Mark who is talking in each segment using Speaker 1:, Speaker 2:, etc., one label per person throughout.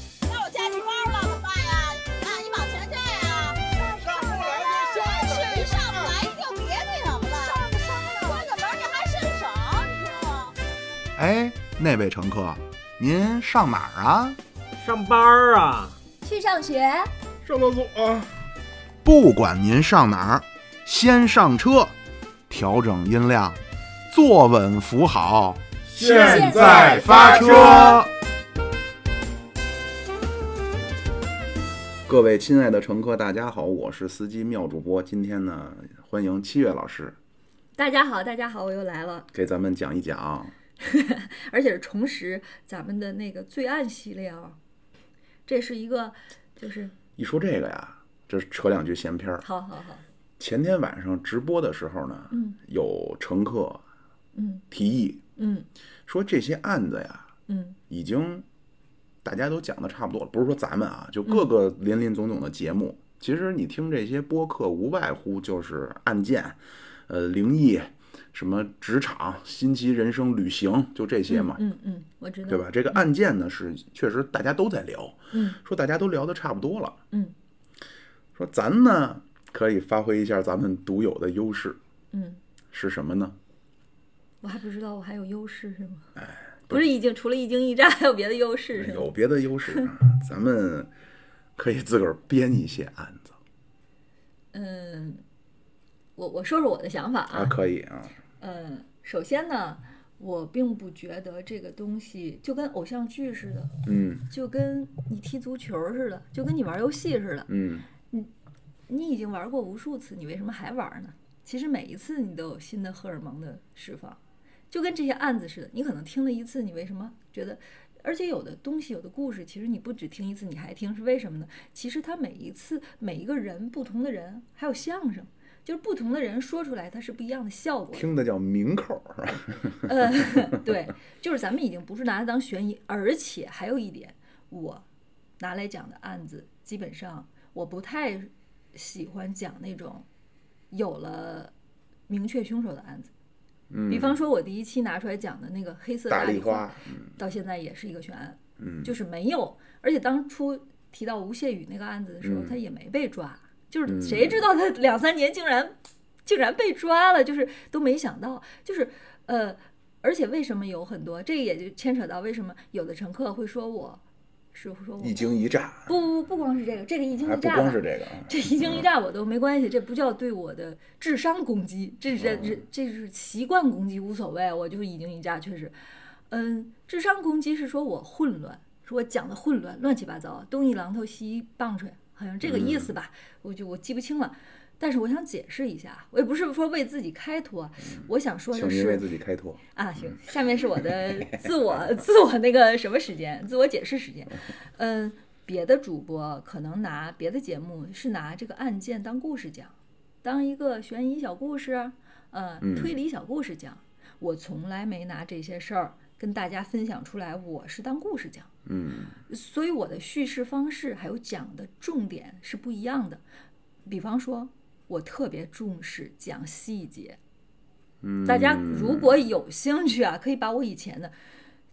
Speaker 1: 卖猪二了，怎么办呀？啊，你往前站啊！
Speaker 2: 上不来就下
Speaker 1: 真是
Speaker 2: 去
Speaker 1: 一上不来你就别那什么了，上不上关个门你还伸手，你说
Speaker 3: 哎，那位乘客，您上哪儿啊？
Speaker 4: 上班儿啊，
Speaker 5: 去上学，
Speaker 2: 上厕所啊！
Speaker 3: 不管您上哪儿，先上车，调整音量，坐稳扶好，
Speaker 5: 现在
Speaker 2: 发车。
Speaker 3: 各位亲爱的乘客，大家好，我是司机妙主播。今天呢，欢迎七月老师
Speaker 5: 大家好，大家好，我又来了，
Speaker 3: 给咱们讲一讲。
Speaker 5: 而且是重拾咱们的那个罪案系列啊。这是一个，就是
Speaker 3: 一说这个呀，这扯两句闲篇儿。
Speaker 5: 好好好，
Speaker 3: 前天晚上直播的时候呢，
Speaker 5: 嗯
Speaker 3: 有乘客
Speaker 5: 嗯
Speaker 3: 提议
Speaker 5: 嗯
Speaker 3: 说，这些案子呀，
Speaker 5: 嗯
Speaker 3: 已经大家都讲的差不多了，不是说咱们啊，就各
Speaker 5: 嗯
Speaker 3: 个林林总总的节目，其实你听这些播客，无外乎就是案件，呃，灵异，什么职场、新奇人生、旅行，就这些嘛，
Speaker 5: 嗯嗯，我知道，
Speaker 3: 对吧？？这个案件呢是确实大家都在聊，
Speaker 5: 嗯
Speaker 3: 说大家都聊的差不多了，
Speaker 5: 嗯
Speaker 3: 说咱呢可以发挥一下咱们独有的优势
Speaker 5: 嗯，
Speaker 3: 是什么呢？
Speaker 5: 我还不知道我还有优势是吗？哎，不是已经除了一惊一乍还有别的优势是吗？
Speaker 3: 有别的优势 啊，咱们可以自个儿编一些案子
Speaker 5: 嗯，我我说说我的想法
Speaker 3: 啊，可以啊，
Speaker 5: 嗯，首先呢，我并不觉得这个东西就跟偶像剧似的，
Speaker 3: 嗯
Speaker 5: 就跟你踢足球似的，就跟你玩游戏似的，
Speaker 3: 嗯。
Speaker 5: 你已经玩过无数次，你为什么还玩呢？其实每一次你都有新的荷尔蒙的释放，就跟这些案子似的，你可能听了一次，你为什么觉得？而且有的东西，有的故事，其实你不只听一次，你还听，是为什么呢？其实他每一次，每一个人，不同的人，还有相声，就是不同的人说出来，它是不一样的效果的。
Speaker 3: 听的叫名口是吧？
Speaker 5: 呃，对，就是咱们已经不是拿它当悬疑，而且还有一点，我拿来讲的案子，基本上我不太喜欢讲那种有了明确凶手的案子。
Speaker 3: 嗯
Speaker 5: 比方说，我第一期拿出来讲的那个黑色
Speaker 3: 大
Speaker 5: 丽
Speaker 3: 丽花，
Speaker 5: 到现在也是一个悬案，
Speaker 3: 嗯，
Speaker 5: 就是没有，而且当初提到吴谢宇那个案子的时候，
Speaker 3: 嗯
Speaker 5: 他也没被抓，就
Speaker 3: 嗯
Speaker 5: 是谁知道他两三年竟然竟然被抓了，就是都没想到，就是呃，而且为什么有很多，这个也就牵扯到为什么有的乘客会说我是说我
Speaker 3: 一惊一乍，
Speaker 5: 不不不光是这个，这个一惊
Speaker 3: 还
Speaker 5: 一
Speaker 3: 不
Speaker 5: 乍
Speaker 3: 光
Speaker 5: 吧
Speaker 3: 是这个啊，
Speaker 5: 这一惊一乍我都没关系，这不叫对我的智商攻击，这
Speaker 3: 哦
Speaker 5: 这这这是习惯攻击，无所谓，我就是一惊一乍，确实，嗯，智商攻击是说我混乱，说我讲的混乱，乱七八糟，东一榔头西一棒槌，好像这个
Speaker 3: 嗯
Speaker 5: 意思吧，我就我记不清了。但是我想解释一下，我也不是说为自己开脱，啊我想说
Speaker 3: 嗯请
Speaker 5: 的
Speaker 3: 您为
Speaker 5: 是
Speaker 3: 自己开脱。
Speaker 5: 啊，行，下面是我的自我自我那个什么时间，自我解释时间。嗯，别的主播可能拿别的节目是拿这个案件当故事讲，当一个悬疑小故事，呃，
Speaker 3: 嗯
Speaker 5: 推理小故事讲。我从来没拿这些事儿跟大家分享出来，我是当故事讲。
Speaker 3: 嗯
Speaker 5: 所以我的叙事方式还有讲的重点是不一样的。比方说，我特别重视讲细节。
Speaker 3: 嗯，
Speaker 5: 大家如果有兴趣啊，可以把我以前的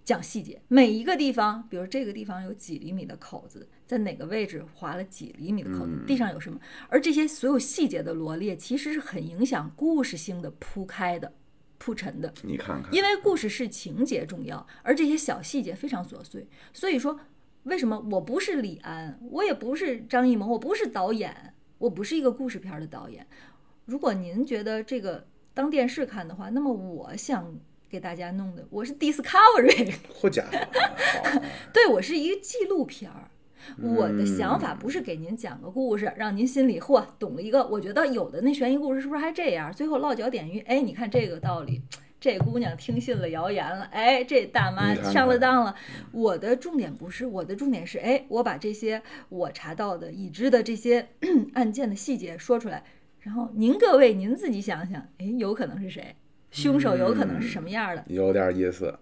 Speaker 5: 讲细节，每一个地方，比如这个地方有几厘米的口子，在哪个位置划了几厘米的口子，地上有什么，而这些所有细节的罗列，其实是很影响故事性的铺开的、铺陈的。
Speaker 3: 你看看，
Speaker 5: 因为故事是情节重要，而这些小细节非常琐碎。所以说，为什么我不是李安，我也不是张艺谋，我不是导演，我不是一个故事片儿的导演。如果您觉得这个当电视看的话，那么我想给大家弄的，我是 Discovery，
Speaker 3: 好家伙，好啊
Speaker 5: 对我是一个纪录片儿。
Speaker 3: 嗯
Speaker 5: 我的想法不是给您讲个故事，让您心里嚯懂了一个。我觉得有的那悬疑故事是不是还这样？最后落脚点于，哎，你看这个道理，这姑娘听信了谣言了，哎，这大妈
Speaker 3: 你看看
Speaker 5: 上了当了。嗯我的重点不是，我的重点是，哎，我把这些我查到的已知的这些 案件的细节说出来，然后您各位您自己想想，哎，有可能是谁？凶手有可能是什
Speaker 3: 嗯
Speaker 5: 么样的？
Speaker 3: 有点意思。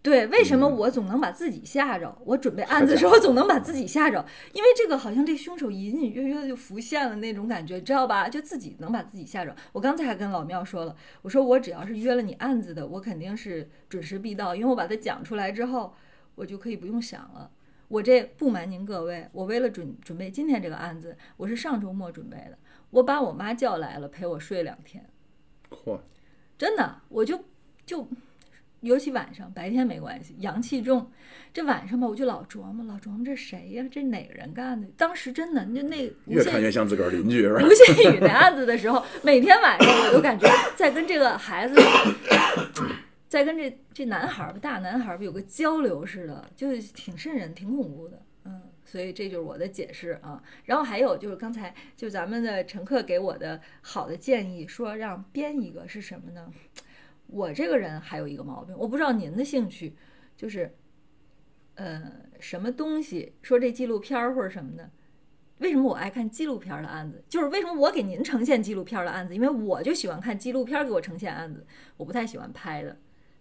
Speaker 5: 对，为什么我总能把自己吓着？我准备案子的时候总能把自己吓着，因为这个好像这凶手隐隐约约的就浮现了那种感觉，知道吧？就自己能把自己吓着。我刚才还跟老庙说了，我说我只要是约了你案子的，我肯定是准时必到，因为我把它讲出来之后，我就可以不用想了。我这不瞒您各位，我为了准准备今天这个案子，我是上周末准备的，我把我妈叫来了陪我睡两天，
Speaker 3: 嚯，
Speaker 5: 真的，我就就。尤其晚上，白天没关系，阳气重。这晚上吧，我就老琢磨，老琢磨这谁呀、这哪个人干的？当时真的，那那无
Speaker 3: 越
Speaker 5: 限
Speaker 3: 看越像自个儿邻居 是吧？
Speaker 5: 吴谢宇的案子的时候，每天晚上我都感觉在跟这个孩子，在跟这这男孩儿吧，大男孩儿吧有个交流似的，就是挺瘆人、挺恐怖的。嗯，所以这就是我的解释啊。然后还有就是刚才就咱们的乘客给我的好的建议，说让编一个是什么呢？我这个人还有一个毛病，我不知道您的兴趣，就是，呃，什么东西说这纪录片儿或者什么的，为什么我爱看纪录片儿的案子？就是为什么我给您呈现纪录片儿的案子？因为我就喜欢看纪录片儿给我呈现案子，我不太喜欢拍的，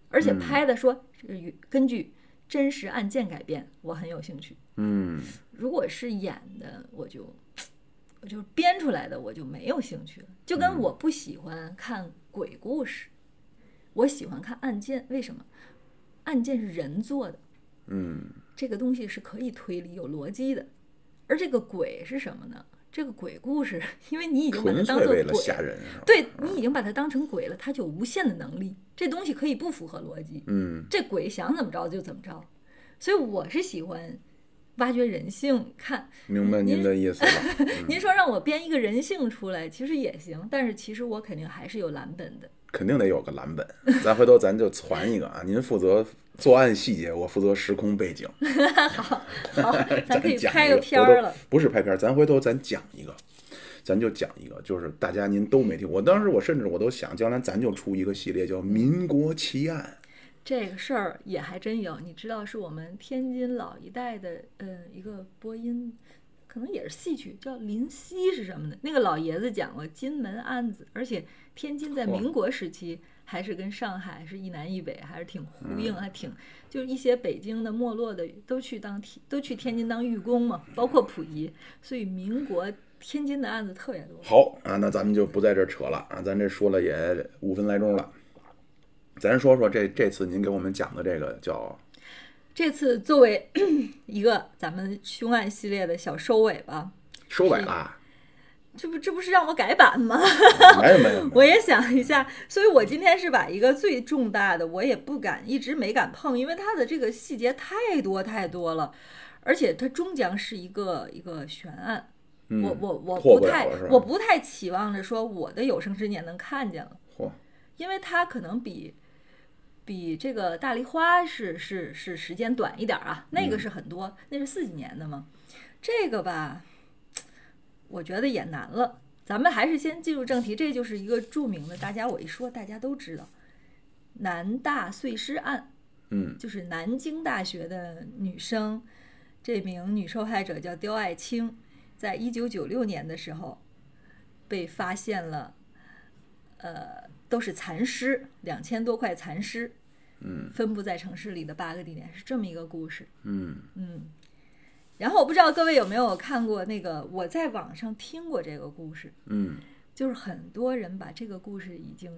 Speaker 5: 而且
Speaker 3: 嗯
Speaker 5: 拍的说、是与根据真实案件改编，我很有兴趣。
Speaker 3: 嗯，
Speaker 5: 如果是演的，我就我就编出来的，我就没有兴趣了。就跟我不喜欢看鬼故事，我喜欢看案件。为什么？案件是人做的，
Speaker 3: 嗯，
Speaker 5: 这个东西是可以推理、有逻辑的。而这个鬼是什么呢？这个鬼故事，因为你已经把它
Speaker 3: 纯
Speaker 5: 当
Speaker 3: 粹
Speaker 5: 做
Speaker 3: 为
Speaker 5: 鬼
Speaker 3: 了吓人是吧？
Speaker 5: 对你已经把它当成鬼了，它就有无限的能力。这东西可以不符合逻辑，
Speaker 3: 嗯，
Speaker 5: 这鬼想怎么着就怎么着。所以我是喜欢挖掘人性，看
Speaker 3: 明白您的意思 了。
Speaker 5: 您说让我编一个人性出来，其实也行，但是其实我肯定还是有蓝本的。
Speaker 3: 肯定得有个蓝本，咱回头咱就传一个啊。您负责作案细节，我负责时空背景。
Speaker 5: 好， 咱可以
Speaker 3: 讲
Speaker 5: 拍
Speaker 3: 一个
Speaker 5: 片儿了
Speaker 3: 回头。不是拍片儿，咱回头咱讲一个，咱就讲一个，就是大家您都没听过。我当时我甚至我都想，将来咱就出一个系列叫《民国奇案
Speaker 5: 这个事儿也还真有，你知道是我们天津老一代的，呃，一个播音，可能也是戏曲，叫林夕是什么的？那个老爷子讲过金门案子，而且天津在
Speaker 3: 嚯
Speaker 5: 民国时期还是跟上海是一南一北，还是挺呼应，还挺就是一些北京的没落的都去当天都去天津当寓工嘛，包括溥仪，所以民国天津的案子特别多》。。
Speaker 3: 好啊，那咱们就不在这儿扯了啊，咱这说了也五分来钟了，咱说说这这次您给我们讲的这个叫
Speaker 5: 这次作为 一个咱们凶案系列的小收尾吧。
Speaker 3: 收尾啦，啊
Speaker 5: 这不这不是让我改版吗？
Speaker 3: 没有没有，没有
Speaker 5: 我也想一下，所以我今天是把一个最重大的，我也不敢一直没敢碰，因为它的这个细节太多太多了，而且它终将是一个一个悬案。
Speaker 3: 嗯
Speaker 5: 我我我
Speaker 3: 破
Speaker 5: 不
Speaker 3: 不了
Speaker 5: 太
Speaker 3: 了是吧
Speaker 5: 我不太期望着说我的有生之年能看见了，
Speaker 3: 嚯，
Speaker 5: 因为它可能比比这个大丽花是是是时间短一点儿啊，那个是很多，那是四几年的嘛，这个吧，我觉得也难了。咱们还是先进入正题，这就是一个著名的，大家我一说大家都知道，南大碎尸案，
Speaker 3: 嗯
Speaker 5: 就是南京大学的女生，这名女受害者叫刁爱青，在一九九六年的时候被发现了，呃，都是残尸，两千多块残尸，
Speaker 3: 嗯，
Speaker 5: 分布在城市里的八个地点，是这么一个故事。
Speaker 3: 嗯，
Speaker 5: 嗯，然后我不知道各位有没有看过那个，我在网上听过这个故事，
Speaker 3: 嗯
Speaker 5: 就是很多人把这个故事已经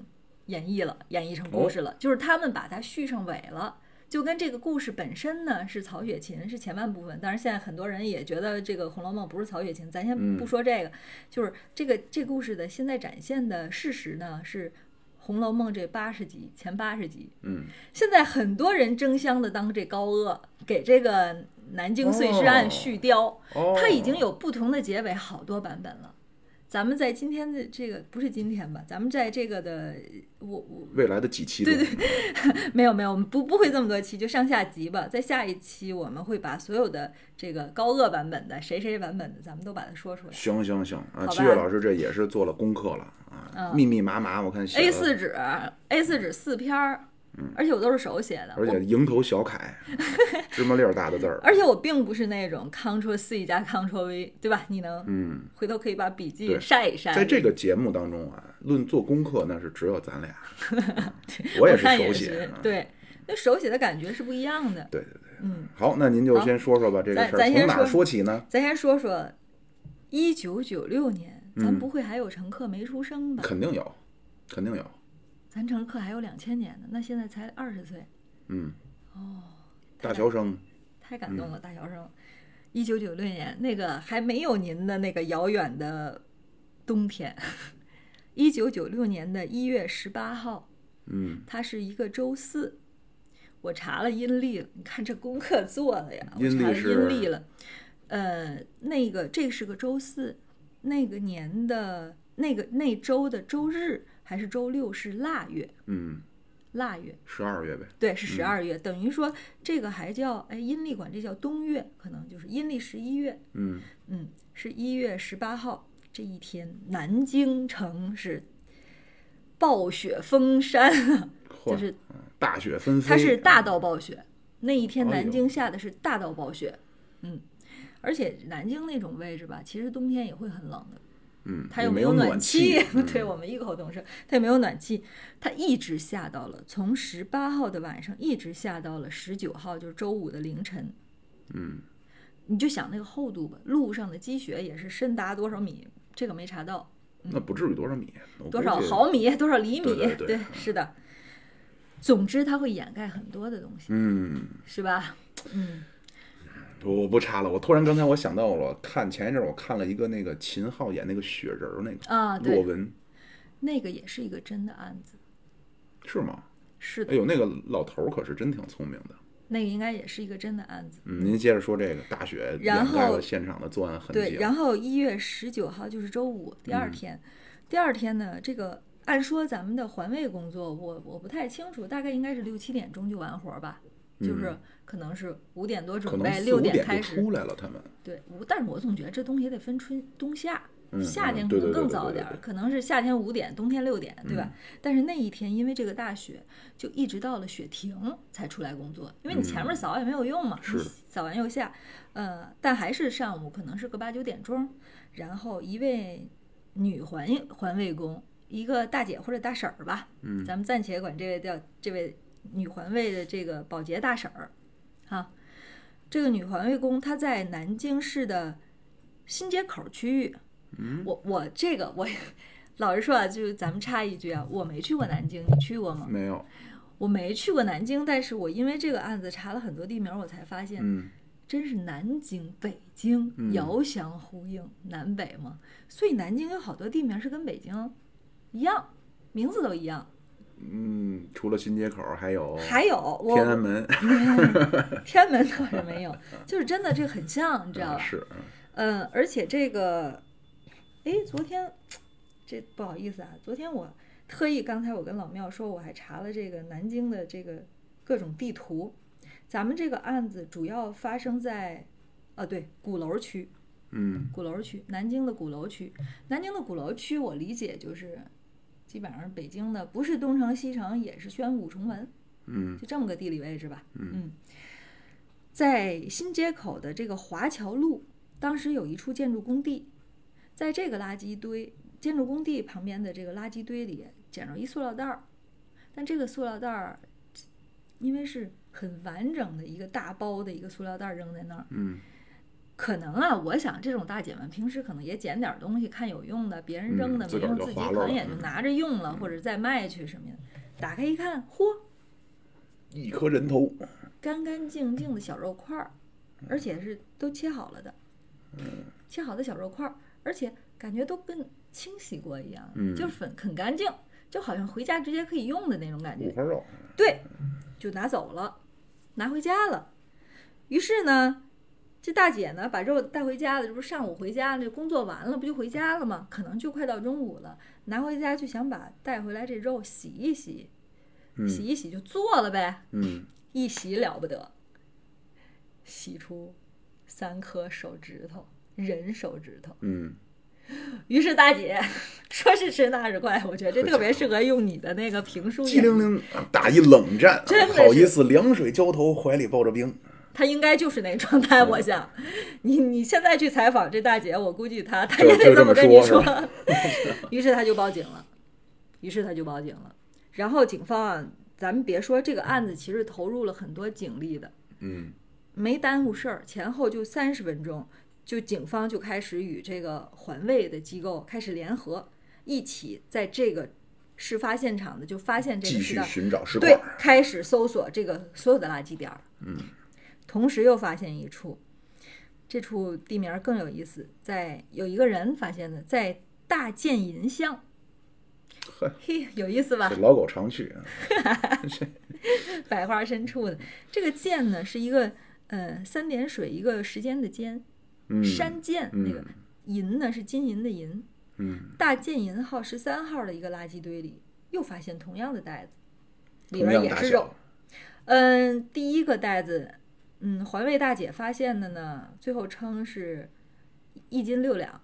Speaker 5: 演绎了，演绎成故事了，就是他们把它续上尾了。就跟这个故事本身呢是曹雪芹是前半部分，当然现在很多人也觉得这个《红楼梦》不是曹雪芹，咱
Speaker 3: 嗯
Speaker 5: 先不说这个，就是这个这故事的现在展现的事实呢是《红楼梦》这八十集前八十集，
Speaker 3: 嗯，
Speaker 5: 现在很多人争相的当这高鹗，给这个南京碎尸案续貂，
Speaker 3: 哦，
Speaker 5: 它已经有不同的结尾，好多版本了。咱们在今天的这个不是今天吧？咱们在这个的我我
Speaker 3: 未来的几期对对
Speaker 5: 没有没有，我们不不会这么多期，就上下集吧。在下一期我们会把所有的这个高鹗版本的谁谁版本的，咱们都把它说出来。
Speaker 3: 行行行啊，
Speaker 5: 吧
Speaker 3: 七月老师这也是做了功课了啊，
Speaker 5: 嗯
Speaker 3: 密密麻麻，我看写了
Speaker 5: A
Speaker 3: 嗯
Speaker 5: 四纸，A 四纸四篇儿，而且我都是手写的，
Speaker 3: 而
Speaker 5: 我
Speaker 3: 且蝇头小楷，芝麻粒儿大的字儿。
Speaker 5: 而且我并不是那种 Ctrl C 加 Ctrl V，对吧？你能，
Speaker 3: 嗯，
Speaker 5: 回头可以把笔记
Speaker 3: 对
Speaker 5: 晒一晒。
Speaker 3: 在这个节目当中啊，论做功课那是只有咱俩， 嗯我也是
Speaker 5: 看
Speaker 3: 手
Speaker 5: 是
Speaker 3: 写。嗯
Speaker 5: 对，那手写的感觉是不一样的。
Speaker 3: 对对对，
Speaker 5: 嗯，
Speaker 3: 好，那您就
Speaker 5: 好
Speaker 3: 先说说吧，这个
Speaker 5: 咱
Speaker 3: 事儿
Speaker 5: 咱先
Speaker 3: 从哪
Speaker 5: 说
Speaker 3: 说起呢？
Speaker 5: 咱先说说一九九六年，咱
Speaker 3: 嗯
Speaker 5: 不会还有乘客没出生吧？
Speaker 3: 肯定有，肯定有，
Speaker 5: 咱乘客还有两千年呢，那现在才二十岁，
Speaker 3: 嗯，
Speaker 5: 哦，
Speaker 3: 大学生，
Speaker 5: 太感动了，大学生。一九九六年那个还没有您的那个遥远的冬天， 一九九六年的一月十八号，
Speaker 3: 嗯，
Speaker 5: 它是一个周四。我查了阴历了，你看这功课做的呀，我
Speaker 3: 阴历
Speaker 5: 查了
Speaker 3: 是
Speaker 5: 阴历了。呃，那个这是个周四，那个年的那个那周的周日还是周六是腊月，
Speaker 3: 嗯，
Speaker 5: 腊月
Speaker 3: 十二月呗，
Speaker 5: 对是十二月，等于说这个还叫哎阴历管这叫冬月，可能就是阴历十一月，
Speaker 3: 嗯，
Speaker 5: 嗯，是一月十八号这一天，南京城是暴雪封山 啊，
Speaker 3: 嚯
Speaker 5: 就是
Speaker 3: 嗯大雪纷飞，啊
Speaker 5: 它是大
Speaker 3: 到
Speaker 5: 到暴雪。那一天
Speaker 3: 哎呦
Speaker 5: 南京下的是大到暴雪，嗯，而且南京那种位置吧，其实冬天也会很冷的，
Speaker 3: 嗯，
Speaker 5: 它
Speaker 3: 也
Speaker 5: 又
Speaker 3: 没
Speaker 5: 有
Speaker 3: 暖
Speaker 5: 气，
Speaker 3: 嗯
Speaker 5: 对我们异口同声，它也没有暖气，它一直下到了从十八号的晚上一直下到了十九号，就是周五的凌晨。
Speaker 3: 嗯，
Speaker 5: 你就想那个厚度吧，路上的积雪也是深达多少米，这个没查到，
Speaker 3: 那不至于多少米，我
Speaker 5: 多
Speaker 3: 估
Speaker 5: 少
Speaker 3: 计
Speaker 5: 毫米，多少厘米，
Speaker 3: 对对对嗯
Speaker 5: 是的。总之，它会掩盖很多的东西，
Speaker 3: 嗯，
Speaker 5: 是吧？嗯，
Speaker 3: 我我不查了，我突然刚才我想到了，看前一阵儿我看了一个那个秦昊演那个雪人儿那个
Speaker 5: 啊，
Speaker 3: 洛
Speaker 5: 对，
Speaker 3: 文
Speaker 5: 那个也是一个真的案子，
Speaker 3: 是吗？
Speaker 5: 是
Speaker 3: 哎
Speaker 5: 的，
Speaker 3: 呦，那个老头儿可是真挺聪明的。
Speaker 5: 那个应该也是一个真的案子。
Speaker 3: 嗯，您接着说这个大雪掩
Speaker 5: 然
Speaker 3: 盖
Speaker 5: 后
Speaker 3: 了现场的作案痕迹。啊
Speaker 5: 对，然后一月十九号就是周五，第
Speaker 3: 嗯
Speaker 5: 二天，第二天呢，这个按说咱们的环卫工作，我我不太清楚，大概应该是六七点钟就完活儿吧，就是
Speaker 3: 嗯
Speaker 5: 可能是五点多
Speaker 3: 可
Speaker 5: 准
Speaker 3: 能
Speaker 5: 备，
Speaker 3: 四
Speaker 5: 六
Speaker 3: 五点
Speaker 5: 开
Speaker 3: 就
Speaker 5: 始
Speaker 3: 出，来了，他们
Speaker 5: 对，我但是我总觉得这东西也得分春冬夏，
Speaker 3: 嗯
Speaker 5: 夏
Speaker 3: 嗯
Speaker 5: 天
Speaker 3: 对
Speaker 5: 可
Speaker 3: 对
Speaker 5: 能
Speaker 3: 对
Speaker 5: 更
Speaker 3: 对
Speaker 5: 早
Speaker 3: 对
Speaker 5: 点儿
Speaker 3: 对，嗯
Speaker 5: 可能是夏天五点，冬天六点，对吧？但是那一天因为这个大雪，就一直到了雪停才出来工作，因为你前面扫也没有用嘛，
Speaker 3: 嗯是
Speaker 5: 你扫完又下，呃，但还是上午可能是个八九点钟，然后一位女环环卫工，一个大姐或者大婶儿吧，嗯，咱们暂且管这位叫这位女环卫的这个保洁大婶儿，啊，这个女环卫工她在南京市的新街口区域，嗯，我我这个我老实说啊，就是咱们插一句啊，我没去过南京，你去过吗？
Speaker 3: 没有。
Speaker 5: 我没去过南京，但是我因为这个案子查了很多地名儿，我才发现，
Speaker 3: 嗯，
Speaker 5: 真是南京、北京
Speaker 3: 嗯
Speaker 5: 遥相呼应，南北嘛。所以南京有好多地名是跟北京一样，名字都一
Speaker 3: 哦
Speaker 5: 样。
Speaker 3: 嗯，除了新街口，还有
Speaker 5: 还有我
Speaker 3: 天安门，
Speaker 5: 天安门倒是没有，就是真的这很像，你知道吧？
Speaker 3: 是，嗯
Speaker 5: 嗯，而且这个，哎，昨天这不好意思啊，昨天我特意刚才我跟老庙说，我还查了这个南京的这个各种地图。咱们这个案子主要发生在，啊对，鼓楼区，
Speaker 3: 嗯
Speaker 5: 鼓楼区，南京的鼓楼区，南京的鼓楼区，我理解就是，基本上北京的不是东城西城，也是宣武崇文，
Speaker 3: 嗯
Speaker 5: 就这么个地理位置吧。嗯在新街口的这个华侨路，当时有一处建筑工地，在这个垃圾堆建筑工地旁边的这个垃圾堆里捡着一塑料袋儿，但这个塑料袋儿因为是很完整的一个大包的一个塑料袋儿扔在那儿，
Speaker 3: 嗯
Speaker 5: 可能啊，我想这种大姐们平时可能也捡点儿东西，看有用的，别人扔的
Speaker 3: 嗯
Speaker 5: 没
Speaker 3: 自个
Speaker 5: 用，
Speaker 3: 儿
Speaker 5: 自
Speaker 3: 就
Speaker 5: 己
Speaker 3: 划
Speaker 5: 可
Speaker 3: 了
Speaker 5: 能也
Speaker 3: 嗯
Speaker 5: 就拿着用了，或者再卖去什么的。打开一看，嚯，
Speaker 3: 一颗人头，
Speaker 5: 干干净净的小肉块儿，
Speaker 3: 嗯
Speaker 5: 而且是都切好了的，切好的小肉块儿，而且感觉都跟清洗过一样，
Speaker 3: 嗯
Speaker 5: 就是很很干净，就好像回家直接可以用的那种感觉
Speaker 3: 五。花肉，
Speaker 5: 对，就拿走了，拿回家了。于是呢，这大姐呢把肉带回家了，这不是上午回家，这工作完了不就回家了吗？可能就快到中午了，拿回家就想把带回来这肉洗一洗，
Speaker 3: 嗯
Speaker 5: 洗一洗就做了呗。
Speaker 3: 嗯，
Speaker 5: 一洗了不得，洗出三颗手指头，人手指头。
Speaker 3: 嗯，
Speaker 5: 于是大姐说是迟那是快，我觉得这
Speaker 3: 好家伙
Speaker 5: 特别适合用你的那个评书
Speaker 3: 激
Speaker 5: 演
Speaker 3: 灵
Speaker 5: 绎。
Speaker 3: 灵打一冷战
Speaker 5: 真的，是
Speaker 3: 好一次凉水浇头，怀里抱着冰，
Speaker 5: 她应该就是那状态，我想。你你现在去采访这大姐，我估计她她
Speaker 3: 就
Speaker 5: 也得
Speaker 3: 就这
Speaker 5: 么
Speaker 3: 么
Speaker 5: 跟你
Speaker 3: 说
Speaker 5: 说
Speaker 3: 是。
Speaker 5: 于是她就报警了，于是她就报警了。然后警方啊，咱们别说这个案子，其实投入了很多警力的。
Speaker 3: 嗯
Speaker 5: 没耽误事儿，前后就三十分钟，就警方就开始与这个环卫的机构开始联合，一起在这个事发现场的就发现这
Speaker 3: 继
Speaker 5: 个尸
Speaker 3: 续
Speaker 5: 袋，
Speaker 3: 寻找尸块
Speaker 5: 对
Speaker 3: 儿，，
Speaker 5: 开始搜索这个所有的垃圾点儿。嗯，同时又发现一处，这处地名儿更有意思，在有一个人发现的，在大建银乡
Speaker 3: 呵。
Speaker 5: 嘿，有意思吧
Speaker 3: 这？老狗常去啊，
Speaker 5: 百花深处的这个建呢，是一个呃三点水一个时间的间，
Speaker 3: 嗯，
Speaker 5: 山涧那个
Speaker 3: 嗯
Speaker 5: 银呢是金银的银，
Speaker 3: 嗯，
Speaker 5: 大建银号十三号的一个垃圾堆里又发现同样的袋子，里
Speaker 3: 同
Speaker 5: 边
Speaker 3: 样
Speaker 5: 也
Speaker 3: 大
Speaker 5: 是肉
Speaker 3: 小。，
Speaker 5: 嗯，第一个袋子，嗯，环卫大姐发现的呢，最后称是一斤六两，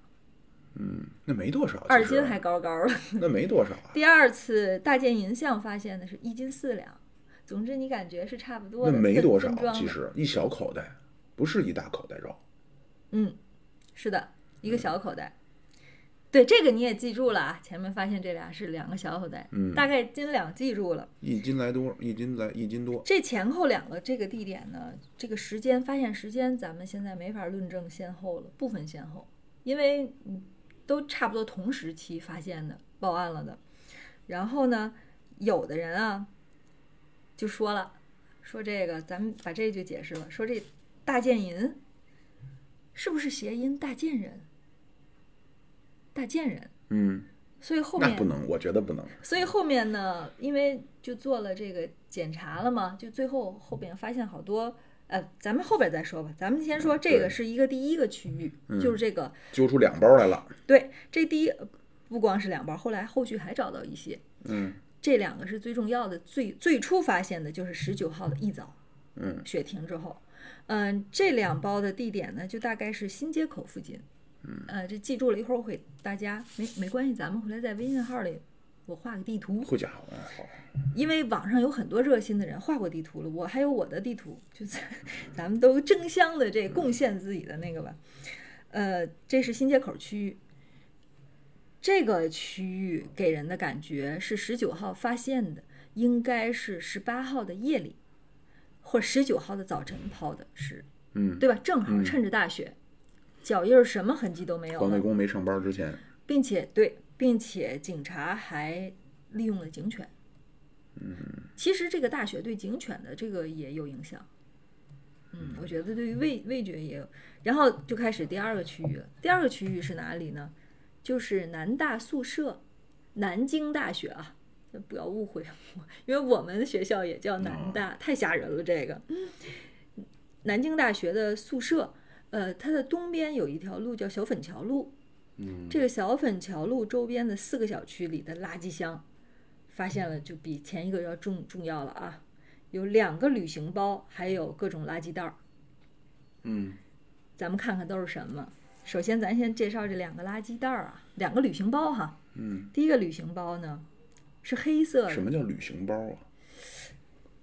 Speaker 3: 嗯，那没多少，
Speaker 5: 二
Speaker 3: 其实
Speaker 5: 斤还高高了。
Speaker 3: 那没多少啊，
Speaker 5: 第二次大建银像发现的是一斤四两。总之，你感觉是差不多
Speaker 3: 那
Speaker 5: 的，
Speaker 3: 没
Speaker 5: 分
Speaker 3: 多
Speaker 5: 分
Speaker 3: 少，
Speaker 5: 装
Speaker 3: 其
Speaker 5: 的
Speaker 3: 实一小口袋，不是一大口袋肉，
Speaker 5: 嗯，是的，一
Speaker 3: 嗯
Speaker 5: 个小口袋。对，这个你也记住了啊。前面发现这俩是两个小口袋，
Speaker 3: 嗯
Speaker 5: 大概斤两记住了。
Speaker 3: 一斤来多，一斤来一斤多，
Speaker 5: 这前后两个这个地点呢，这个时间发现时间，咱们现在没法论证先后了，不分先后，因为嗯都差不多同时期发现的，报案了的。然后呢，有的人啊就说了，说这个咱们把这就解释了，说这大建银是不是谐音大贱人？大贱人，
Speaker 3: 嗯，
Speaker 5: 所以后面
Speaker 3: 那不能，我觉得不能，
Speaker 5: 所以后面呢，因为就做了这个检查了嘛，就最后后边发现好多，呃，咱们后边再说吧。咱们先说这
Speaker 3: 对嗯
Speaker 5: 个是一个第一个区域，就是这个
Speaker 3: 揪出两包来了，
Speaker 5: 对这第一不光是两包，后来后续还找到一些，
Speaker 3: 嗯
Speaker 5: 这两个是最重要的。最最初发现的就是十九号的一早
Speaker 3: 嗯
Speaker 5: 雪停之后，嗯、这两包的地点呢，就大概是新街口附近。
Speaker 3: 嗯
Speaker 5: 呃，这记住了，一会儿我给大家没没关系，咱们回来在微信号里我画个地图，
Speaker 3: 好家伙，啊好，
Speaker 5: 因为网上有很多热心的人画过地图了，我还有我的地图，就咱咱们都争相的这贡献自己的那个吧。呃，这是新街口区域，这个区域给人的感觉是十九号发现的，应该是十八号的夜里，或十九号的早晨抛的是，
Speaker 3: 嗯，
Speaker 5: 对吧？正好
Speaker 3: 嗯
Speaker 5: 趁着大雪，脚印儿什么痕迹都没有
Speaker 3: 环卫
Speaker 5: 了，
Speaker 3: 工没上班之前，
Speaker 5: 并且对，并且警察还利用了警犬。嗯，其实这个大雪对警犬的这个也有影响。嗯，我觉得对于味味觉也有。然后就开始第二个区域了。第二个区域是哪里呢？就是南大宿舍，南京大学啊，不要误会我，因为我们学校也叫南大，太吓人了这个。南京大学的宿舍，呃，它的东边有一条路叫小粉桥路，
Speaker 3: 嗯
Speaker 5: 这个小粉桥路周边的四个小区里的垃圾箱，发现了就比前一个要重重要了啊！有两个旅行包，还有各种垃圾袋儿。
Speaker 3: 嗯
Speaker 5: 咱们看看都是什么。首先，咱先介绍这两个垃圾袋儿啊，两个旅行包哈。
Speaker 3: 嗯，
Speaker 5: 第一个旅行包呢是黑色
Speaker 3: 什
Speaker 5: 的，
Speaker 3: 么叫旅行包啊？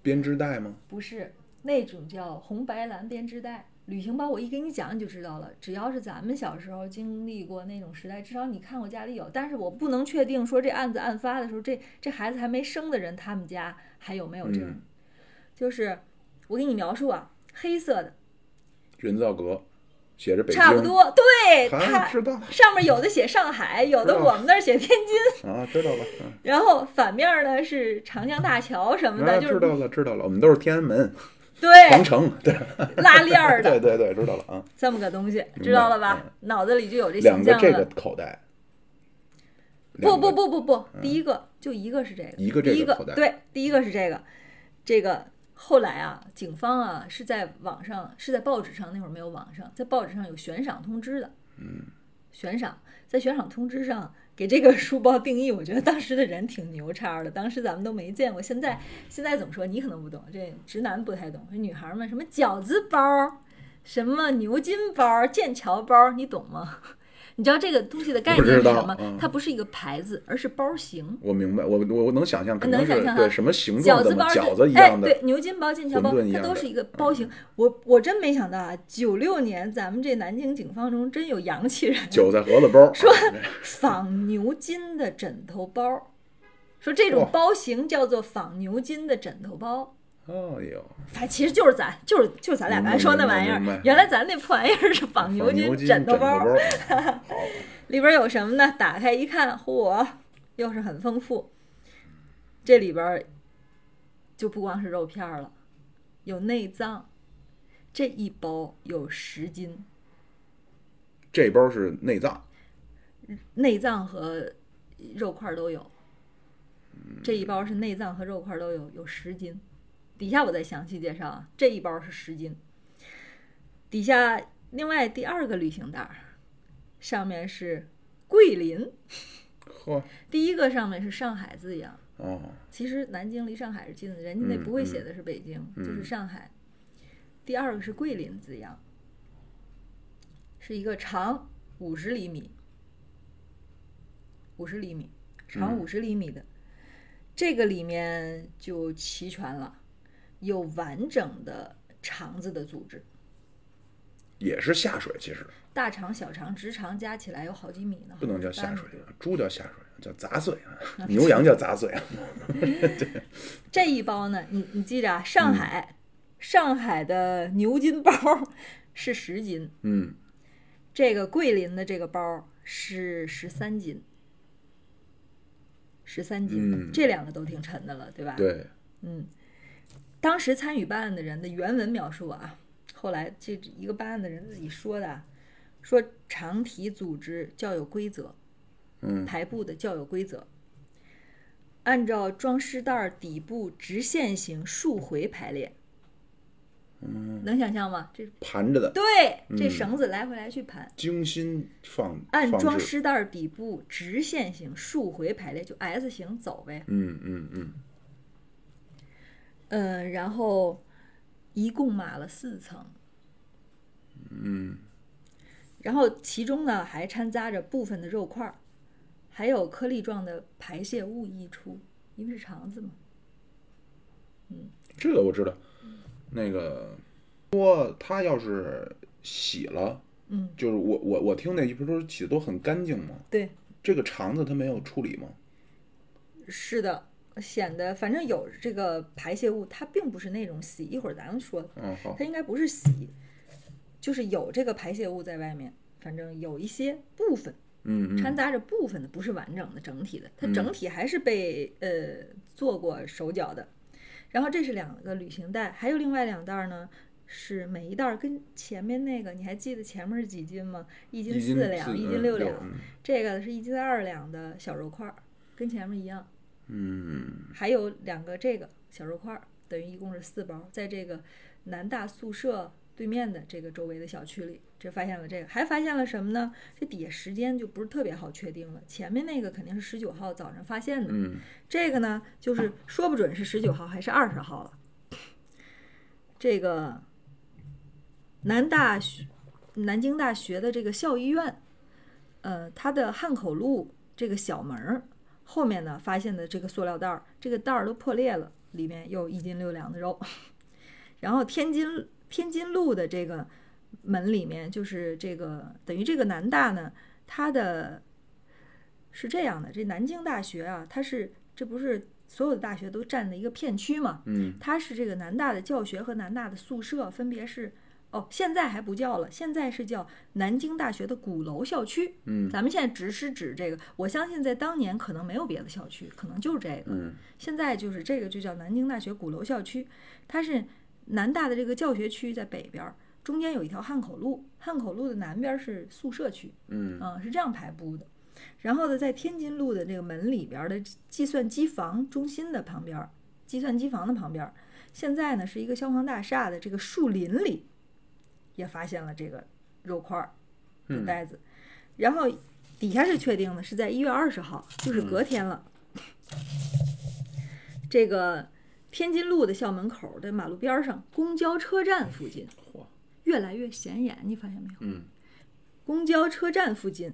Speaker 3: 编织袋吗？
Speaker 5: 不是那种叫红白蓝编织袋。旅行包我一给你讲你就知道了，只要是咱们小时候经历过那种时代，至少你看我家里有，但是我不能确定说这案子案发的时候，这这孩子还没生的人，他们家还有没有这种。
Speaker 3: 嗯
Speaker 5: 就是我给你描述啊，黑色的，
Speaker 3: 人造革，写着北京，啊
Speaker 5: 差不多，对，它
Speaker 3: 啊，知道了
Speaker 5: 上面有的写上海，有的
Speaker 3: 知道
Speaker 5: 我们那儿写天津，
Speaker 3: 啊，知道了，啊
Speaker 5: 然后反面儿呢是长江大桥什么的，
Speaker 3: 啊，
Speaker 5: 就
Speaker 3: 知
Speaker 5: 是
Speaker 3: 道了，知道了，我们都是天安门、皇
Speaker 5: 对
Speaker 3: 城，对，
Speaker 5: 拉链儿
Speaker 3: 对
Speaker 5: 的
Speaker 3: 对对，知道了啊。
Speaker 5: 这么个东西，
Speaker 3: 白哎
Speaker 5: 知道了吧？脑子里就有这
Speaker 3: 两
Speaker 5: 形
Speaker 3: 个
Speaker 5: 象
Speaker 3: 这个
Speaker 5: 了。
Speaker 3: 口袋，
Speaker 5: 不
Speaker 3: 两个嗯
Speaker 5: 不，不不不，第一个就一个是这个，
Speaker 3: 一个这个
Speaker 5: 第一个
Speaker 3: 口袋
Speaker 5: 对，第一个是这个，这个后来啊，警方啊是在网上是在报纸上那会儿没有网上，在报纸上有悬赏通知的，
Speaker 3: 嗯，
Speaker 5: 悬赏在悬赏通知上给这个书包定义，我觉得当时的人挺牛叉的，当时咱们都没见过，现在现在怎么说你可能不懂，这直男不太懂，这女孩们什么饺子包，什么牛津包、剑桥包，你懂吗？ 你知道这个东西的概
Speaker 3: 不
Speaker 5: 念
Speaker 3: 知
Speaker 5: 是
Speaker 3: 道
Speaker 5: 什么？
Speaker 3: 嗯
Speaker 5: 它不是一个牌子，而是包型。
Speaker 3: 我明白，我我我能想象，可能
Speaker 5: 能
Speaker 3: 是
Speaker 5: 想象哈
Speaker 3: 对什么形
Speaker 5: 饺
Speaker 3: 状
Speaker 5: 子
Speaker 3: 的
Speaker 5: 包
Speaker 3: 嘛，
Speaker 5: 是
Speaker 3: 饺子一样
Speaker 5: 哎、
Speaker 3: 的
Speaker 5: 对，，牛津包、剑桥包
Speaker 3: 馄饨一，样
Speaker 5: 它
Speaker 3: 的嗯
Speaker 5: 都是一个包型。我我真没想到啊，九六年咱们这南京警方中真有洋气人，
Speaker 3: 韭菜盒子包，
Speaker 5: 说
Speaker 3: 啊
Speaker 5: 仿牛津的枕头包， 说这种
Speaker 3: 哇
Speaker 5: 包型叫做仿牛津的枕头包。
Speaker 3: 哦呦，
Speaker 5: 反正其实就是咱，就是就是咱俩
Speaker 3: 明白
Speaker 5: 刚才说那
Speaker 3: 明白
Speaker 5: 玩意
Speaker 3: 明
Speaker 5: 儿
Speaker 3: 白。
Speaker 5: 原来咱那破玩意儿是仿啊牛
Speaker 3: 牛
Speaker 5: 津
Speaker 3: 枕
Speaker 5: 头
Speaker 3: 包
Speaker 5: 包，
Speaker 3: 啊好，
Speaker 5: 里边有什么呢？打开一看，嚯，又是很丰富。这里边儿就不光是肉片儿了，有内脏，这一包有十斤，
Speaker 3: 这包是内脏，
Speaker 5: 内脏和肉块儿都有。这一包是内脏和肉块儿都有，有十斤。底下我再详细介绍啊，这一包是十斤。底下另外第二个旅行袋儿，上面是桂林，
Speaker 3: 嚯，
Speaker 5: 第一个上面是上海字样。
Speaker 3: 哦，
Speaker 5: 其实南京离上海是近的，人家那
Speaker 3: 嗯
Speaker 5: 不会
Speaker 3: 嗯
Speaker 5: 写的是北京，就是
Speaker 3: 嗯
Speaker 5: 上海。第二个是桂林字样，是一个长五十厘米，五十厘米长
Speaker 3: 嗯
Speaker 5: 五十厘米的，这个里面就齐全了，有完整的肠子的组织，
Speaker 3: 也是下水，其实
Speaker 5: 大肠、小肠、直肠加起来有好几米呢，
Speaker 3: 不能叫下
Speaker 5: 8米
Speaker 3: 水，啊猪叫下水，叫杂碎 啊，牛羊叫杂碎啊，
Speaker 5: 这一包呢，你你记着啊，上海、上海的牛筋包儿 是十斤，
Speaker 3: 嗯，
Speaker 5: 这个桂林的这个包儿是十三斤，十三斤，
Speaker 3: 嗯
Speaker 5: 这两个都挺沉的了，对吧？。
Speaker 3: 对，
Speaker 5: 嗯，当时参与办案的人的原文描述啊，后来这一个办案的人自己说的啊，说长体组织较有规则，
Speaker 3: 嗯
Speaker 5: 排布的较有规则，按照装尸袋儿底部直线型竖回排列。嗯，能想象吗？这
Speaker 3: 盘着的，
Speaker 5: 对，这
Speaker 3: 嗯
Speaker 5: 绳子来回来去盘，
Speaker 3: 精心放
Speaker 5: 按
Speaker 3: 放
Speaker 5: 装
Speaker 3: 置，
Speaker 5: 尸袋儿底部直线型竖回排列，就 S 型走呗。
Speaker 3: 嗯嗯嗯，
Speaker 5: 嗯，然后一共码了四层。
Speaker 3: 嗯，
Speaker 5: 然后其中呢还掺杂着部分的肉块儿，还有颗粒状的排泄物溢出，因为是肠子嘛。
Speaker 3: 这个我知道，那个说他要是洗了，
Speaker 5: 嗯，
Speaker 3: 就是我我我听那一不是说洗的都很干净吗？
Speaker 5: 对，
Speaker 3: 这个肠子它没有处理吗？
Speaker 5: 是的，显得反正有这个排泄物，它并不是那种洗，一会儿咱们说，
Speaker 3: 嗯，好
Speaker 5: 它，应该不是洗，就是有这个排泄物在外面，反正有一些部分
Speaker 3: 嗯
Speaker 5: 掺
Speaker 3: 嗯，
Speaker 5: 杂着部分的，不是完整的整体的，它整体还是被呃做过手脚的。然后这是两个旅行袋，还有另外两袋呢，是每一袋儿跟前面那个，你还记得前面是几斤吗？一斤
Speaker 3: 一斤
Speaker 5: 四两，一斤
Speaker 3: 嗯
Speaker 5: 六两，
Speaker 3: 嗯
Speaker 5: 这个是一斤二两的小肉块儿，跟前面一样。
Speaker 3: 嗯，
Speaker 5: 还有两个这个小肉块儿，等于一共是四包，在这个南大宿舍对面的这个周围的小区里，这发现了这个，还发现了什么呢？这底下时间就不是特别好确定了，前面那个肯定是十九号早上发现的，
Speaker 3: 嗯
Speaker 5: 这个呢就是说不准是十九号还是二十号了。这个南大学、南京大学的这个校医院，呃，它的汉口路这个小门儿后面呢发现的这个塑料袋儿，这个袋儿都破裂了，里面有一斤六两的肉。 然后天津天津路的这个门里面，就是这个等于这个南大呢，它的是这样的，这南京大学啊，它是这不是所有的大学都占的一个片区嘛？
Speaker 3: 嗯
Speaker 5: 它是这个南大的教学和南大的宿舍分别是，哦，现在还不叫了，现在是叫南京大学的鼓楼校区。
Speaker 3: 嗯
Speaker 5: 咱们现在只是指这个，我相信在当年可能没有别的校区，可能就是这个。
Speaker 3: 嗯
Speaker 5: 现在就是这个就叫南京大学鼓楼校区，它是南大的这个教学区在北边儿，中间有一条汉口路，汉口路的南边儿是宿舍区，
Speaker 3: 嗯
Speaker 5: 嗯，是这样排布的。然后呢，在天津路的这个门里边儿的计算机房中心的旁边儿，计算机房的旁边儿，现在呢是一个消防大厦的这个树林里，也发现了这个肉块儿的
Speaker 3: 嗯，
Speaker 5: 袋子。然后底下是确定的，是在一月二十号，就是
Speaker 3: 嗯
Speaker 5: 隔天了。 这个天津路的校门口的马路边儿上，公交车站附近
Speaker 3: 哎嚯，
Speaker 5: 越来越显眼，你发现没有？
Speaker 3: 嗯，
Speaker 5: 公交车站附近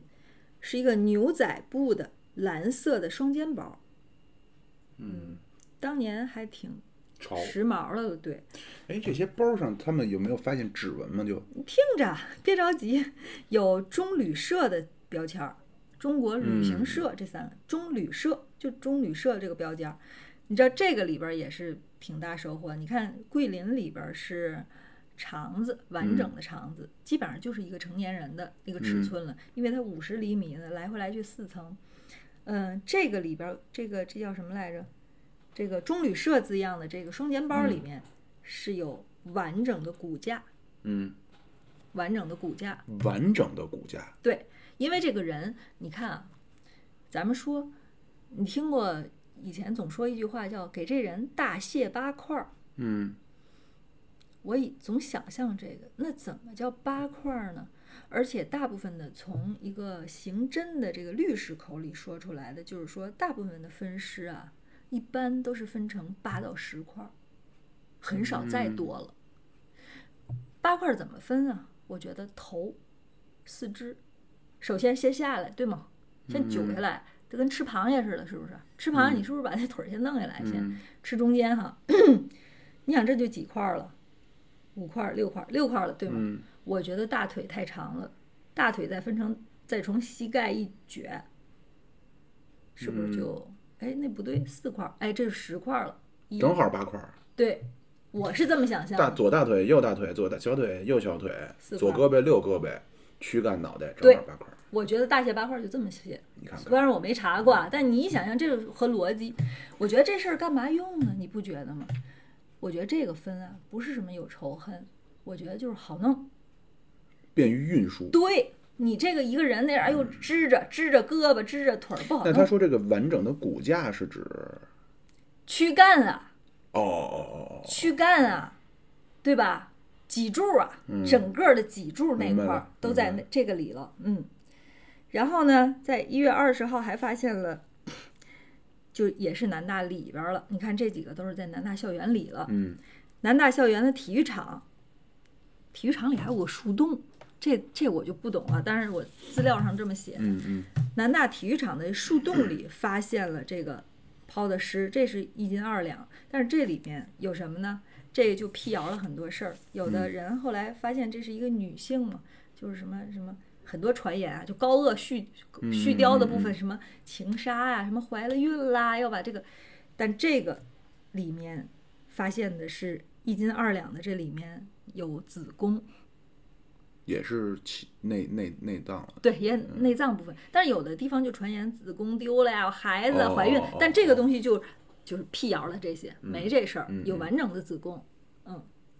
Speaker 5: 是一个牛仔布的蓝色的双肩包，
Speaker 3: 嗯，
Speaker 5: 当年还挺
Speaker 3: 潮。
Speaker 5: 时髦的了，对。
Speaker 3: 哎，这些包上他们有没有发现指纹吗？就
Speaker 5: 听着，别着急，有中旅社的标签儿，中国旅行社这三个、中旅社就中旅社这个标签儿，你知道这个里边儿也是挺大收获。你看桂林里边儿是肠子，完整的肠子，基本上就是一个成年人的那个尺寸了，因为它五十厘米呢，来回来去四层。嗯、这个里边儿这个这叫什么来着？这个中旅社字样的这个双肩包里面是有完整的骨架。
Speaker 3: 嗯
Speaker 5: 完整的骨架。
Speaker 3: 完整的骨架，嗯
Speaker 5: 对，因为这个人，你看啊，咱们说，你听过以前总说一句话叫“给这人大卸八块儿
Speaker 3: 嗯，”，
Speaker 5: 我以总想象这个，那怎么叫八块儿呢？而且大部分的从一个刑侦的这个律师口里说出来的，就是说大部分的分尸啊，一般都是分成八到十块儿，很少再多了。八块儿怎么分啊？我觉得头、四肢，首先先下来，对吗？先揪下来，这跟吃螃蟹似的，是不是？吃螃蟹你是不是把那腿儿先弄下来，先吃中间哈？ 你想这就几块儿了？五块儿、六块儿、六块儿了，对吗？我觉得大腿太长了，大腿再分成再从膝盖一撅，是不是就哎、那不对，四块儿，哎这是十块儿了，一
Speaker 3: 正好八块儿，
Speaker 5: 对，我是这么想象
Speaker 3: 大
Speaker 5: 的，
Speaker 3: 左大腿、右大腿、左大小腿、右小腿、
Speaker 5: 嗯四
Speaker 3: 左
Speaker 5: 块
Speaker 3: 胳膊、右胳膊、躯干、脑袋，正
Speaker 5: 对
Speaker 3: 好八块儿，
Speaker 5: 我觉得大卸八块儿就这么写，
Speaker 3: 你看
Speaker 5: 虽
Speaker 3: 看，
Speaker 5: 然我没查过啊，但你一想想这个和逻辑，我觉得这事儿干嘛用呢？你不觉得吗？我觉得这个分啊，不是什么有仇恨，我觉得就是好弄。
Speaker 3: 便于运输。
Speaker 5: 对你这个一个人那样，哎呦，支着支着胳膊，支着腿儿不好
Speaker 3: 那他
Speaker 5: 弄。
Speaker 3: 说这个完整的骨架是指，
Speaker 5: 躯干啊，
Speaker 3: 哦哦哦哦，
Speaker 5: 躯干啊，对吧？脊柱啊，整个的脊柱
Speaker 3: 嗯
Speaker 5: 那
Speaker 3: 明白
Speaker 5: 块儿
Speaker 3: 了
Speaker 5: 都在
Speaker 3: 明
Speaker 5: 那这个里了。嗯，然后呢，在一月二十号还发现了，就也是南大里边儿了。你看这几个都是在南大校园里了。
Speaker 3: 嗯，
Speaker 5: 南大校园的体育场，体育场里还有个树洞，这这我就不懂了。但是我资料上这么写，
Speaker 3: 嗯嗯，
Speaker 5: 南大体育场的树洞里发现了这个抛的尸，这是一斤二两。但是这里面有什么呢？这个就辟谣了很多事儿。有的人后来发现这是一个女性嘛，就是什么什么。很多传言啊，就高鹗续续貂的部分，什么情杀啊呀、什么怀了孕啦，要把这个，但这个里面发现的是一斤二两的，这里面有子宫，
Speaker 3: 也是起内内内脏了。
Speaker 5: 对，也内脏部分。但是有的地方就传言子宫丢了呀，孩子
Speaker 3: 哦
Speaker 5: 怀孕，
Speaker 3: 哦哦
Speaker 5: 但这个东西就就是辟谣了，这些没这事儿，
Speaker 3: 嗯
Speaker 5: 有
Speaker 3: 嗯
Speaker 5: 完整的子宫。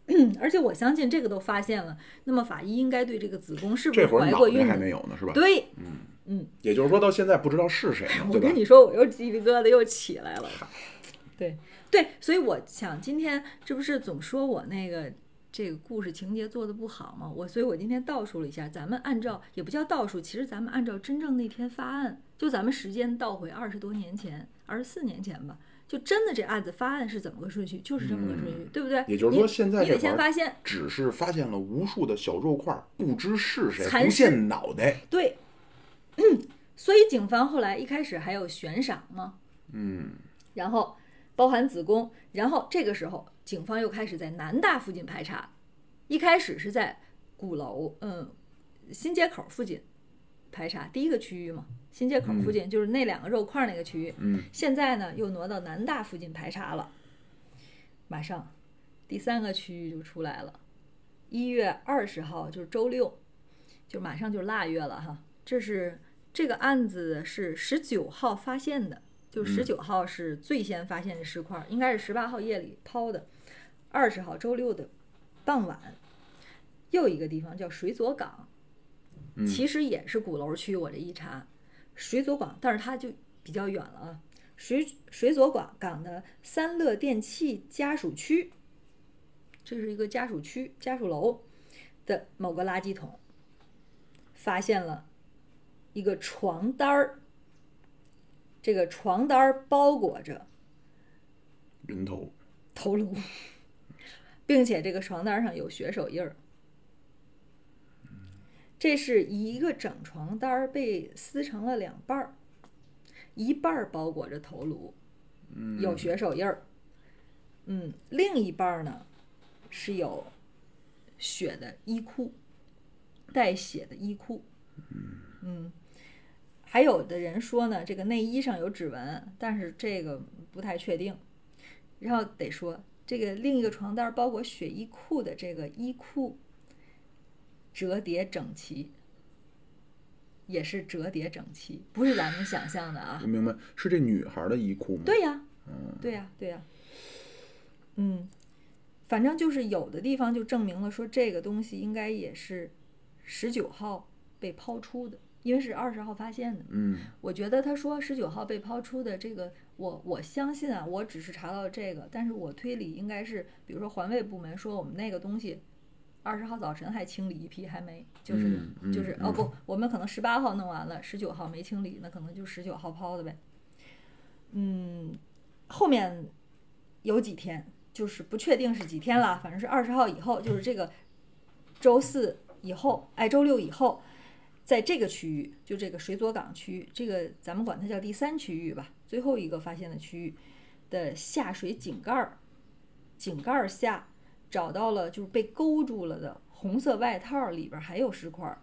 Speaker 5: 嗯， 而且我相信这个都发现了，那么法医应该对这个子宫是不
Speaker 3: 这
Speaker 5: 是
Speaker 3: 会儿
Speaker 5: 怀
Speaker 3: 脑
Speaker 5: 过
Speaker 3: 袋
Speaker 5: 孕
Speaker 3: 还
Speaker 5: 的
Speaker 3: 没有呢，是吧？
Speaker 5: 对，
Speaker 3: 也就是说到现在不知道是谁呢，
Speaker 5: 我
Speaker 3: 对吧
Speaker 5: 跟？你说，我又鸡皮疙瘩又起来了。对对，所以我想今天这不是总说我那个这个故事情节做的不好吗？我所以，我今天倒数了一下，咱们按照也不叫倒数，其实咱们按照真正那天发案，就咱们时间倒回二十多年前，二十四年前吧，就真的这案子发案是怎么个顺序，就是这么个顺序，对不对？
Speaker 3: 嗯也就是
Speaker 5: 你
Speaker 3: 说现在
Speaker 5: 你
Speaker 3: 这
Speaker 5: 得
Speaker 3: 会
Speaker 5: 先
Speaker 3: 儿
Speaker 5: 发现，
Speaker 3: 只是发现了无数的小肉块儿，不知是谁，
Speaker 5: 蚕
Speaker 3: 不
Speaker 5: 食
Speaker 3: 见脑袋。
Speaker 5: 对，嗯所以警方后来一开始还有悬赏嘛，
Speaker 3: 嗯，
Speaker 5: 然后包含子宫，然后这个时候警方又开始在南大附近排查，一开始是在鼓楼，嗯，新街口附近排查第一个区域嘛，新街口附近就是那两个肉块儿那个区域，
Speaker 3: 嗯，
Speaker 5: 现在呢又挪到南大附近排查了，马上第三个区域就出来了，一月二十号就是周六，就马上就腊月了哈，这是这个案子是十九号发现的。就十九号是最先发现的尸块儿，应该是十八号夜里抛的，二十号周六的傍晚，又一个地方叫水佐港，其实也是鼓楼区。我这一查，水佐港，但是它就比较远了啊。水水佐港港的三乐电器家属区，这是一个家属区家属楼的某个垃圾桶，发现了一个床单儿，这个床单儿包裹着
Speaker 3: 人头，
Speaker 5: 头颅， 并且这个床单上有血手印儿。这是一个整床单儿被撕成了两半儿，一半儿包裹着头颅，有血手印儿。嗯，另一半儿呢是有血的衣裤，带血的衣裤。嗯，还有的人说呢，这个内衣上有指纹，但是这个不太确定。然后得说，这个另一个床单包裹雪衣裤的这个衣裤折叠整齐，也是折叠整齐，不是咱们想象的啊
Speaker 3: 我。明白是这女孩的衣裤吗？
Speaker 5: 对呀，对呀，对呀，嗯，反正就是有的地方就证明了说这个东西应该也是十九号被抛出的，因为是二十号发现的。
Speaker 3: 嗯
Speaker 5: 我觉得他说十九号被抛出的这个，我我相信啊，我只是查到这个，但是我推理应该是，比如说环卫部门说我们那个东西，二十号早晨还清理一批，还没，就是、
Speaker 3: 嗯嗯
Speaker 5: 就是、哦
Speaker 3: 嗯
Speaker 5: 不，我们可能十八号弄完了，十九号没清理，那可能就十九号抛的呗。嗯，后面有几天就是不确定是几天了，反正是二十号以后，就是这个周四以后，哎，周六以后，在这个区域，就这个水佐港区域，这个咱们管它叫第三区域吧，最后一个发现的区域的下水井盖儿，井盖儿下找到了就是被勾住了的红色外套儿里边儿还有尸块儿。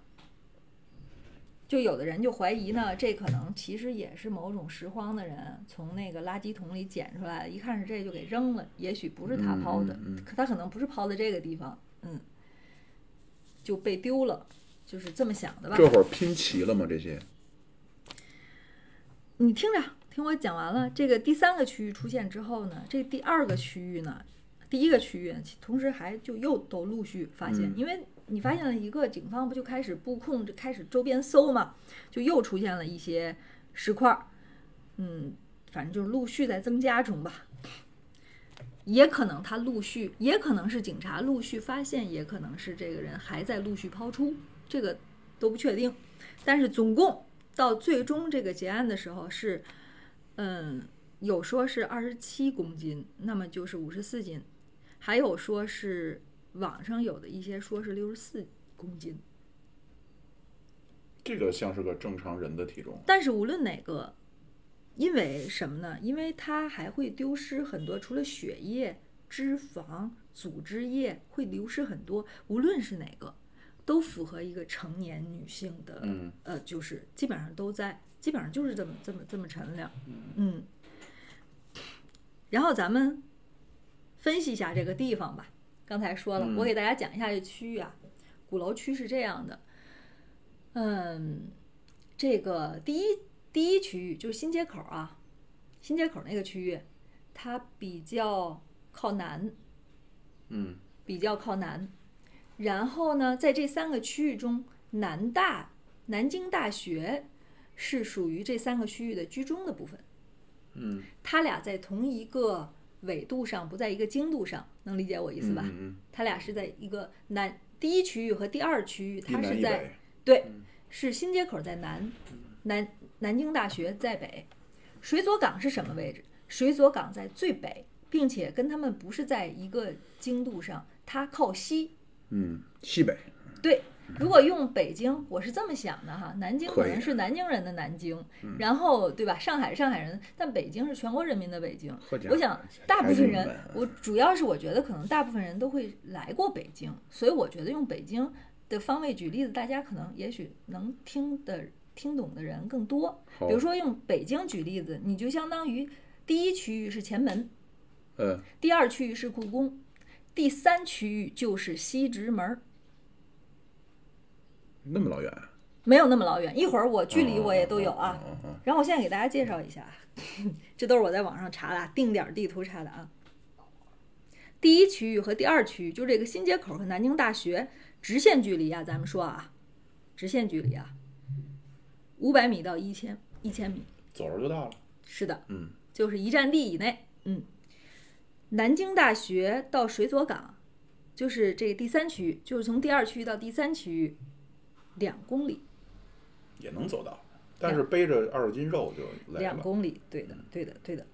Speaker 5: 就有的人就怀疑呢，这可能其实也是某种拾荒的人从那个垃圾桶里捡出来的，一看是这就给扔了，也许不是他
Speaker 3: 嗯
Speaker 5: 抛的，
Speaker 3: 嗯嗯
Speaker 5: 可他可能不是抛的这个地方，嗯，就被丢了，就是这么想的吧。
Speaker 3: 这会儿拼齐了吗？这些
Speaker 5: 你听着，听我讲完了。这个第三个区域出现之后呢，这第二个区域呢，第一个区域其同时还就又都陆续发现，
Speaker 3: 嗯
Speaker 5: 因为你发现了一个，警方不就开始布控，就开始周边搜嘛，就又出现了一些石块儿，嗯，反正就是陆续在增加中吧。也可能他陆续，也可能是警察陆续发现，也可能是这个人还在陆续抛出，这个都不确定。但是总共到最终这个结案的时候是，嗯，有说是二十七公斤，那么就是五十四斤，还有说是网上有的一些说是六十四公斤，
Speaker 3: 这个像是个正常人的体重，
Speaker 5: 但是无论哪个，因为什么呢？因为它还会丢失很多，除了血液、脂肪、组织液会流失很多。无论是哪个，都符合一个成年女性的，
Speaker 3: 嗯
Speaker 5: 呃，就是基本上都在，基本上就是这么这么这么沉量，嗯。然后咱们分析一下这个地方吧。刚才说了，
Speaker 3: 嗯
Speaker 5: 我给大家讲一下这区域啊。鼓楼区是这样的，嗯，这个第一第一区域就是新街口啊，新街口那个区域，它比较靠南，
Speaker 3: 嗯
Speaker 5: 比较靠南。然后呢，在这三个区域中，南大、南京大学是属于这三个区域的居中的部分。
Speaker 3: 嗯，
Speaker 5: 它俩在同一个纬度上，不在一个经度上，能理解我意思吧？
Speaker 3: 嗯
Speaker 5: 它俩是在一个南第一区域和第二区域，
Speaker 3: 嗯，一
Speaker 5: 它
Speaker 3: 南
Speaker 5: 是
Speaker 3: 一
Speaker 5: 在
Speaker 3: 北，
Speaker 5: 对，是新街口在南，南南京大学在北，水佐港是什么位置？水佐港在最北，并且跟他们不是在一个经度上，它靠西。
Speaker 3: 嗯，西北，
Speaker 5: 对，如果用北京，我是这么想的哈，南京
Speaker 3: 可
Speaker 5: 可
Speaker 3: 以
Speaker 5: 能是南京人的南京，然后对吧？上海上海人，但北京是全国人民的北京
Speaker 3: 好。家伙
Speaker 5: 我想大部
Speaker 3: 还
Speaker 5: 分
Speaker 3: 是日
Speaker 5: 人
Speaker 3: 本啊，
Speaker 5: 我主要是我觉得可能大部分人都会来过北京，所以我觉得用北京的方位举例子，大家可能也许能听的听懂的人更多。
Speaker 3: 好，
Speaker 5: 比如说用北京举例子，你就相当于第一区域是前门，
Speaker 3: 呃，
Speaker 5: 第二区域是故宫，第三区域就是西直门儿。
Speaker 3: 那么老远，
Speaker 5: 没有那么老远，一会儿我距离我也都有啊。
Speaker 3: 哦，哦哦
Speaker 5: 然后我现在给大家介绍一下，啊 这都是我在网上查的啊，定点地图查的啊。第一区域和第二区域，就这个新街口和南京大学直线距离啊，咱们说啊，直线距离啊，五百米到一千一千米，
Speaker 3: 走着就到了，
Speaker 5: 是的，
Speaker 3: 嗯，
Speaker 5: 就是一站地以内，嗯。南京大学到水佐港，就是这第三区域，就是从第二区域到第三区域，两公里。
Speaker 3: 也能走到，但是背着二十斤肉就来
Speaker 5: 两
Speaker 3: 了，
Speaker 5: 公里，对的，对的，对的，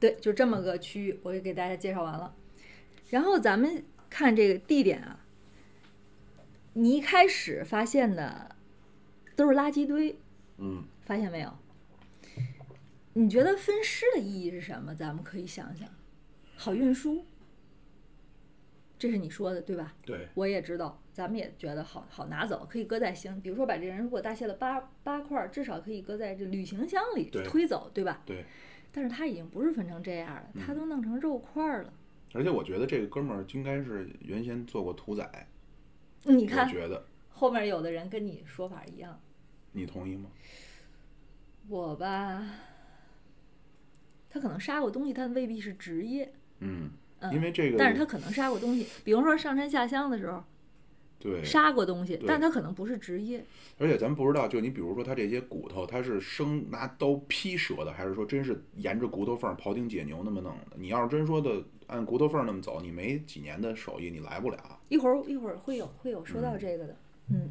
Speaker 5: 对，就这么个区域，我就给大家介绍完了。然后咱们看这个地点啊，你一开始发现的都是垃圾堆，
Speaker 3: 嗯，
Speaker 5: 发现没有？你觉得分尸的意义是什么？咱们可以想想，好运输，这是你说的对吧？
Speaker 3: 对，
Speaker 5: 我也知道，咱们也觉得好好拿走，可以搁在行，比如说把这人如果大卸了八八块儿，至少可以搁在这旅行箱里
Speaker 3: 对
Speaker 5: 推走，对吧？
Speaker 3: 对，
Speaker 5: 但是他已经不是分成这样了，
Speaker 3: 嗯
Speaker 5: 他都弄成肉块儿了。
Speaker 3: 而且我觉得这个哥们儿应该是原先做过屠宰，
Speaker 5: 你
Speaker 3: 我
Speaker 5: 看
Speaker 3: 觉得
Speaker 5: 后面有的人跟你说法一样，
Speaker 3: 你同意吗？
Speaker 5: 我吧，他可能杀过东西，他未必是职业，
Speaker 3: 嗯，
Speaker 5: 嗯
Speaker 3: 因为这个，
Speaker 5: 但是他可能杀过东西，比如说上山下乡的时候，
Speaker 3: 对，
Speaker 5: 杀过东西
Speaker 3: 对，
Speaker 5: 但他可能不是职业。
Speaker 3: 而且咱不知道，就你比如说他这些骨头，他是生拿刀劈折的，还是说真是沿着骨头缝儿庖丁解牛那么弄的？你要是真说的按骨头缝儿那么走，你没几年的手艺，你来不了。
Speaker 5: 一会儿一会儿会有会有说到
Speaker 3: 嗯
Speaker 5: 这个的，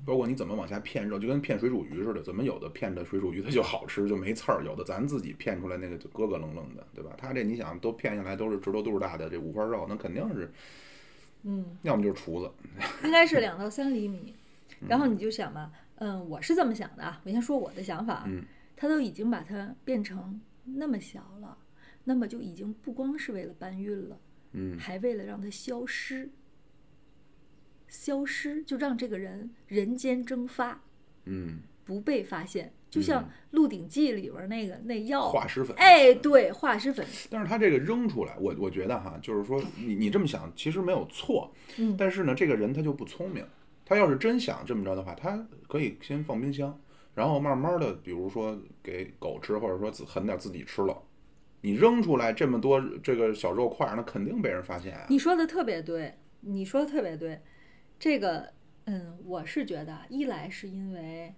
Speaker 3: 包括你怎么往下片肉，就跟片水煮鱼似的，怎么有的片的水煮鱼它就好吃就没刺儿，有的咱自己片出来那个就咯咯楞楞的，对吧？他这你想都片下来都是指头肚儿大的这五花肉，那肯定是，嗯，要么就是厨子，
Speaker 5: 应该
Speaker 3: 嗯
Speaker 5: 是两到三厘米。然后你就想吧，嗯，我是这么想的啊，我先说我的想法啊
Speaker 3: 嗯，
Speaker 5: 他都已经把它变成那么小了，那么就已经不光是为了搬运了，
Speaker 3: 嗯
Speaker 5: 还为了让它消失，消失就让这个人人间蒸发，
Speaker 3: 嗯，
Speaker 5: 不被发现。就像《鹿鼎记》里边那个那药，
Speaker 3: 化石粉。
Speaker 5: 哎，对，化石粉，
Speaker 3: 但是他这个扔出来，我我觉得哈，就是说你你这么想其实没有错，
Speaker 5: 嗯
Speaker 3: 但是呢，这个人他就不聪明，他要是真想这么着的话，他可以先放冰箱，然后慢慢的，比如说给狗吃，或者说自狠点自己吃了。你扔出来这么多这个小肉块儿，那肯定被人发现啊。
Speaker 5: 你说的特别对，你说的特别对。这个，嗯，我是觉得啊，一来是因为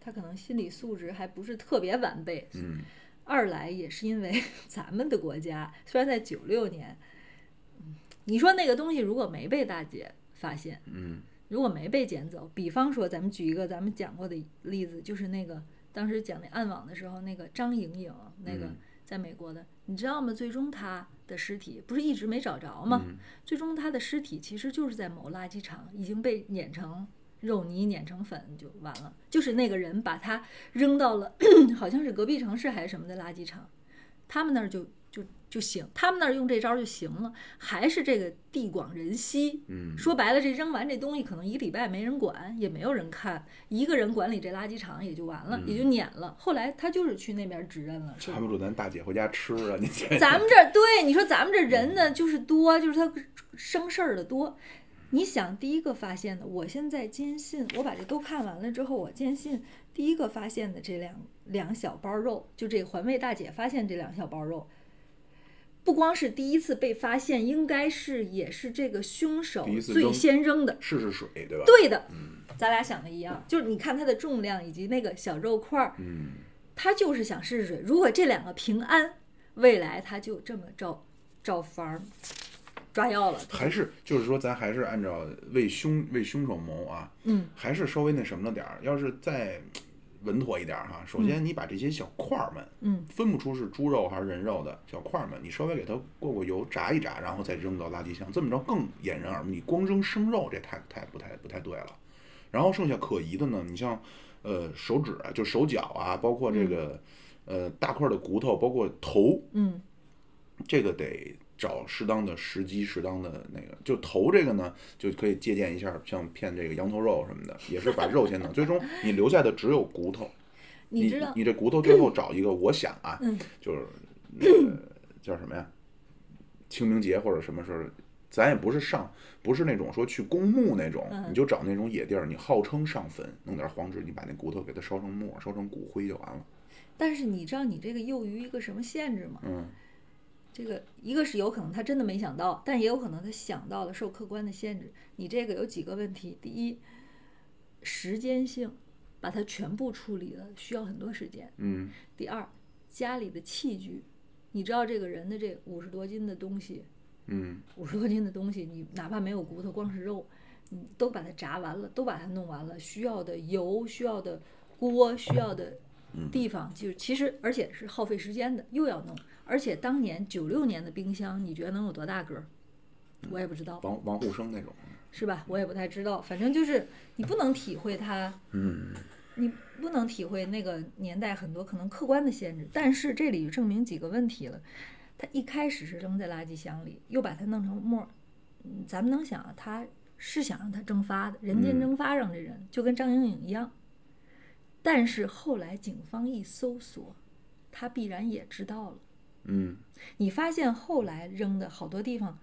Speaker 5: 他可能心理素质还不是特别完备，
Speaker 3: 嗯，
Speaker 5: 二来也是因为 咱们的国家虽然在九六年，嗯，你说那个东西如果没被大姐发现，
Speaker 3: 嗯，
Speaker 5: 如果没被捡走，比方说咱们举一个咱们讲过的例子，就是那个当时讲那暗网的时候，那个张莹莹那个
Speaker 3: 嗯
Speaker 5: 在美国的，你知道吗？最终她的尸体不是一直没找着吗？最终她的尸体其实就是在某垃圾场已经被碾成。肉泥碾成粉就完了，就是那个人把她扔到了 好像是隔壁城市还是什么的垃圾场，他们那儿就就就行，他们那儿用这招就行了，还是这个地广人稀。
Speaker 3: 嗯
Speaker 5: 说白了，这扔完这东西可能一个礼拜没人管，也没有人看，一个人管理这垃圾场也就完了，也就撵了。后来他就是去那边指认了。是吧
Speaker 3: 差不住咱大姐回家吃啊，你这
Speaker 5: 咱们这儿对你说，咱们这人呢就是多，就是他生事儿的多。你想，第一个发现的，我现在坚信，我把这都看完了之后，我坚信第一个发现的这两两小包肉，就这环卫大姐发现这两小包肉，不光是第一次被发现，应该是也是这个凶手
Speaker 3: 第一次
Speaker 5: 最
Speaker 3: 扔
Speaker 5: 先扔的。
Speaker 3: 试试水，对吧？，
Speaker 5: 对的，咱俩想的一样，就是你看它的重量以及那个小肉块儿，
Speaker 3: 嗯
Speaker 5: 他就是想试试水。如果这两个平安，未来他就这么照照法儿抓药了。
Speaker 3: 还是就是说，咱还是按照为凶为凶手谋啊，
Speaker 5: 嗯，
Speaker 3: 还是稍微那什么了点儿。要是再稳妥一点儿哈，首先你把这些小块儿们，
Speaker 5: 嗯，
Speaker 3: 分不出是猪肉还是人肉的小块儿们，你稍微给它过过油，炸一炸，然后再扔到垃圾箱，这么着更掩人耳目。你光扔生肉，这太太不太不太对了。然后剩下可疑的呢，你像呃手指啊，就手脚啊，包括这个、呃大块儿的骨头，包括头，
Speaker 5: 嗯，
Speaker 3: 这个得找适当的时机，适当的那个，就头这个呢，就可以借鉴一下，像片这个羊头肉什么的，也是把肉先 弄，最终你留下的只有骨头。
Speaker 5: 你
Speaker 3: 你
Speaker 5: 知道，
Speaker 3: 你这骨头最后找一个，我想 啊，
Speaker 5: 嗯
Speaker 3: 就是那个叫什么呀？清明节或者什么时候，咱也不是上，不是那种说去公墓那种，
Speaker 5: 嗯
Speaker 3: 你就找那种野地儿，你号称上坟，弄点黄纸，你把那骨头给它烧成沫，烧成骨灰就完了。
Speaker 5: 但是你知道你这个囿于一个什么限制吗？
Speaker 3: 嗯
Speaker 5: 这个一个是有可能他真的没想到，但也有可能他想到了受客观的限制。你这个有几个问题：第一，时间性，把它全部处理了需要很多时间；
Speaker 3: 嗯
Speaker 5: 第二，家里的器具，你知道这个人的这五十多斤的东西，
Speaker 3: 嗯
Speaker 5: 五十多斤的东西，你哪怕没有骨头，光是肉，你都把它炸完了，都把它弄完了，需要的油、需要的锅、需要的地方，就其实而且是耗费时间的，又要弄。而且当年九六年的冰箱，你觉得能有多大个儿？我也不知道，
Speaker 3: 王王沪生那种。
Speaker 5: 是吧？我也不太知道，反正就是你不能体会它，
Speaker 3: 嗯
Speaker 5: 你不能体会那个年代很多可能客观的限制，但是这里就证明几个问题了。他一开始是扔在垃圾箱里，又把它弄成沫儿。嗯，咱们能想啊，他是想让它蒸发的，人间
Speaker 3: 嗯
Speaker 5: 蒸发让这人、就跟张莹莹一样。但是后来警方一搜索，他必然也知道了。
Speaker 3: 嗯，
Speaker 5: 你发现后来扔的好多地方，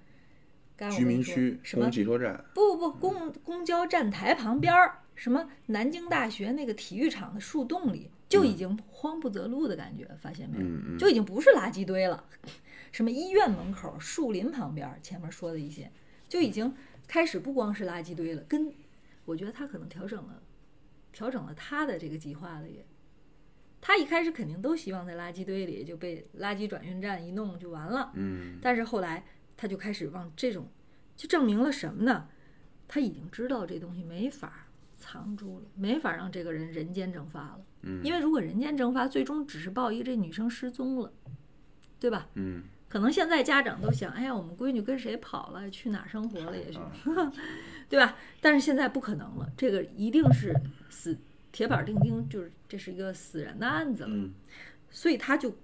Speaker 5: 刚才我
Speaker 3: 居
Speaker 5: 跟
Speaker 3: 民
Speaker 5: 你说
Speaker 3: 区、
Speaker 5: 什
Speaker 3: 公
Speaker 5: 么
Speaker 3: 共汽车站，
Speaker 5: 不不不，公公交站台旁边儿，什么南京大学那个体育场的树洞里，就已经慌不择路的感觉，发现没有？
Speaker 3: 嗯嗯
Speaker 5: 就已经不是垃圾堆了， 什么医院门口、树林旁边儿，前面说的一些，就已经开始不光是垃圾堆了，跟我觉得他可能调整了，调整了他的这个计划了也。他一开始肯定都希望在垃圾堆里就被垃圾转运站一弄就完了，
Speaker 3: 嗯，
Speaker 5: 但是后来他就开始往这种，就证明了什么呢？他已经知道这东西没法藏住了，没法让这个人人间蒸发了。
Speaker 3: 嗯
Speaker 5: 因为如果人间蒸发，最终只是报一个这女生失踪了，对吧？
Speaker 3: 嗯，
Speaker 5: 可能现在家长都想，哎呀，我们闺女跟谁跑了，去哪儿生活了，也许，
Speaker 3: 嗯
Speaker 5: 对吧？但是现在不可能了，这个一定是死铁板钉钉，就是这是一个死人的案子了。
Speaker 3: 嗯
Speaker 5: 所以他就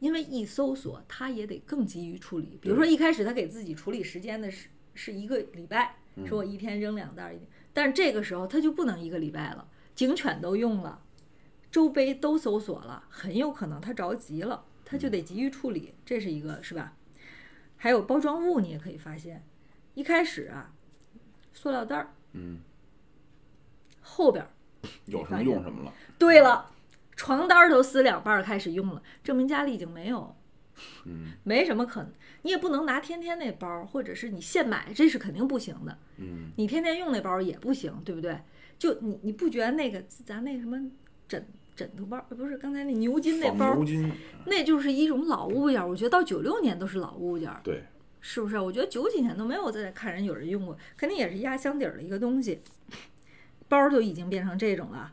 Speaker 5: 因为一搜索，他也得更急于处理。比如说一开始他给自己处理时间的是是一个礼拜，说我一天扔两袋儿，但是这个时候他就不能一个礼拜了，警犬都用了，周杯都搜索了，很有可能他着急了，他就得急于处理，这是一个是吧？还有包装物，你也可以发现，一开始啊，塑料袋儿
Speaker 3: 嗯，
Speaker 5: 后边儿
Speaker 3: 有什么用什么了，
Speaker 5: 对了，床单儿都撕两半儿开始用了，证明家里已经没有，
Speaker 3: 嗯
Speaker 5: 没什么可能。你也不能拿天天那包儿，或者是你现买，这是肯定不行的。
Speaker 3: 嗯
Speaker 5: 你天天用那包儿也不行，对不对？就你你不觉得那个咱那什么枕枕头包儿呃不是刚才那牛津那
Speaker 3: 仿
Speaker 5: 包
Speaker 3: 牛
Speaker 5: 儿，
Speaker 3: 筋，
Speaker 5: 那就是一种老物件儿。我觉得到九六年都是老物件儿，
Speaker 3: 对，
Speaker 5: 是不是？我觉得九几年都没有再看人有人用过，肯定也是压箱底儿的一个东西，包儿就已经变成这种了。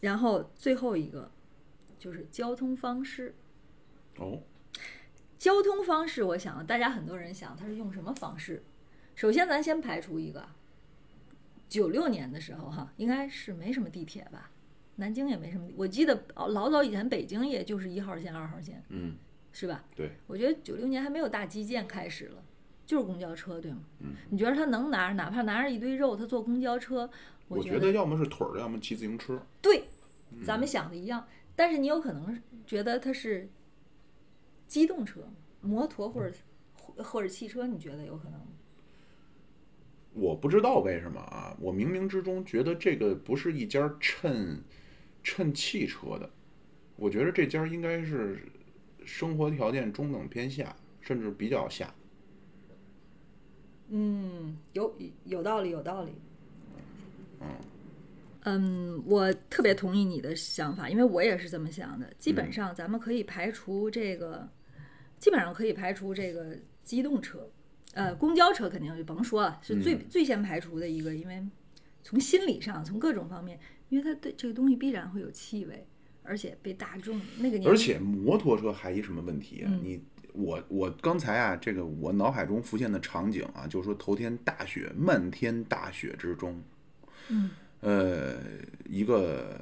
Speaker 5: 然后最后一个就是交通方式，
Speaker 3: 哦，
Speaker 5: 交通方式，我想大家很多人想它是用什么方式。首先，咱先排除一个，九六年的时候哈，应该是没什么地铁吧，南京也没什么地，我记得老早以前北京也就是一号线、二号线，
Speaker 3: 嗯，
Speaker 5: 是吧？
Speaker 3: 对，
Speaker 5: 我觉得九六年还没有大基建开始了，就是公交车，对吗？
Speaker 3: 嗯，
Speaker 5: 你觉得他能拿着，哪怕拿着一堆肉，他坐公交车，
Speaker 3: 我
Speaker 5: 觉
Speaker 3: 觉得嗯要么是腿儿，要么骑自行车，
Speaker 5: 对，咱们想的一样。但是你有可能觉得它是机动车、摩托或者
Speaker 3: 嗯
Speaker 5: 或或者汽车，你觉得有可能吗？
Speaker 3: 我不知道为什么啊，我冥冥之中觉得这个不是一家趁趁汽车的，我觉得这家应该是生活条件中等偏下，甚至比较下。
Speaker 5: 嗯，有有道理，有道理。嗯，我特别同意你的想法，因为我也是这么想的。基
Speaker 3: 嗯
Speaker 5: 本上，咱们可以排除这个，基本上可以排除这个机动车，呃，公交车肯定就甭说了，是最、
Speaker 3: 嗯
Speaker 5: 最先排除的一个，因为从心理上，从各种方面，因为它对这个东西必然会有气味，而且被大众那个年，
Speaker 3: 而且摩托车还一什么问题啊？
Speaker 5: 嗯
Speaker 3: 你我我刚才啊，这个我脑海中浮现的场景啊，就是说头天大雪，漫天大雪之中，
Speaker 5: 嗯
Speaker 3: 呃，一个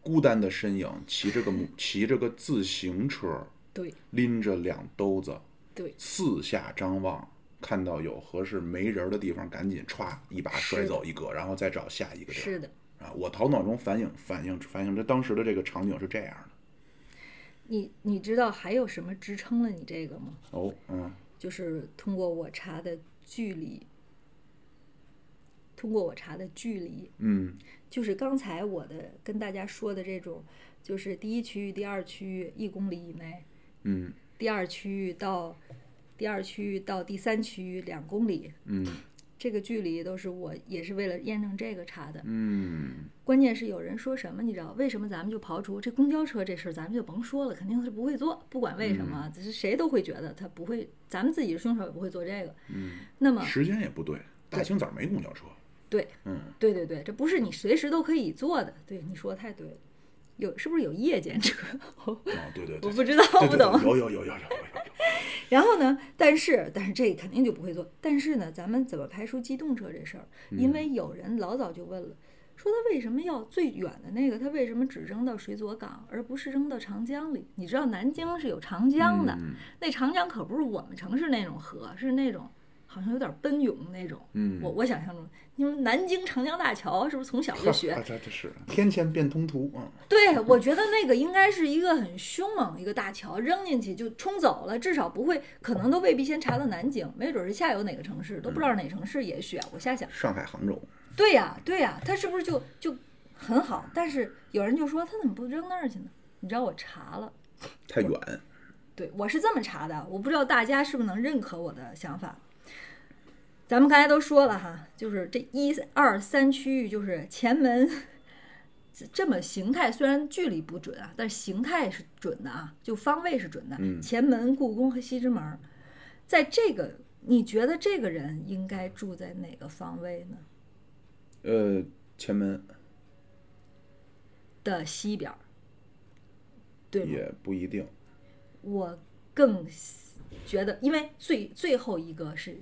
Speaker 3: 孤单的身影骑着个摩骑着个自行车，
Speaker 5: 对
Speaker 3: 拎着两兜子，
Speaker 5: 对，
Speaker 3: 四下张望，看到有合适没人的地方，赶紧歘一把
Speaker 5: 是
Speaker 3: 甩
Speaker 5: 的
Speaker 3: 走一个，然后再找下一个地儿。
Speaker 5: 是的。
Speaker 3: 啊，我头脑中反映反映反映着当时的这个场景是这样的。
Speaker 5: 你你知道还有什么支撑了你这个吗？
Speaker 3: 哦，嗯
Speaker 5: 就是通过我查的距离，通过我查的距离，
Speaker 3: 嗯
Speaker 5: 就是刚才我的跟大家说的这种，就是第一区域、第二区域一公里以内，
Speaker 3: 嗯
Speaker 5: 第二区域到第二区域到第三区域两公里，
Speaker 3: 嗯
Speaker 5: 这个距离都是我也是为了验证这个查的。
Speaker 3: 嗯，
Speaker 5: 关键是有人说什么，你知道为什么咱们就刨除这公交车这事儿，咱们就甭说了，肯定是不会做。不管为什
Speaker 3: 嗯
Speaker 5: 么，只是谁都会觉得他不会，咱们自己是凶手也不会做这个。嗯，那么
Speaker 3: 时间也不对，大清早没公交车。
Speaker 5: 对，
Speaker 3: 嗯，
Speaker 5: 对对对，这不是你随时都可以做的。对，你说的太对了。有是不是有夜间车？ 我
Speaker 3: 哦，对对
Speaker 5: 我
Speaker 3: 对，
Speaker 5: 不知道，我
Speaker 3: 对
Speaker 5: 不
Speaker 3: 对
Speaker 5: 懂。
Speaker 3: 对有有有有有有有，
Speaker 5: 然后呢，但是但是这肯定就不会做。但是呢，咱们怎么排除机动车这事儿？因
Speaker 3: 嗯
Speaker 5: 为有人老早就问了，说他为什么要最远的那个？他为什么只扔到水左港，而不是扔到长江里？你知道南京是有长江的，
Speaker 3: 嗯
Speaker 5: 那长江可不是我们城市那种河，是那种好像有点奔涌那种。
Speaker 3: 嗯
Speaker 5: 我我想象中，你们南京长江大桥是不是从小就
Speaker 3: 哈
Speaker 5: 学？
Speaker 3: 啊这这是天堑变通途啊。
Speaker 5: 对，我觉得那个应该是一个很凶猛一个大桥，扔进去就冲走了，至少不会，可能都未必先查到南京，没准是下游哪个城市，都不知道哪城市，也许啊，我瞎想。
Speaker 3: 上海、杭州，
Speaker 5: 对呀、对呀、他是不是就就很好？但是有人就说他怎么不扔那儿去呢？你知道我查了，
Speaker 3: 太远。
Speaker 5: 对我是这么查的，我不知道大家是不是能认可我的想法。咱们刚才都说了哈，就是这一二三区域，就是前门这这么形态，虽然距离不准啊，但是形态是准的啊，就方位是准的。
Speaker 3: 嗯
Speaker 5: 前门、故宫和西直门儿，在这个你觉得这个人应该住在哪个方位呢？
Speaker 3: 呃，前门
Speaker 5: 的西边儿，对吗？
Speaker 3: 也不一定，
Speaker 5: 我更喜觉得，因为最最后一个是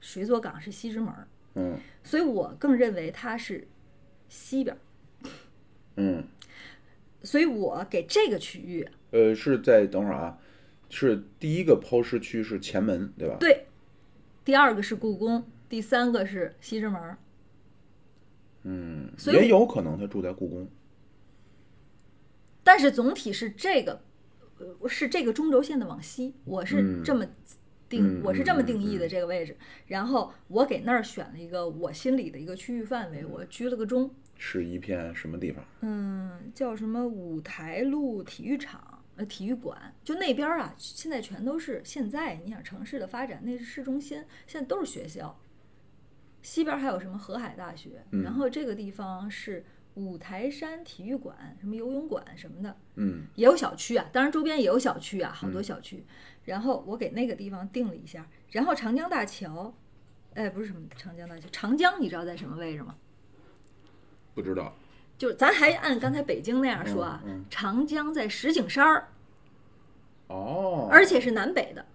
Speaker 5: 水左港是西直门儿，
Speaker 3: 嗯
Speaker 5: 所以我更认为它是西边儿。
Speaker 3: 嗯，
Speaker 5: 所以我给这个区域，
Speaker 3: 呃，是在等会儿啊，是第一个抛尸区是前门对吧？
Speaker 5: 对，第二个是故宫，第三个是西直门儿，
Speaker 3: 嗯，
Speaker 5: 所以
Speaker 3: 也有可能他住在故宫，
Speaker 5: 但是总体是这个，呃，是这个中轴线的往西，我是
Speaker 3: 嗯
Speaker 5: 这么定，
Speaker 3: 嗯
Speaker 5: 我是这么定义
Speaker 3: 嗯
Speaker 5: 的这个位置。然后我给那儿选了一个我心里的一个区域范围，我居了个中，
Speaker 3: 是一片什么地方？
Speaker 5: 嗯，叫什么五台路体育场。呃，体育馆就那边儿啊，现在全都是现在你想城市的发展，那是市中心，现在都是学校。西边儿还有什么河海大学，然
Speaker 3: 嗯
Speaker 5: 后这个地方是五台山体育馆、什么游泳馆什么的，
Speaker 3: 嗯
Speaker 5: 也有小区啊，当然周边也有小区啊，好多小区。然后我给那个地方定了一下，然后长江大桥，哎，不是什么长江大桥，长江你知道在什么位置吗？
Speaker 3: 不知道，
Speaker 5: 就是咱还按刚才北京那样说啊，
Speaker 3: 嗯嗯
Speaker 5: 长江在石景山儿，
Speaker 3: 哦，
Speaker 5: 而且是南北的，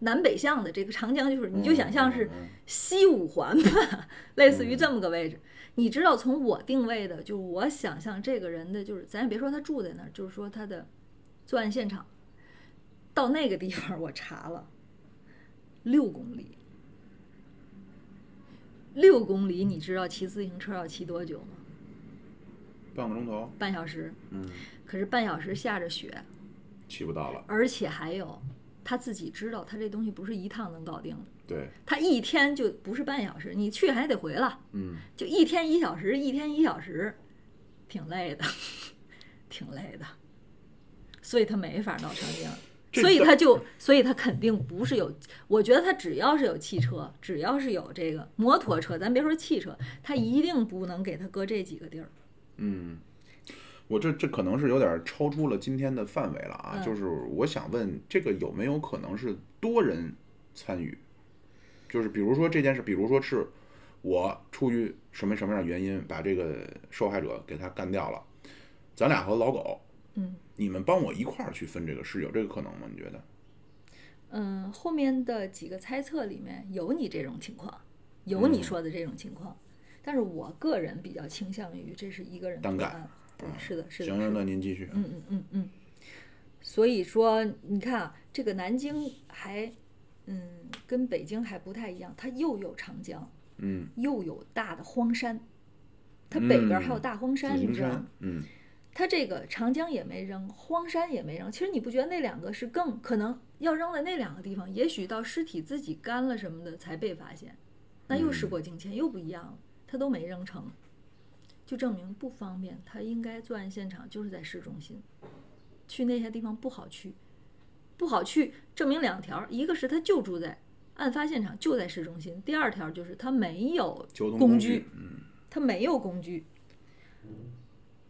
Speaker 5: 南北向的这个长江，就是你就想象是
Speaker 3: 嗯嗯嗯
Speaker 5: 西五环吧， 类似于这么个位置。你知道从我定位的，就是我想象这个人的，就是咱也别说他住在那儿，就是说他的作案现场到那个地方，我查了六公里。六公里，你知道骑自行车要骑多久吗？
Speaker 3: 嗯半个钟头，
Speaker 5: 半小时。
Speaker 3: 嗯，
Speaker 5: 可是半小时下着雪，
Speaker 3: 去不到了，
Speaker 5: 而且还有他自己知道，他这东西不是一趟能搞定的，
Speaker 3: 对，
Speaker 5: 他一天就不是半小时，你去还得回来，
Speaker 3: 嗯，
Speaker 5: 就一天一小时，一天一小时，挺累的， 挺累的，所以他没法闹长江。
Speaker 3: 这
Speaker 5: 所以
Speaker 3: 这
Speaker 5: 他就，所以他肯定不是有，我觉得他只要是有汽车，只要是有这个摩托车，咱别说汽车，他一定不能给他搁这几个地儿。
Speaker 3: 嗯，我这这可能是有点超出了今天的范围了啊，
Speaker 5: 嗯
Speaker 3: 就是我想问，这个有没有可能是多人参与？就是比如说这件事，比如说是我出于什么什么样的原因把这个受害者给他干掉了，咱俩和老狗，
Speaker 5: 嗯
Speaker 3: 你们帮我一块儿去分这个事，有这个可能吗？你觉得？
Speaker 5: 嗯，后面的几个猜测里面有你这种情况，有你
Speaker 3: 嗯
Speaker 5: 说的这种情况，但是我个人比较倾向于这是一个人
Speaker 3: 单
Speaker 5: 作
Speaker 3: 干
Speaker 5: 案。对，是的，是的，
Speaker 3: 嗯行，
Speaker 5: 是
Speaker 3: 那
Speaker 5: 的，
Speaker 3: 您继续。啊
Speaker 5: 嗯嗯嗯嗯。所以说，你看啊，这个南京还，嗯，跟北京还不太一样，它又有长江，
Speaker 3: 嗯，
Speaker 5: 又有大的荒山，它北边儿还有
Speaker 3: 嗯
Speaker 5: 大荒山，
Speaker 3: 紫
Speaker 5: 你
Speaker 3: 金
Speaker 5: 知道
Speaker 3: 山
Speaker 5: 吗？，
Speaker 3: 嗯，
Speaker 5: 它这个长江也没扔，荒山也没扔。其实你不觉得那两个是更可能要扔在那两个地方？也许到尸体自己干了什么的才被发现，那又
Speaker 3: 嗯
Speaker 5: 事过境迁，又不一样了。它都没扔成，就证明不方便。他应该作案现场就是在市中心，去那些地方不好去，不好去，证明两条：一个是他就住在案发现场，就在市中心；第二条就是他没有
Speaker 3: 交通
Speaker 5: 工
Speaker 3: 具
Speaker 5: 具，，
Speaker 3: 嗯，
Speaker 5: 它没有工具。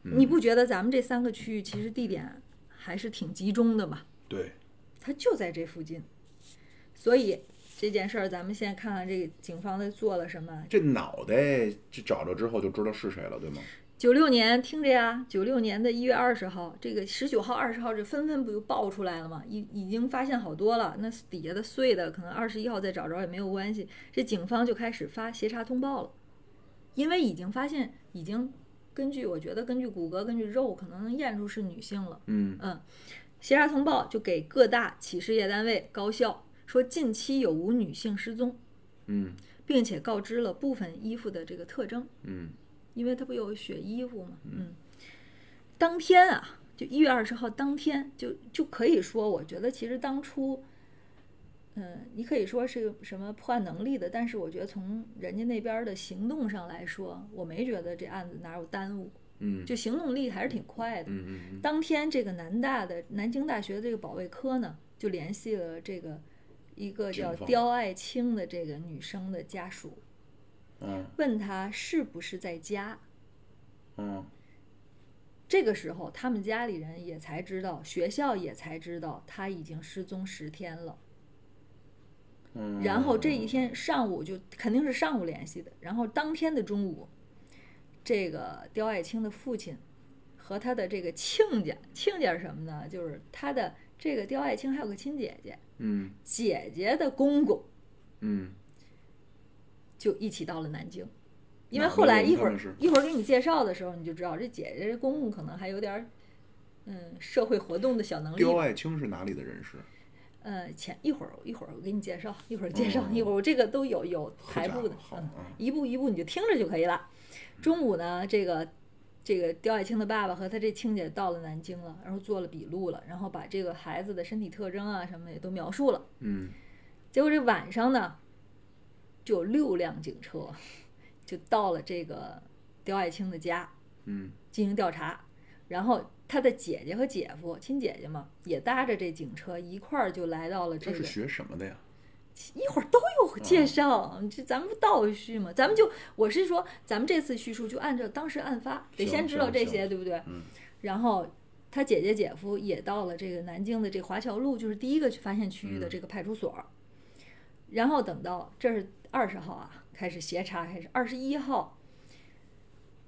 Speaker 5: 你不觉得咱们这三个区域其实地点还是挺集中的吗？
Speaker 3: 对，
Speaker 5: 它就在这附近，所以这件事儿，咱们先看看这个警方在做了什么。
Speaker 3: 这脑袋这找着之后就知道是谁了，对吗？
Speaker 5: 九六年，听着呀，九六年的一月二十号，这个十九号、二十号，这纷纷不就爆出来了吗？已已经发现好多了，那底下的碎的，可能二十一号再找着也没有关系。这警方就开始发协查通报了，因为已经发现，已经根据我觉得根据骨骼、根据肉，可能能验出是女性了。
Speaker 3: 嗯，
Speaker 5: 嗯，协查通报就给各大企事业单位、高校说，近期有无女性失踪，
Speaker 3: 嗯
Speaker 5: 并且告知了部分衣服的这个特征。
Speaker 3: 嗯
Speaker 5: 因为它不有血衣服嘛，嗯，当天啊，就一月二十号当天就就可以说，我觉得其实当初，嗯，你可以说是什么破案能力的，但是我觉得从人家那边儿的行动上来说，我没觉得这案子哪有耽误，
Speaker 3: 嗯，
Speaker 5: 就行动力还是挺快的。
Speaker 3: 嗯嗯嗯
Speaker 5: 当天这个南大的南京大学的这个保卫科呢，就联系了这个一个叫
Speaker 3: 警方
Speaker 5: 刁爱青的这个女生的家属，
Speaker 3: 嗯
Speaker 5: 问她是不是在家。
Speaker 3: 嗯
Speaker 5: 这个时候，他们家里人也才知道，学校也才知道她已经失踪十天了。
Speaker 3: 嗯。
Speaker 5: 然后这一天上午就肯定是上午联系的，然后当天的中午，这个刁爱青的父亲和他的这个亲家，亲家是什么呢？就是他的这个刁爱青还有个亲姐姐，
Speaker 3: 嗯
Speaker 5: 姐姐的公公
Speaker 3: 嗯
Speaker 5: 就一起到了南京。因为
Speaker 3: 那
Speaker 5: 后来
Speaker 3: 那我
Speaker 5: 一会
Speaker 3: 他们
Speaker 5: 儿
Speaker 3: 是
Speaker 5: 一会儿给你介绍的时候，你就知道这姐姐这公公可能还有点儿，嗯，社会活动的小能力吧
Speaker 3: 刁爱青是哪里的人士？
Speaker 5: 呃，前一会儿一会儿我给你介绍，一会儿介绍，
Speaker 3: 嗯
Speaker 5: 一会儿我这个都有有
Speaker 3: 好
Speaker 5: 排
Speaker 3: 家
Speaker 5: 布的，
Speaker 3: 伙好
Speaker 5: 嗯
Speaker 3: 嗯，
Speaker 5: 一步一步你就听着就可以了。中午呢，这个这个刁爱青的爸爸和他这亲姐到了南京了，然后做了笔录了，然后把这个孩子的身体特征啊什么的也都描述了。
Speaker 3: 嗯
Speaker 5: 结果这晚上呢，就有六辆警车就到了这个刁爱青的家，
Speaker 3: 嗯
Speaker 5: 进行调查，然后他的姐姐和姐夫，亲姐姐嘛，也搭着这警车一块儿就来到了这
Speaker 3: 他
Speaker 5: 个
Speaker 3: 是。学什么的呀？
Speaker 5: 一会儿都有介绍，这咱们不倒叙嘛，咱们就我是说，咱们这次叙述就按照当时案发，得
Speaker 3: 行
Speaker 5: 先知道
Speaker 3: 行
Speaker 5: 这
Speaker 3: 行
Speaker 5: 些，对不对？
Speaker 3: 嗯
Speaker 5: 然后他姐姐姐夫也到了这个南京的这华侨路，就是第一个去发现区域的这个派出所。然后等到这是二十号啊，开始协查，开始二十一号，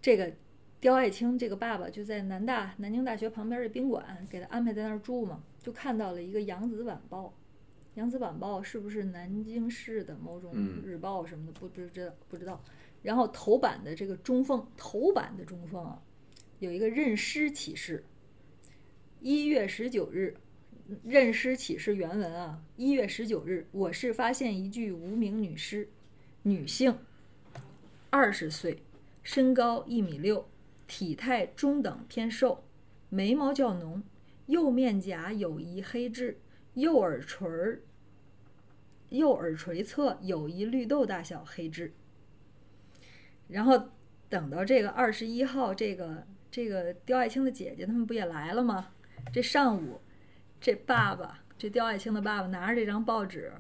Speaker 5: 这个刁爱青这个爸爸就在南大南京大学旁边的宾馆给他安排在那儿住嘛，就看到了一个《扬子晚报》。《扬子晚报》是不是南京市的某种
Speaker 3: 嗯
Speaker 5: 日报什么的？不不知道不知道。然后头版的这个中缝，头版的中缝啊，有一个认尸启事。一月十九日，认尸启事原文啊，一月十九日，我市发现一具无名女尸，女性，二十岁，身高一米六，体态中等偏瘦，眉毛较浓，右面颊有一黑痣，右耳垂儿，右耳垂侧有一绿豆大小黑痣。然后等到这个二十一号，这个这个刁爱青的姐姐他们不也来了吗？这上午，这爸爸，这刁爱青的爸爸拿着这张报纸，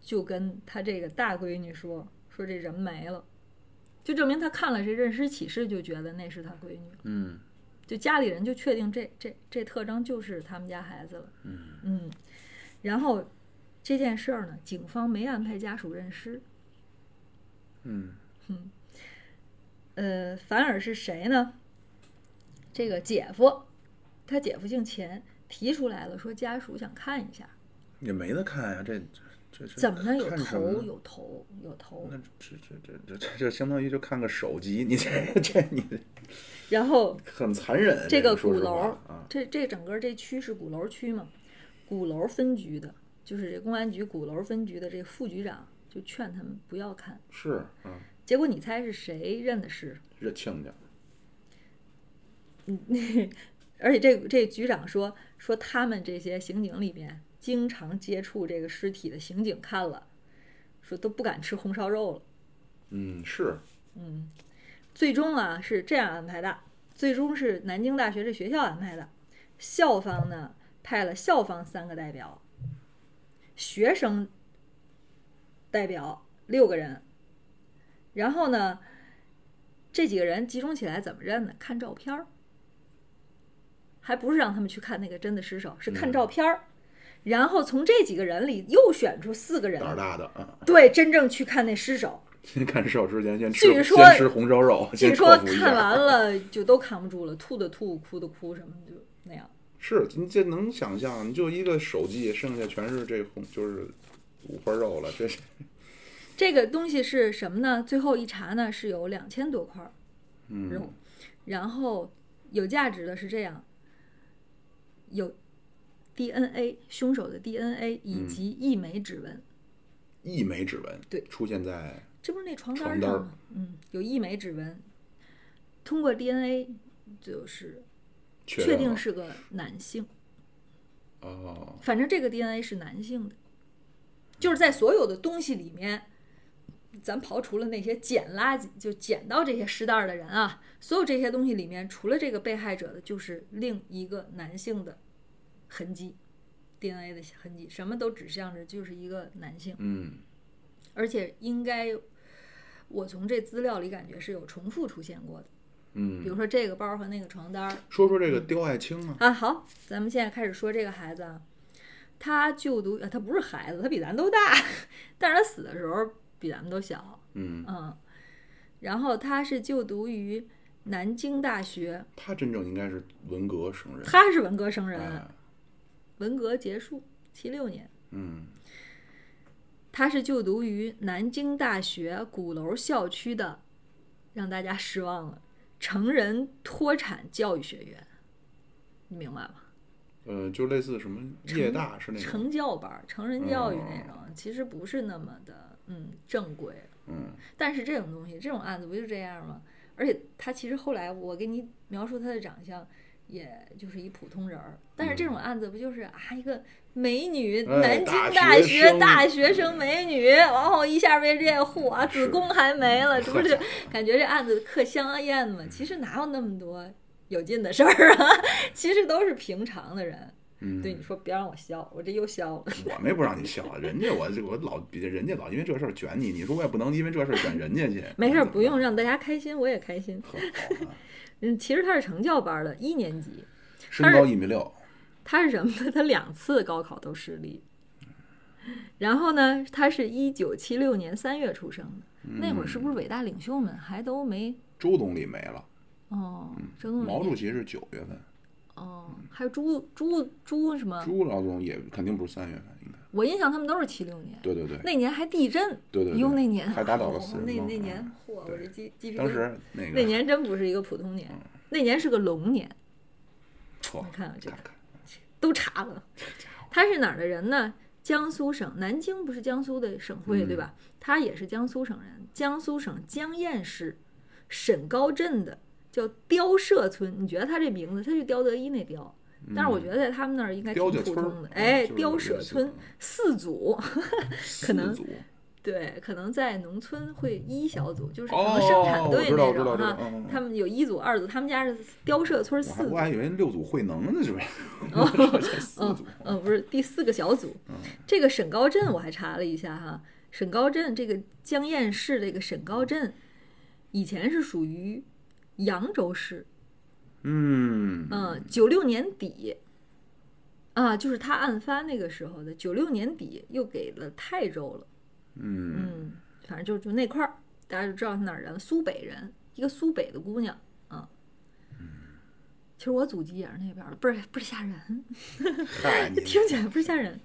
Speaker 5: 就跟他这个大闺女说，说这人没了，就证明他看了这认尸启事，就觉得那是他闺女。
Speaker 3: 嗯
Speaker 5: 就家里人就确定这这这特征就是他们家孩子了。
Speaker 3: 嗯
Speaker 5: 嗯，然后这件事儿呢，警方没安排家属认尸，
Speaker 3: 嗯
Speaker 5: 呃，反而是谁呢？这个姐夫，他姐夫姓钱，提出来了说家属想看一下，
Speaker 3: 也没得看呀，这这这
Speaker 5: 怎么呢？有
Speaker 3: 看什么
Speaker 5: 头，
Speaker 3: 呢
Speaker 5: 有头，有头
Speaker 3: 那。这这这这这这相当于就看个手机，你这 这你
Speaker 5: 然后
Speaker 3: 很残忍。
Speaker 5: 这个
Speaker 3: 说
Speaker 5: 鼓
Speaker 3: 实
Speaker 5: 楼
Speaker 3: 话
Speaker 5: 儿，
Speaker 3: 啊，
Speaker 5: 这这整个这区是鼓楼区嘛，鼓楼分局的，就是这公安局鼓楼分局的这副局长就劝他们不要看。
Speaker 3: 是嗯，
Speaker 5: 结果你猜是谁认的尸？
Speaker 3: 这亲家，
Speaker 5: 而且这这局长说说他们这些刑警里面经常接触这个尸体的刑警看了，说都不敢吃红烧肉了。
Speaker 3: 嗯是，
Speaker 5: 最终啊是这样安排的，最终是南京大学这学校安排的，校方呢派了校方三个代表，学生代表六个人，然后呢这几个人集中起来怎么认呢？看照片儿，还不是让他们去看那个真的尸首，是看
Speaker 3: 嗯
Speaker 5: 照片儿。然后从这几个人里又选出四个人
Speaker 3: 胆，儿大的啊，
Speaker 5: 对，真正去看那尸首。
Speaker 3: 先看手之前先吃
Speaker 5: 据说
Speaker 3: 先吃红烧肉，
Speaker 5: 据
Speaker 3: 先
Speaker 5: 说
Speaker 3: 克服一下
Speaker 5: 看完 了就都扛不住了，吐的吐，哭的哭，什么就那样。
Speaker 3: 是你这能想象，你就一个手机，剩下全是这红就是五花肉了，这是
Speaker 5: 这个东西是什么呢？最后一查呢，是有两千多块儿肉，
Speaker 3: 嗯
Speaker 5: 然后有价值的是这样，有 DNA 凶手的 DNA
Speaker 3: 嗯
Speaker 5: 以及一枚指纹，
Speaker 3: 一枚指纹
Speaker 5: 对
Speaker 3: 出现在
Speaker 5: 这不是那床单
Speaker 3: 床
Speaker 5: 儿
Speaker 3: 单
Speaker 5: 上
Speaker 3: 儿
Speaker 5: 吗？嗯，有一枚指纹，通过 DNA 就是
Speaker 3: 确
Speaker 5: 确
Speaker 3: 认
Speaker 5: 定
Speaker 3: 了
Speaker 5: 是个男性。
Speaker 3: 哦，
Speaker 5: 反正这个 DNA 是男性的，就是在所有的东西里面，咱刨除了那些捡垃圾就捡到这些尸袋儿的人啊，所有这些东西里面，除了这个被害者的，就是另一个男性的痕迹， DNA 的痕迹，什么都指向着就是一个男性，
Speaker 3: 嗯
Speaker 5: 而且应该我从这资料里感觉是有重复出现过的，比
Speaker 3: 嗯，
Speaker 5: 如说嗯这个包和那个床单儿
Speaker 3: 说说这个刁爱青啊，
Speaker 5: 啊。好，咱们现在开始说这个孩子啊，他就读，呃他不是孩子，他比咱都大， 但是他死的时候比咱们都小，
Speaker 3: 嗯，
Speaker 5: 嗯，然后他是就读于南京大学，
Speaker 3: 他真正应该是文革生人，
Speaker 5: 他是文革生人，
Speaker 3: 哎，
Speaker 5: 文革结束七六年，
Speaker 3: 嗯
Speaker 5: 他是就读于南京大学鼓楼校区的，让大家失望了，成人脱产教育学院，你明白吗？
Speaker 3: 呃，就类似什么夜大是那种，哦
Speaker 5: 成教班儿、成人教育那种，其实不是那么的嗯正规，
Speaker 3: 嗯
Speaker 5: 但是这种东西，这种案子不就这样吗？而且他其实后来我给你描述他的长相，也就是一普通人儿。但是这种案子不就是啊，一个美女，
Speaker 3: 哎
Speaker 5: 南京
Speaker 3: 大
Speaker 5: 大
Speaker 3: 学
Speaker 5: 学
Speaker 3: 生
Speaker 5: 大学生美女，然后一下被猎户啊，
Speaker 3: 是
Speaker 5: 子宫还没了，这不
Speaker 3: 呵
Speaker 5: 是感觉这案 子克香艳嘛？其实哪有那么多有劲的事儿啊？ 其实都是平常的人。
Speaker 3: 嗯，
Speaker 5: 对你说，别让我笑，我这又笑了。
Speaker 3: 我没不让你笑，啊人家我我老比人家老因为这事儿卷你，你说我也不能因为这事儿卷人家去。
Speaker 5: 没事儿，不用
Speaker 3: 让。
Speaker 5: 让大家开心，我也开心。
Speaker 3: 好 好啊
Speaker 5: 嗯，其实他是成教班儿的，一年级。
Speaker 3: 身高一米六，
Speaker 5: 他是什么呢？他两次高考都失利。然后呢，他是一九七六年三月出生的，
Speaker 3: 嗯
Speaker 5: 那会儿是不是伟大领袖们还都没？
Speaker 3: 周总理没了，
Speaker 5: 哦，周总理
Speaker 3: 嗯毛主席是九月份，
Speaker 5: 哦，还有朱朱朱什么？
Speaker 3: 朱老总也肯定不是三月份，应该。
Speaker 5: 我印象他们都是七六年，
Speaker 3: 对对对，
Speaker 5: 那年还地震，
Speaker 3: 对对对
Speaker 5: 哟，那年
Speaker 3: 还打倒了
Speaker 5: 哦
Speaker 3: 四人
Speaker 5: 那
Speaker 3: 帮
Speaker 5: 那
Speaker 3: 嗯
Speaker 5: 年，嚯，我这
Speaker 3: 对
Speaker 5: 鸡鸡皮
Speaker 3: 当
Speaker 5: 疙瘩。
Speaker 3: 时嗯那个
Speaker 5: 那年真不是一个普通年，那年是个龙年，
Speaker 3: 错，
Speaker 5: 你看我这
Speaker 3: 看看
Speaker 5: 都查了。他是哪儿的人呢？江苏省南京不是江苏的省会、
Speaker 3: 嗯
Speaker 5: 对吧？他也是江苏省人，江苏省江堰市沈高镇的叫刁舍村。你觉得他这名字，他就刁德一那刁，但是我觉得在他们那儿应该挺
Speaker 3: 嗯刁家
Speaker 5: 普
Speaker 3: 村
Speaker 5: 通的
Speaker 3: 儿，。嗯
Speaker 5: 哎，
Speaker 3: 就是
Speaker 5: 刁
Speaker 3: 类
Speaker 5: 舍
Speaker 3: 似
Speaker 5: 村四组，可能
Speaker 3: 四组
Speaker 5: 对，可能在农村会一小组，就是可
Speaker 3: 哦
Speaker 5: 能生产
Speaker 3: 我
Speaker 5: 队
Speaker 3: 知道
Speaker 5: 那
Speaker 3: 我知道
Speaker 5: 种
Speaker 3: 知道
Speaker 5: 哈
Speaker 3: 嗯嗯嗯。
Speaker 5: 他们有一组、二组，他们家是刁舍村
Speaker 3: 我还
Speaker 5: 四组
Speaker 3: 我。还以为六组慧能呢，是不是？ 才四组，
Speaker 5: 嗯，不是第四个小组，这个沈高镇我还查了一下哈，沈高镇这个江堰市这个沈高镇，以前是属于扬州市，
Speaker 3: 嗯
Speaker 5: 嗯，九六年底，啊，就是他案发那个时候的九六年底又给了泰州了，
Speaker 3: 嗯
Speaker 5: 嗯，反正就就那块儿，大家就知道是哪儿人，苏北人，一个苏北的姑娘，啊，嗯其实我祖籍也是那边儿的，倍儿倍儿吓人。
Speaker 3: 嗨，你
Speaker 5: 听起来不是吓人。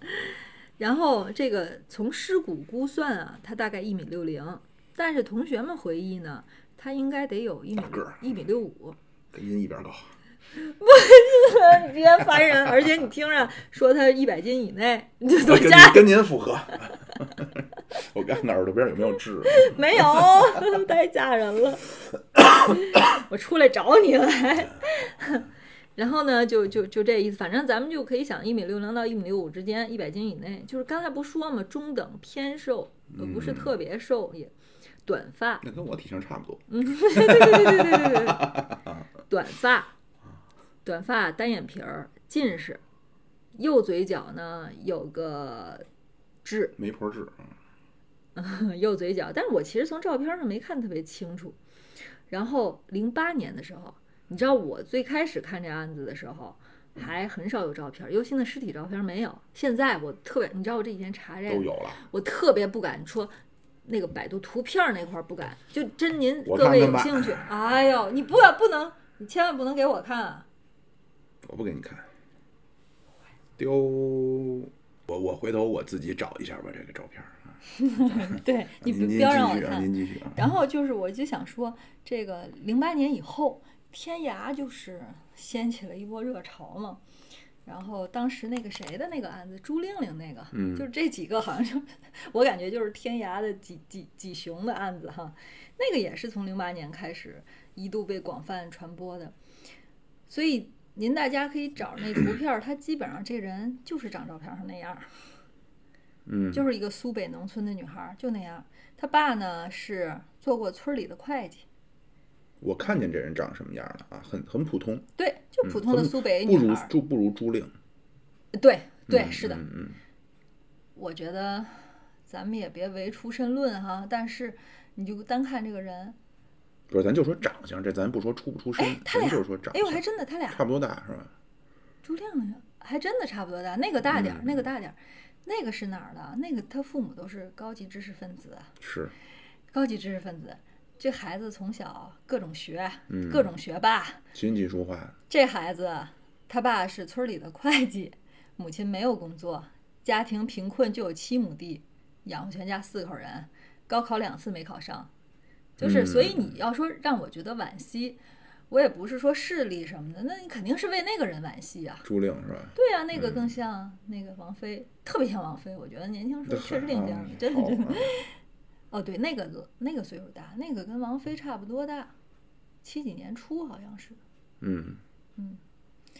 Speaker 5: 然后这个从尸骨估算啊，他大概一米六零，但是同学们回忆呢，他应该得有一米
Speaker 3: 大个儿
Speaker 5: 一米六五。
Speaker 3: 跟音一边高，
Speaker 5: 你别烦人，而且你听着说他一百斤以内，你就多
Speaker 3: 跟
Speaker 5: 加
Speaker 3: 您跟您符合。 我看看耳朵边有没有 痣，
Speaker 5: 没有，太吓人了。我出来找你来。然后呢，就就就这意思，反正咱们就可以想一米六零到一米六五之间，一百斤以内，就是刚才不说嘛，中等偏瘦，呃，不是
Speaker 3: 嗯
Speaker 5: 特别瘦，也短发，
Speaker 3: 那跟我体型差不多。
Speaker 5: 嗯，对对对对对对对对，短发，短发，单眼皮儿，近视，右嘴角呢有个痣，
Speaker 3: 媒婆痣，
Speaker 5: 右嘴角，但是我其实从照片上没看特别清楚。然后零八年的时候，你知道我最开始看这案子的时候，还很少有照片，尤其那尸体照片没有。现在我特别，你知道我这几天查这
Speaker 3: 都
Speaker 5: 个，
Speaker 3: 有了。
Speaker 5: 我特别不敢说。那个百度图片儿那块儿不敢，就真您
Speaker 3: 我
Speaker 5: 各
Speaker 3: 看看
Speaker 5: 位有
Speaker 3: 吧
Speaker 5: 兴趣，哎呦，你不要不能，你千万不能给我看啊！
Speaker 3: 我不给你看，丢。我我回头我自己找一下吧，这个照片儿。
Speaker 5: 对你不
Speaker 3: 您
Speaker 5: 不
Speaker 3: 您
Speaker 5: 要让
Speaker 3: 继
Speaker 5: 我
Speaker 3: 续啊，
Speaker 5: 看，
Speaker 3: 您继续啊。
Speaker 5: 然后就是，我就想说，这个零八年以后，天涯就是掀起了一波热潮嘛。然后当时那个谁的那个案子，朱令令那个，
Speaker 3: 嗯
Speaker 5: 就是 这几个好像就，我感觉就是天涯的几几几雄的案子哈，那个也是从零八年开始一度被广泛传播的。所以您大家可以找那图片儿，他基本上这人就是长照片上那样儿。
Speaker 3: 嗯，
Speaker 5: 就是一个苏北农村的女孩儿，就那样。她爸呢是做过村里的会计，
Speaker 3: 我看见这人长什么样了啊，很很普通，
Speaker 5: 对，就普通的苏北
Speaker 3: 不
Speaker 5: 女
Speaker 3: 如
Speaker 5: 孩儿，
Speaker 3: 朱不如朱令。
Speaker 5: 对，对，是的，
Speaker 3: 嗯嗯，
Speaker 5: 我觉得咱们也别唯出身论哈，但是你就单看这个人，
Speaker 3: 不是，咱就说长相，这咱不说出不出身
Speaker 5: 哎，，他
Speaker 3: 咱
Speaker 5: 俩
Speaker 3: 就说长
Speaker 5: 哎，我还
Speaker 3: 相，
Speaker 5: 真的他俩
Speaker 3: 差不多大是吧？
Speaker 5: 朱亮呀，还真的差不多大，那个大点儿，
Speaker 3: 嗯
Speaker 5: 那个大点儿，那个是哪儿的？那个他父母都是高级知识分子啊，
Speaker 3: 是，
Speaker 5: 高级知识分子。这孩子从小各种学，
Speaker 3: 嗯
Speaker 5: 各种学霸。
Speaker 3: 琴棋书画，
Speaker 5: 这孩子啊他爸是村里的会计，母亲没有工作，家庭贫困，就有七亩地，养活全家四口人。高考两次没考上，就是
Speaker 3: 嗯
Speaker 5: 所以你要说让我觉得惋惜，我也不是说势力什么的，那你肯定是为那个人惋惜啊。
Speaker 3: 朱令是吧？
Speaker 5: 对呀、那个更像那个王菲，特别像王菲。我觉得年轻时候确实另
Speaker 3: 啊
Speaker 5: 一样，真的真的。
Speaker 3: 的。
Speaker 5: 哦，对，那个那个岁数大，那个跟王菲差不多大，七几年初好像是。
Speaker 3: 嗯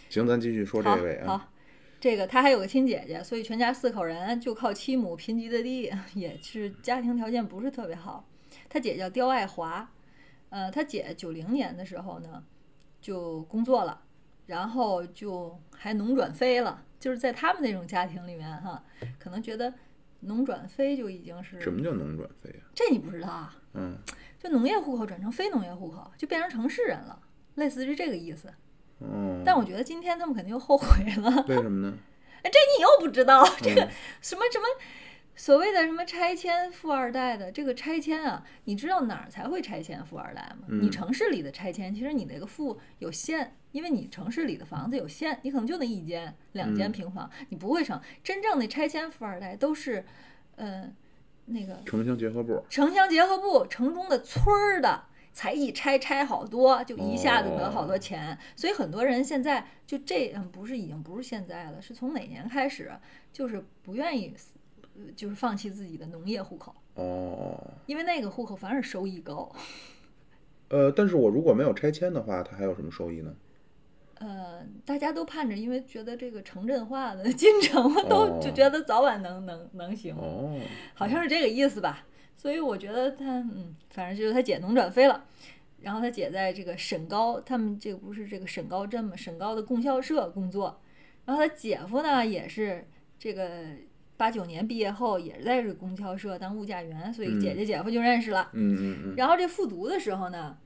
Speaker 3: 行，咱继续说这位
Speaker 5: 好，
Speaker 3: 啊，
Speaker 5: 好，这个他还有个亲姐姐，所以全家四口人就靠七亩贫瘠的地，也是家庭条件不是特别好。他姐叫刁爱华，呃，他姐九零年的时候呢就工作了，然后就还农转非了，就是在他们那种家庭里面哈，可能觉得农转非就已经是
Speaker 3: 什么叫农转非啊？
Speaker 5: 这你不知道啊？
Speaker 3: 嗯
Speaker 5: 就农业户口转成非农业户口，就变成城市人了，类似于这个意思。
Speaker 3: 哦，
Speaker 5: 但我觉得今天他们肯定又后悔了。
Speaker 3: 为什么呢？
Speaker 5: 哎，这你又不知道这个
Speaker 3: 嗯
Speaker 5: 什么什么所谓的什么拆迁富二代的这个拆迁啊，你知道哪儿才会拆迁富二代吗？你
Speaker 3: 嗯
Speaker 5: 城市里的拆迁，其实你那个富有限，因为你城市里的房子有限，你可能就那一间、两间
Speaker 3: 嗯
Speaker 5: 平房，你不会成真正的拆迁富二代都是，呃，那个
Speaker 3: 城乡结合部，
Speaker 5: 城乡结合部城中的村儿的。才一拆拆好多，就一下子得
Speaker 3: 哦
Speaker 5: 好多钱，所以很多人现在就这，嗯，不是已经不是现在了，是从哪年开始，就是不愿意，呃就是放弃自己的农业户口，
Speaker 3: 哦，
Speaker 5: 因为那个户口反而收益高。
Speaker 3: 呃，但是我如果没有拆迁的话，它还有什么收益呢？
Speaker 5: 呃，大家都盼着，因为觉得这个城镇化的 进程啊，都就
Speaker 3: 哦
Speaker 5: 觉得早晚能能能行。
Speaker 3: 哦，
Speaker 5: 好像是这个意思吧。所以我觉得他，嗯，反正就是他姐能转飞了。然后他姐在这个沈高，他们这个不是这个沈高镇嘛，沈高的供销社工作。然后他姐夫呢，也是这个八九年毕业后，也是在这个供销社当物价员，所以
Speaker 3: 嗯
Speaker 5: 姐姐姐夫就认识了。
Speaker 3: 嗯嗯嗯，
Speaker 5: 然后这复读的时候呢，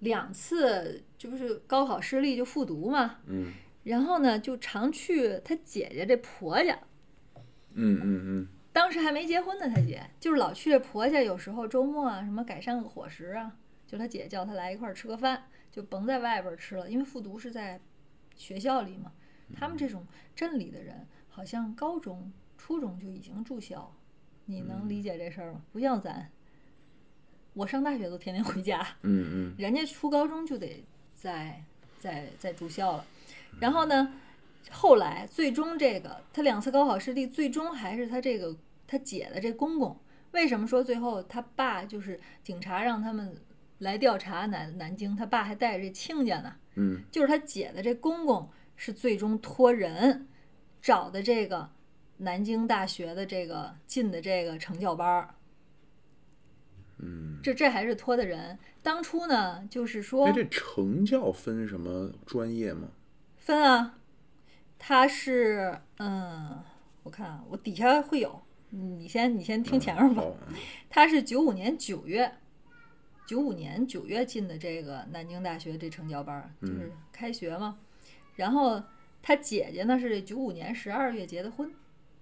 Speaker 5: 两次就是高考失利就复读嘛，
Speaker 3: 嗯
Speaker 5: 然后呢就常去他姐姐这婆家，
Speaker 3: 嗯嗯
Speaker 5: 当时还没结婚呢，他姐就是老去这婆家，有时候周末啊，什么改善个伙食啊，就他姐叫他来一块儿吃个饭，就甭在外边儿吃了，因为复读是在学校里嘛。他们这种镇里的人，好像高中、初中就已经住校，你能理解这事儿吗？不像咱，我上大学都天天回家。
Speaker 3: 嗯嗯
Speaker 5: 人家初高中就得在在在住校了。然后呢，后来最终这个他两次高考失利，最终还是他这个他姐的这公公。为什么说最后他爸就是警察让他们来调查南南京，他爸还带着这亲家呢？
Speaker 3: 嗯
Speaker 5: 就是他姐的这公公是最终托人找的这个南京大学的这个进的这个成教班儿，
Speaker 3: 嗯。
Speaker 5: 这这还是托的人。当初呢，就是说，
Speaker 3: 哎，这成教分什么专业吗？
Speaker 5: 分啊，它是嗯，我看啊，我底下会有，嗯你先你先听前面吧。
Speaker 3: 好啊，
Speaker 5: 他是九五年九月，九五年九月进的这个南京大学这成教班儿，就是开学嘛。然后他姐姐呢是九五年十二月结的婚，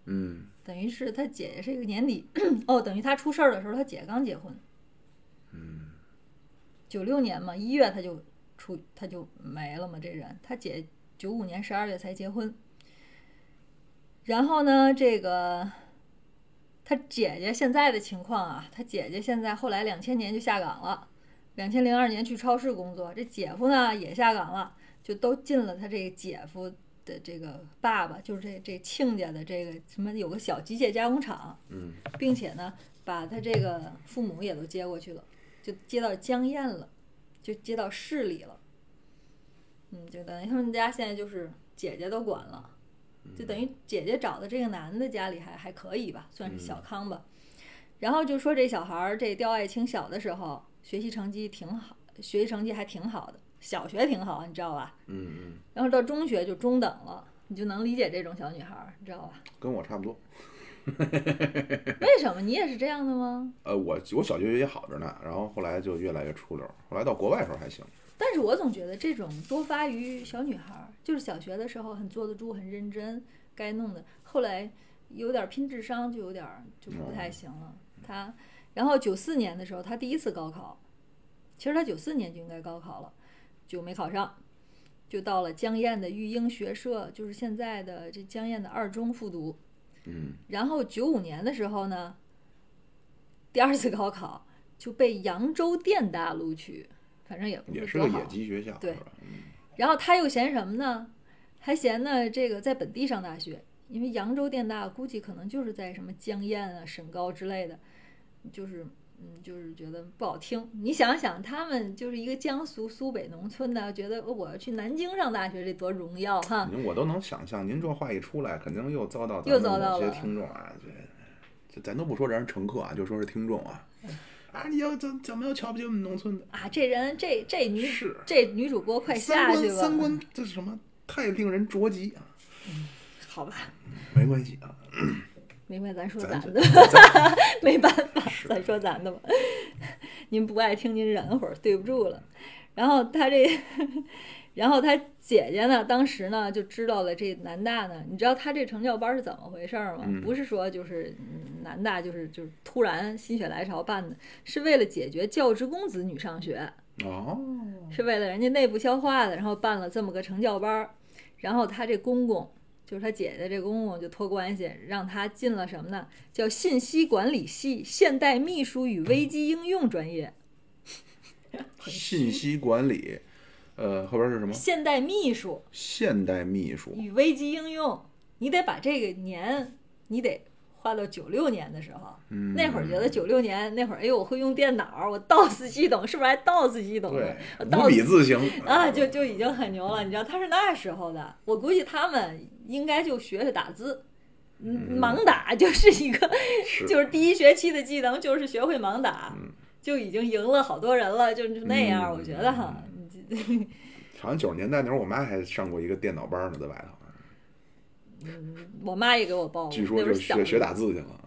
Speaker 3: 嗯
Speaker 5: 等于是他姐姐是一个年底 哦，等于他出事儿的时候，他姐刚结婚，
Speaker 3: 嗯
Speaker 5: 九六年嘛，一月他就出他就没了嘛，这人他姐九五年十二月才结婚，然后呢，这个他姐姐现在的情况啊，他姐姐现在后来两千年就下岗了，两千零二年去超市工作，这姐夫呢也下岗了，就都进了他这姐夫的这个爸爸，就是这这亲家的这个什么有个小机械加工厂，
Speaker 3: 嗯，
Speaker 5: 并且呢，把他这个父母也都接过去了，就接到江堰了，就接到市里了。嗯，就等于他们家现在就是姐姐都管了，就等于姐姐找的这个男的家里还还可以吧，算是小康吧。然后就说这小孩儿，这刁爱青小的时候学习成绩挺好，学习成绩还挺好的，小学挺好，你知道吧？
Speaker 3: 嗯嗯
Speaker 5: 然后到中学就中等了，你就能理解这种小女孩儿，你知道吧？
Speaker 3: 跟我差不多。
Speaker 5: 为什么你也是这样的吗？
Speaker 3: 呃，我我小学也好着呢，然后后来就越来越出溜儿，后来到国外时候还行。
Speaker 5: 但是我总觉得这种多发于小女孩儿，就是小学的时候很坐得住、很认真，该弄的，后来有点拼智商，就有点儿就不太行了。
Speaker 3: 嗯
Speaker 5: 她，然后九四年的时候，她第一次高考，其实她九四年就应该高考了，就没考上，就到了江堰的育英学社，就是现在的这江堰的二中复读。
Speaker 3: 嗯，
Speaker 5: 然后九五年的时候呢，第二次高考就被扬州电大录取，反正也不
Speaker 3: 也是
Speaker 5: 多
Speaker 3: 个
Speaker 5: 好
Speaker 3: 野鸡学校，
Speaker 5: 对
Speaker 3: 是吧？嗯
Speaker 5: 然后他又嫌什么呢？还嫌呢这个在本地上大学，因为扬州电大估计可能就是在什么江堰啊、沈高之类的，就是嗯，就是觉得不好听。你想想，他们就是一个江苏苏北农村的，觉得哦我要去南京上大学，这多荣耀哈！
Speaker 3: 您我都能想象，您这话一出来，肯定又遭到咱
Speaker 5: 又
Speaker 3: 们
Speaker 5: 遭
Speaker 3: 某
Speaker 5: 到
Speaker 3: 些
Speaker 5: 了
Speaker 3: 听众啊，这这咱都不说人家乘客啊，就说是听众啊，
Speaker 5: 嗯
Speaker 3: 啊，你要怎怎么又瞧不起我们农村的？
Speaker 5: 啊，这人这这女
Speaker 3: 是
Speaker 5: 这女主播快
Speaker 3: 三
Speaker 5: 下去
Speaker 3: 观
Speaker 5: 吧，
Speaker 3: 三观这是什么？太令人着急啊！
Speaker 5: 好吧。
Speaker 3: 没关系啊，
Speaker 5: 明白，咱说
Speaker 3: 咱
Speaker 5: 咱
Speaker 3: 这
Speaker 5: 的， 没办法，咱说咱的吧。 您不爱听，您忍会儿，对不住了。然后他这， 然后他姐姐呢，当时呢就知道了这南大呢，你知道他这成教班是怎么回事儿吗？
Speaker 3: 嗯
Speaker 5: 不是说就是嗯南大就是就是突然心血来潮办的，是为了解决教职工子女上学。
Speaker 3: 哦，
Speaker 5: 是为了人家内部消化的，然后办了这么个成教班儿。然后他这公公，就是他姐姐这公公，就托关系让他进了什么呢？叫信息管理系现代秘书与危机应用专业。
Speaker 3: 信息管理，呃，后边是什么？
Speaker 5: 现代秘书
Speaker 3: 现代秘书，
Speaker 5: 与危机应用，你得把这个年，你得画到九六年的时候。
Speaker 3: 嗯，
Speaker 5: 那会儿觉得九六年那会儿，哎呦，我会用电脑，我 DOS 系统是不是还 DOS 系统呢
Speaker 3: 对？
Speaker 5: 我
Speaker 3: 五
Speaker 5: DOS
Speaker 3: 笔字形
Speaker 5: 啊，就就已经很牛了，你知道他是那时候的，我估计他们应该就学学打字，嗯，盲打 就是一个，
Speaker 3: 是
Speaker 5: 就是第一学期的技能就是学会盲打
Speaker 3: 嗯，
Speaker 5: 就已经赢了好多人了，就就那样，
Speaker 3: 嗯
Speaker 5: 我觉得哈，你这
Speaker 3: 好像九十年代那会儿，我妈还上过一个电脑班呢，在外头，啊
Speaker 5: 我妈也给我报过，
Speaker 3: 据说
Speaker 5: 哦那
Speaker 3: 就
Speaker 5: 会儿小
Speaker 3: 学
Speaker 5: 的
Speaker 3: 学打字去了。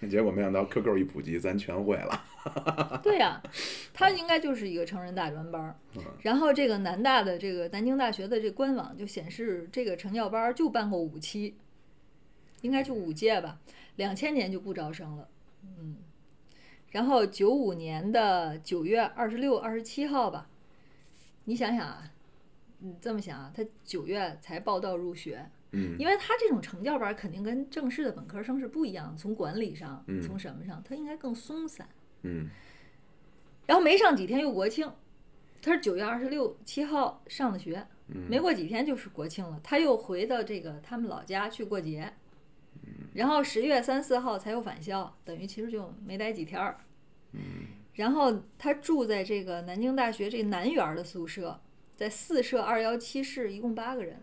Speaker 3: 结果没想到 QQ 一普及，咱全会了。
Speaker 5: 对呀、他应该就是一个成人大专班儿
Speaker 3: 嗯。
Speaker 5: 然后这个南大的这个南京大学的这官网就显示，这个成教班儿就办过五期，应该就五届吧。两千年就不招生了，嗯。然后九五年的九月二十六、二十七号吧，你想想啊，你这么想啊，他九月才报到入学，
Speaker 3: 嗯，
Speaker 5: 因为他这种成教班儿肯定跟正式的本科生是不一样，从管理上
Speaker 3: 嗯，
Speaker 5: 从什么上，他应该更松散。
Speaker 3: 嗯，
Speaker 5: 然后没上几天又国庆，他是九月二十六七号上的学，
Speaker 3: 嗯
Speaker 5: 没过几天就是国庆了，他又回到这个他们老家去过节，然后十月三四号才又返校，等于其实就没待几天儿。然后他住在这个南京大学这南园儿的宿舍，在四舍二幺七室，一共八个人，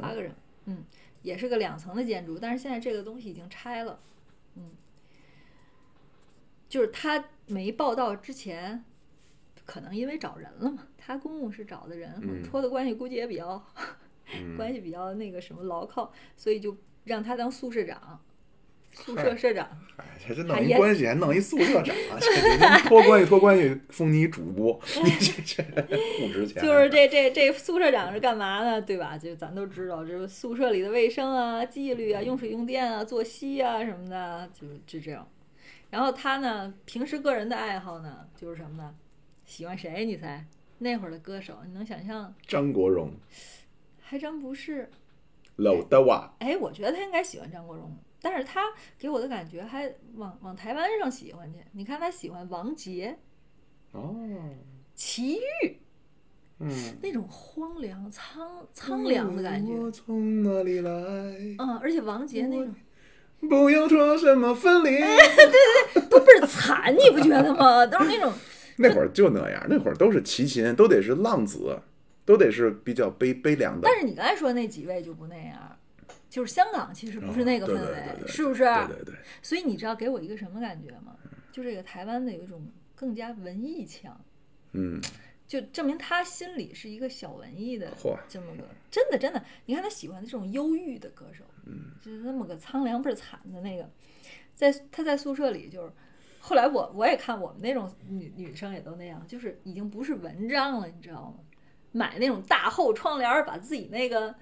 Speaker 5: 八个人，嗯，也是个两层的建筑，但是现在这个东西已经拆了，嗯，就是他没报道之前，可能因为找人了嘛，他公公是找的人，
Speaker 3: 嗯
Speaker 5: 托的关系估计也比较、
Speaker 3: 嗯
Speaker 5: 关系比较那个什么牢靠，所以就让他当宿舍长，宿
Speaker 3: 嗨
Speaker 5: 舍社长。
Speaker 3: 哎，这这弄
Speaker 5: 还
Speaker 3: 一
Speaker 5: 也
Speaker 3: 关系，还弄一宿舍长啊，这这这 托关系托关系，封你主播，这 这不值钱。
Speaker 5: 嗯 就是这这这宿舍长是干嘛呢？对吧？就咱都知道，这宿舍里的卫生啊、纪律啊、用水用电啊、作息啊什么的，就就这样。然后他呢，平时个人的爱好呢，就是什么呢？喜欢谁？你猜？那会儿的歌手，你能想象？
Speaker 3: 张国荣、
Speaker 5: 还真不是。
Speaker 3: 娄德华，
Speaker 5: 哎，我觉得他应该喜欢张国荣，但是他给我的感觉还往往台湾上喜欢去。你看他喜欢王杰、
Speaker 3: 哦，
Speaker 5: 齐豫，
Speaker 3: 嗯，
Speaker 5: 那种荒凉、苍苍凉的感觉。
Speaker 3: 我从哪里来？
Speaker 5: 嗯，而且王杰那种
Speaker 3: 不要说什么分 离。
Speaker 5: 都倍儿惨， 你不觉得吗？ 都是那种
Speaker 3: 那会儿就那样，那会儿都是齐秦，都得是浪子，都得是比较悲悲凉的。
Speaker 5: 但是你刚才说那几位就不那样，就是香港其实不是那个氛
Speaker 3: 哦对对对
Speaker 5: 围，
Speaker 3: 对
Speaker 5: 是不是？
Speaker 3: 对对对，
Speaker 5: 所以你知道给我一个什么感觉吗？就这个台湾的有一种更加文艺腔，
Speaker 3: 嗯，
Speaker 5: 就证明他心里是一个小文艺的
Speaker 3: 嚯
Speaker 5: 这么个，真的真的，你看他喜欢的这种忧郁的歌手，嗯，就是那么个苍凉倍儿惨的那个，在他在宿舍里就是，后来我我也看我们那种女女生也都那样，就是已经不是文章了，你知道吗？买那种大厚窗帘儿，把自己那个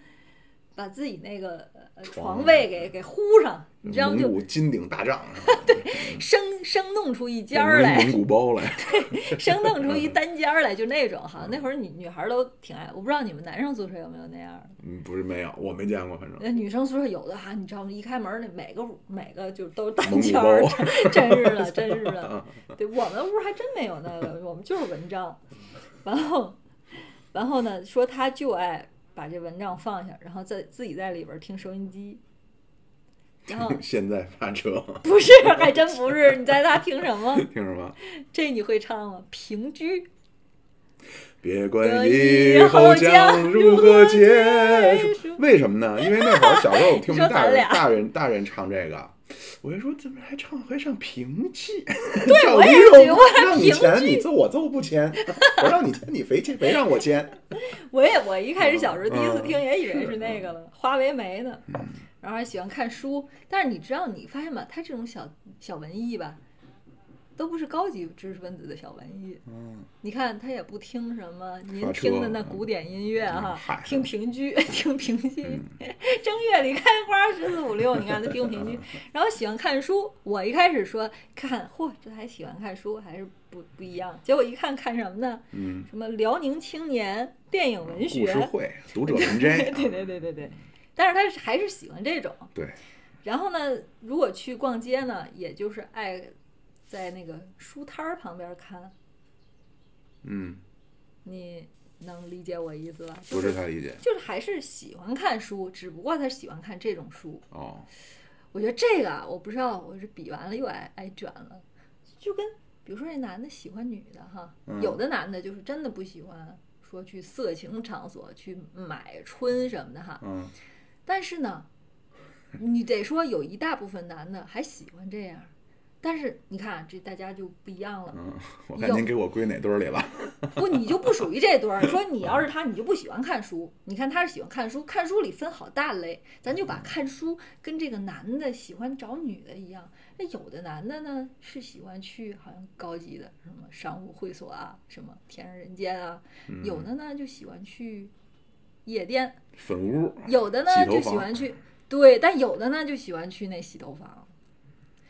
Speaker 5: 把自己那个呃床位给给糊上，你知道吗？
Speaker 3: 蒙
Speaker 5: 就
Speaker 3: 古金顶大帐是吧
Speaker 5: 生生弄出一 尖儿
Speaker 3: 弄
Speaker 5: 来
Speaker 3: 一。蒙古包来，
Speaker 5: 生弄出一单间儿来，就那种哈。那会儿女女孩儿都挺爱，我不知道你们男生宿舍有没有那样儿的。
Speaker 3: 嗯，不是没有，我没见过，反正
Speaker 5: 那女生宿舍有的哈，你知道吗？一开门儿那每个屋每个就都
Speaker 3: 蒙
Speaker 5: 单
Speaker 3: 古
Speaker 5: 间儿
Speaker 3: 包，
Speaker 5: 真是的，真是的。对我们屋还真没有那个，我们就是蚊帐。然后，然后呢，说他就爱把这蚊帐放下，然后在自己在里边儿听收音机。然后
Speaker 3: 现在发车，
Speaker 5: 不是，还真不是，你在那听什么？
Speaker 3: 听什么？
Speaker 5: 这你会唱吗？平居。
Speaker 3: 别管以后将如何结
Speaker 5: 如何结
Speaker 3: 束
Speaker 5: 束，
Speaker 3: 为什么呢？因为那会儿小时 候我听我
Speaker 5: 你说
Speaker 3: 们
Speaker 5: 咱
Speaker 3: 大人
Speaker 5: 俩
Speaker 3: 大人大人唱这个，我就说怎么还唱还唱评剧？
Speaker 5: 对我也是
Speaker 3: 有
Speaker 5: 觉得我还
Speaker 3: 让你钱
Speaker 5: 评
Speaker 3: 你揍我揍不签， 我让你签你非签没让我签，
Speaker 5: 我也我一开始小时候第一次
Speaker 3: 嗯
Speaker 5: 听也以为是那个了，花为媒呢，然后还喜欢看书。但是你知道，你发现吧，他这种小小文艺吧，都不是高级知识分子的小文艺。
Speaker 3: 嗯，
Speaker 5: 你看他也不听什么您
Speaker 3: 发车
Speaker 5: 听的那古典音乐
Speaker 3: 嗯
Speaker 5: 哈
Speaker 3: 嗨，嗯
Speaker 5: 听评剧， 听评剧，正月里开花十四五六，你看他听评剧，
Speaker 3: 嗯
Speaker 5: 然后喜欢看书。我一开始说看，嚯，这还喜欢看书，还是不不一样。结果一看看什么呢？
Speaker 3: 嗯，
Speaker 5: 什么辽宁青年电影文学
Speaker 3: 故事，会读者文摘， 啊
Speaker 5: 对对对对对。但是他是还是喜欢这种。
Speaker 3: 对，
Speaker 5: 然后呢，如果去逛街呢，也就是爱在那个书摊儿旁边看。
Speaker 3: 嗯，
Speaker 5: 你能理解我意思吧？
Speaker 3: 不
Speaker 5: 就是是
Speaker 3: 太理解
Speaker 5: 就是还是喜欢看书，只不过他喜欢看这种书。
Speaker 3: 哦，
Speaker 5: 我觉得这个啊，我不知道，我是比完了又挨挨卷了，就跟比如说这男的喜欢女的哈，
Speaker 3: 嗯
Speaker 5: 有的男的就是真的不喜欢说去色情场所去买春什么的哈，
Speaker 3: 嗯，
Speaker 5: 但是呢，你得说有一大部分男的还喜欢这样，但是你看啊这大家就不一样了，
Speaker 3: 嗯，我看您给我归哪堆儿里了？
Speaker 5: 不，你就不属于这堆儿。说你要是他，你就不喜欢看书。你看他是喜欢看书，看书里分好大类，咱就把看书跟这个男的喜欢找女的一样。那有的男的呢是喜欢去好像高级的什么商务会所啊，什么天上人间啊，有的呢就喜欢去夜店，
Speaker 3: 粉屋，
Speaker 5: 有的呢
Speaker 3: 洗头
Speaker 5: 就喜
Speaker 3: 房
Speaker 5: 欢去对，但有的呢就喜欢去那洗头房。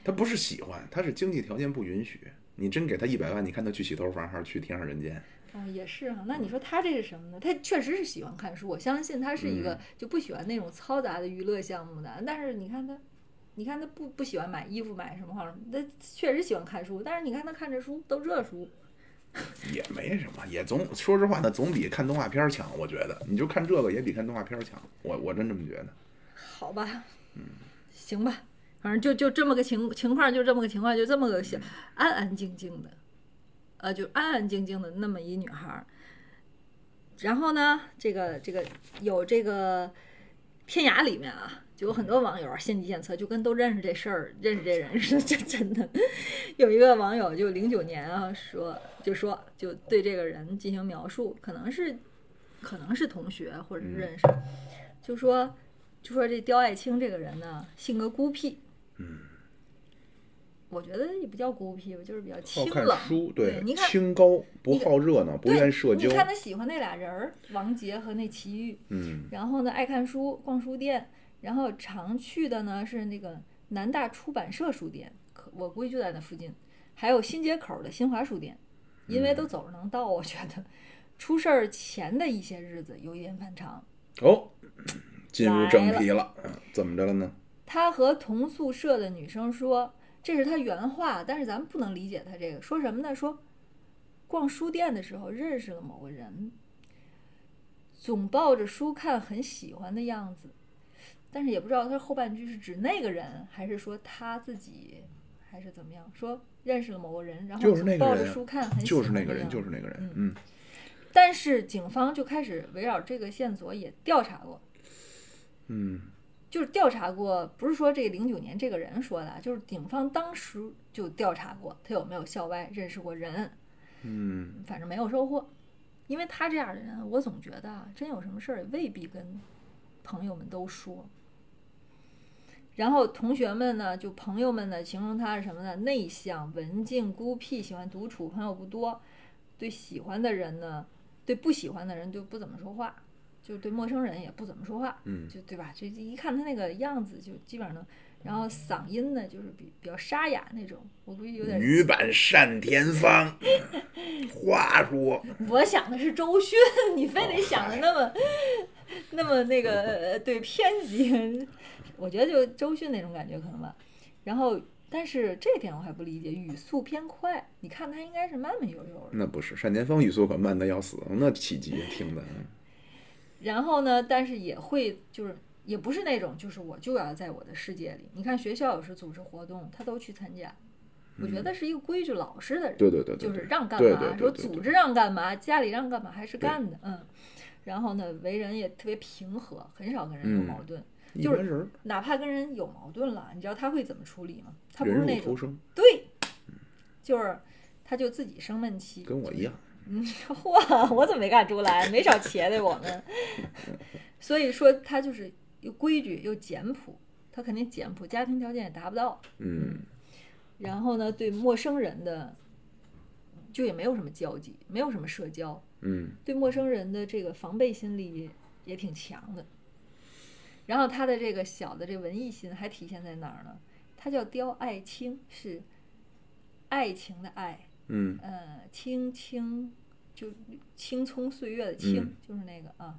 Speaker 3: 他不是喜欢，他是经济条件不允许。你真给他一百万，你看他去洗头房还是去天上人间？
Speaker 5: 哦，也是哈、那
Speaker 3: 嗯
Speaker 5: 你说他这是什么呢？他确实是喜欢看书，我相信他是一
Speaker 3: 嗯
Speaker 5: 个就不喜欢那种嘈杂的娱乐项目的。但是你看他，你看他不不喜欢买衣服买什么或者什么，他确实喜欢看书。但是你看他看这书都热书，
Speaker 3: 也没什么，也总说实话呢，总比看动画片儿强。我觉得，你就看这个也比看动画片儿强。我我真这么觉得。
Speaker 5: 好吧，嗯，行吧，反正就就这么个情情况，就这么个情况，就这么个小安安静静的，呃，就安安静静的那么一女孩儿。然后呢，这个这个有这个天涯里面啊，就有很多网友啊献计献策，就跟都认识这事儿、认识这人似的，这 真的。有一个网友就零九年啊，说就说就对这个人进行描述，可能是可能是同学或者是认识，就说就说这刁爱青这个人呢，性格孤僻。
Speaker 3: 嗯
Speaker 5: 我觉得也不叫孤僻吧，就是比较
Speaker 3: 好
Speaker 5: 清
Speaker 3: 看
Speaker 5: 冷。
Speaker 3: 书，
Speaker 5: 对，嗯你看
Speaker 3: 清高，不好热闹，不
Speaker 5: 对，
Speaker 3: 愿社交
Speaker 5: 你。看他喜欢那俩人儿，王杰和那齐豫，
Speaker 3: 嗯，
Speaker 5: 然后呢爱看书，逛书店，然后常去的呢是那个南大出版社书店，可我估计就在那附近，还有新街口的新华书店，因为都
Speaker 3: 嗯
Speaker 5: 走着能到，我觉得。 出事儿前的一些日子有一点反常，
Speaker 3: 哦，进入正题了，嗯怎么着了呢？
Speaker 5: 他和同宿舍的女生说，这是他原话，但是咱们不能理解他这个说什么呢？说逛书店的时候认识了某个人，总抱着书看，很喜欢的样子，但是也不知道他后半句是指那个人，还是说他自己，还是怎么样？说认识了某个人，然后
Speaker 3: 就是那
Speaker 5: 总
Speaker 3: 个
Speaker 5: 抱
Speaker 3: 人
Speaker 5: 着书看，很喜
Speaker 3: 就
Speaker 5: 欢
Speaker 3: 是那个
Speaker 5: 的
Speaker 3: 人，
Speaker 5: 样子
Speaker 3: 就是那个人
Speaker 5: 嗯。
Speaker 3: 嗯，
Speaker 5: 但是警方就开始围绕这个线索也调查过，
Speaker 3: 嗯，
Speaker 5: 就是调查过，不是说这零九年这个人说的啊，就是警方当时就调查过他有没有校外认识过人，
Speaker 3: 嗯，
Speaker 5: 反正没有收获。因为他这样的人，我总觉得啊，真有什么事儿也未必跟朋友们都说。然后同学们呢，就朋友们呢，形容他是什么呢？内向、文静、孤僻，喜欢独处，朋友不多。对喜欢的人呢，对不喜欢的人就不怎么说话，就对陌生人也不怎么说话。
Speaker 3: 嗯，
Speaker 5: 就对吧？这一看他那个样子，就基本上能。然后嗓音呢，就是比比较沙哑那种，我估计有点。
Speaker 3: 女版单田芳， 话说
Speaker 5: 我想的是周迅，你非
Speaker 3: 哦
Speaker 5: 得想的那么、 那么那个呃对偏激， 我觉得就周迅那种感觉可能吧。然后，但是这点我还不理解，语速偏快，你看他应该是慢慢悠悠的。
Speaker 3: 那不是单田芳语速可慢的要死，那起急听的，
Speaker 5: 然后呢，但是也会就是也不是那种就是我就要在我的世界里。你看学校有时组织活动，他都去参加。我觉得是一个规矩老实的人，
Speaker 3: 嗯对对对对，
Speaker 5: 就是
Speaker 3: 对
Speaker 5: 让干
Speaker 3: 对
Speaker 5: 嘛，
Speaker 3: 对对
Speaker 5: 说
Speaker 3: 对
Speaker 5: 组
Speaker 3: 对
Speaker 5: 织让干嘛，家里让干嘛，还是干的，嗯。然后呢，为人也特别平和，很少跟人有
Speaker 3: 嗯
Speaker 5: 矛盾。
Speaker 3: 一
Speaker 5: 就是
Speaker 3: 般人
Speaker 5: 哪怕跟人有矛盾了，你知道他会怎么处理吗？他不是
Speaker 3: 人
Speaker 5: 那
Speaker 3: 肉投
Speaker 5: 种
Speaker 3: 生，
Speaker 5: 对，就是他就自己生闷气，
Speaker 3: 嗯跟我一样。
Speaker 5: 嗯， 嚯，我怎么没看出来？没少茄子我们。所以说他就是又规矩又简朴，他肯定简朴，家庭条件也达不到。
Speaker 3: 嗯，
Speaker 5: 然后呢，对陌生人的就也没有什么交集，没有什么社交，
Speaker 3: 嗯，
Speaker 5: 对陌生人的这个防备心理也也挺强的。然后他的这个小的这文艺心还体现在哪儿呢？他叫刁爱青，是爱情的爱，
Speaker 3: 嗯，
Speaker 5: 呃，青青就青葱岁月的青，
Speaker 3: 嗯
Speaker 5: 就是那个啊。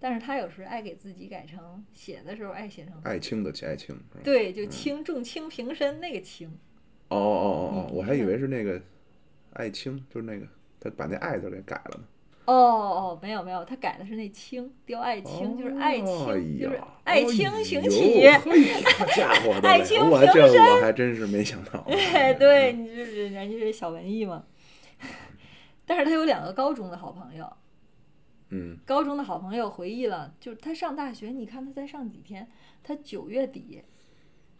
Speaker 5: 但是他有时爱给自己改成写的时候爱写成
Speaker 3: 爱卿的且爱卿是吧？
Speaker 5: 对，就清重清平身那个清，
Speaker 3: 哦哦哦哦，
Speaker 5: 嗯
Speaker 3: 我还以为是那个爱卿，就是那个他把那爱字给改了呢。
Speaker 5: 哦哦，没有没有，他改的是那青，雕爱青，就是爱青，
Speaker 3: 哎
Speaker 5: 就是
Speaker 3: 呀
Speaker 5: 爱青请 起。
Speaker 3: 哎呦嘿家伙的嘞，
Speaker 5: 爱卿
Speaker 3: 我
Speaker 5: 平
Speaker 3: 这
Speaker 5: 身
Speaker 3: 我还真是没想到。
Speaker 5: 对 对，你就是人家是小文艺嘛。 但是他有两个高中的好朋友，
Speaker 3: 嗯，
Speaker 5: 高中的好朋友回忆了，就是他上大学，你看他才上几天，他九月底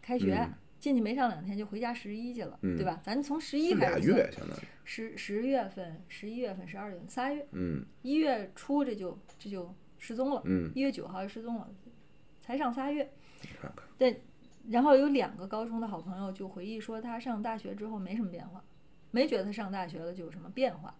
Speaker 5: 开学、
Speaker 3: 嗯
Speaker 5: 进去没上两天就回家十一去了，
Speaker 3: 嗯
Speaker 5: 对吧？咱从十一
Speaker 3: 是
Speaker 5: 开
Speaker 3: 俩
Speaker 5: 始
Speaker 3: 月
Speaker 5: 算，
Speaker 3: 相当于，
Speaker 5: 十十月份、十一月份、十二月份仨月，
Speaker 3: 嗯
Speaker 5: 一月初这就这就失踪了，
Speaker 3: 嗯，
Speaker 5: 一月九号就失踪了，才上仨月。
Speaker 3: 你看看，
Speaker 5: 对，然后有两个高中的好朋友就回忆说，他上大学之后没什么变化，没觉得他上大学了就有什么变化。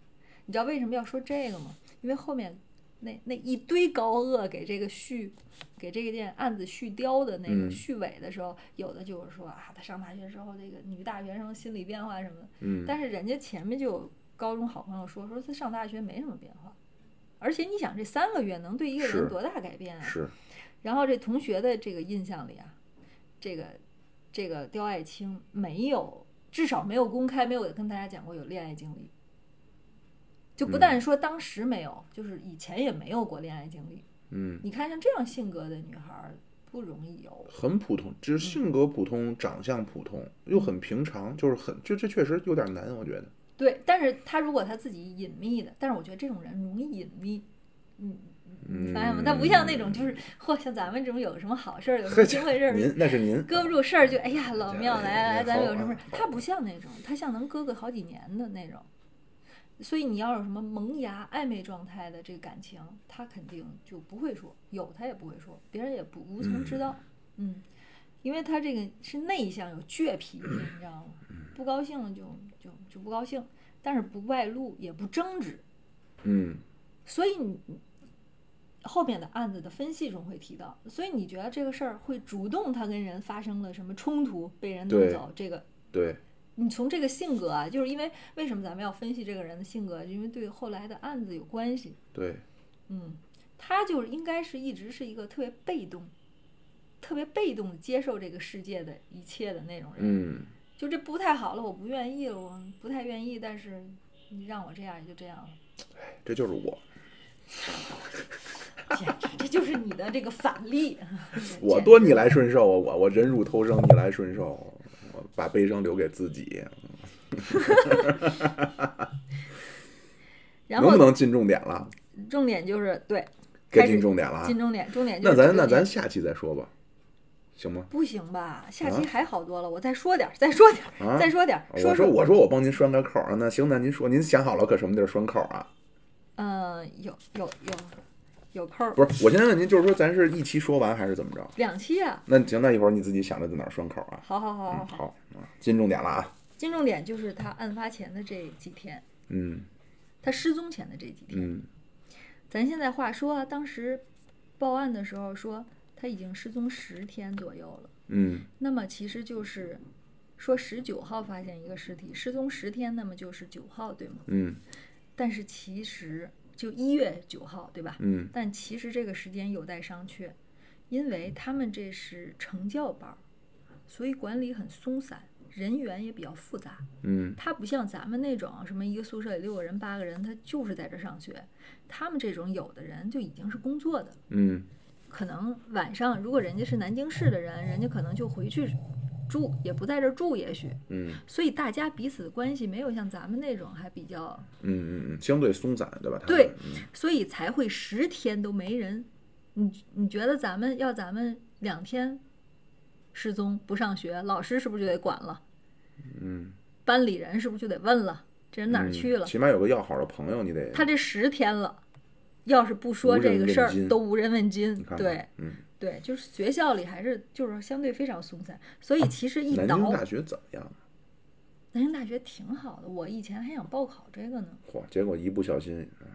Speaker 5: 你知道为什么要说这个吗？因为后面那那一堆高恶给这个续给这个件案子续貂的那个
Speaker 3: 嗯
Speaker 5: 续尾的时候，有的就是说啊，他上大学之后这个女大学生心理变化什么的，
Speaker 3: 嗯，
Speaker 5: 但是人家前面就有高中好朋友说，说他上大学没什么变化，而且你想这三个月能对一个
Speaker 3: 是
Speaker 5: 人多大改变啊？
Speaker 3: 是，
Speaker 5: 然后这同学的这个印象里啊，这个这个刁爱青没有，至少没有公开，没有跟大家讲过有恋爱经历。就不
Speaker 3: 嗯
Speaker 5: 但说当时没有，就是以前也没有过恋爱经历。
Speaker 3: 嗯，
Speaker 5: 你看像这样性格的女孩儿不容易有，
Speaker 3: 很普通，就是性格普通，长相普通，又很平常，就是很，这这确实有点难，我觉得。
Speaker 5: 对。但是她如果她自己隐秘的，但是我觉得这种人容易隐秘，嗯，你发现吗？她不像那种就是嚯，像咱们这种有什么好事儿，有什么
Speaker 3: 呵
Speaker 5: 机会事儿，
Speaker 3: 您那是您，
Speaker 5: 搁不住事儿就哎呀老庙来来来，咱们有什么事儿
Speaker 3: 好啊
Speaker 5: 他不像那种，他像能搁个好几年的那种。所以你要有什么萌芽、暧昧状态的这个感情，他肯定就不会说，有他也不会说，别人也不无从知道。嗯，因为他这个是内向，有倔脾气，你知道吗？
Speaker 3: 嗯
Speaker 5: 不高兴了就就就不高兴，但是不外露，也不争执。
Speaker 3: 嗯，
Speaker 5: 所以你后面的案子的分析中会提到，所以你觉得这个事儿会主动他跟人发生了什么冲突，被人弄
Speaker 3: 对
Speaker 5: 走？这个
Speaker 3: 对，
Speaker 5: 你从这个性格啊，就是因为为什么咱们要分析这个人的性格，因为对后来的案子有关系。
Speaker 3: 对，
Speaker 5: 嗯，他就是应该是一直是一个特别被动、特别被动地接受这个世界的一切的那种人。
Speaker 3: 嗯，
Speaker 5: 就这不太好了，我不愿意了，我不太愿意，但是你让我这样也就这样了。
Speaker 3: 这就是我，
Speaker 5: 简直这就是你的这个反例。
Speaker 3: 我
Speaker 5: 简
Speaker 3: 多
Speaker 5: 直
Speaker 3: 逆来顺受啊，我我忍辱偷生，逆来顺受，我把悲伤留给自己，
Speaker 5: 然
Speaker 3: 能
Speaker 5: 后
Speaker 3: 不能进重点了？
Speaker 5: 重点就是对，
Speaker 3: 该
Speaker 5: 开始
Speaker 3: 进重点了啊
Speaker 5: 进！重点，重点就
Speaker 3: 那
Speaker 5: 是
Speaker 3: 咱
Speaker 5: 纠
Speaker 3: 那
Speaker 5: 结
Speaker 3: 咱下期再说吧，行吗？
Speaker 5: 不行吧？下期
Speaker 3: 啊
Speaker 5: 还好多了，我再说点儿，再说点儿，
Speaker 3: 啊，
Speaker 5: 再说点儿，
Speaker 3: 我
Speaker 5: 说
Speaker 3: 说我说我帮您拴个扣儿啊，那行，那您说您想好了可什么地儿拴扣儿啊？
Speaker 5: 呃，有有有有扣儿，
Speaker 3: 不是，我先问您，就是说咱是一期说完还是怎么着？
Speaker 5: 两期啊。
Speaker 3: 那行，那一会儿你自己想着在哪儿拴口啊？
Speaker 5: 好好好好
Speaker 3: 嗯，
Speaker 5: 好，
Speaker 3: 好，嗯进重点了啊。
Speaker 5: 金重点就是他案发前的这几天，
Speaker 3: 嗯
Speaker 5: 他失踪前的这几天。
Speaker 3: 嗯
Speaker 5: 咱现在话说啊，当时报案的时候说他已经失踪十天左右了，
Speaker 3: 嗯
Speaker 5: 那么其实就是说十九号发现一个尸体，失踪十天，那么就是九号，对吗？
Speaker 3: 嗯
Speaker 5: 但是其实就一月九号，对吧？
Speaker 3: 嗯
Speaker 5: 但其实这个时间有待商榷，因为他们这是成教班儿，所以管理很松散，人员也比较复杂。
Speaker 3: 嗯
Speaker 5: 它不像咱们那种什么一个宿舍里六个人、八个人，他就是在这上学。他们这种有的人就已经是工作的，
Speaker 3: 嗯
Speaker 5: 可能晚上如果人家是南京市的人，人家可能就回去住，也不在这儿住，也许。
Speaker 3: 嗯
Speaker 5: 所以大家彼此的关系没有像咱们那种还比较，
Speaker 3: 嗯嗯嗯，相对松散，对吧？他
Speaker 5: 对
Speaker 3: 们，嗯
Speaker 5: 所以才会十天都没人。你你觉得咱们要咱们两天失踪不上学，老师是不是就得管了？
Speaker 3: 嗯，
Speaker 5: 班里人是不是就得问了？这人哪儿
Speaker 3: 嗯
Speaker 5: 去了？
Speaker 3: 起码有个要好的朋友，你得
Speaker 5: 他这十天了，要是不说
Speaker 3: 无人
Speaker 5: 这个事
Speaker 3: 问津
Speaker 5: 儿，都无人问津
Speaker 3: 你。看看
Speaker 5: 对，
Speaker 3: 嗯，
Speaker 5: 对，就是学校里还是就是相对非常松散，所以其实一
Speaker 3: 啊南
Speaker 5: 倒，
Speaker 3: 京大学怎么样？
Speaker 5: 南京大学挺好的，我以前还想报考这个呢，
Speaker 3: 嚯，结果一不小心，嗯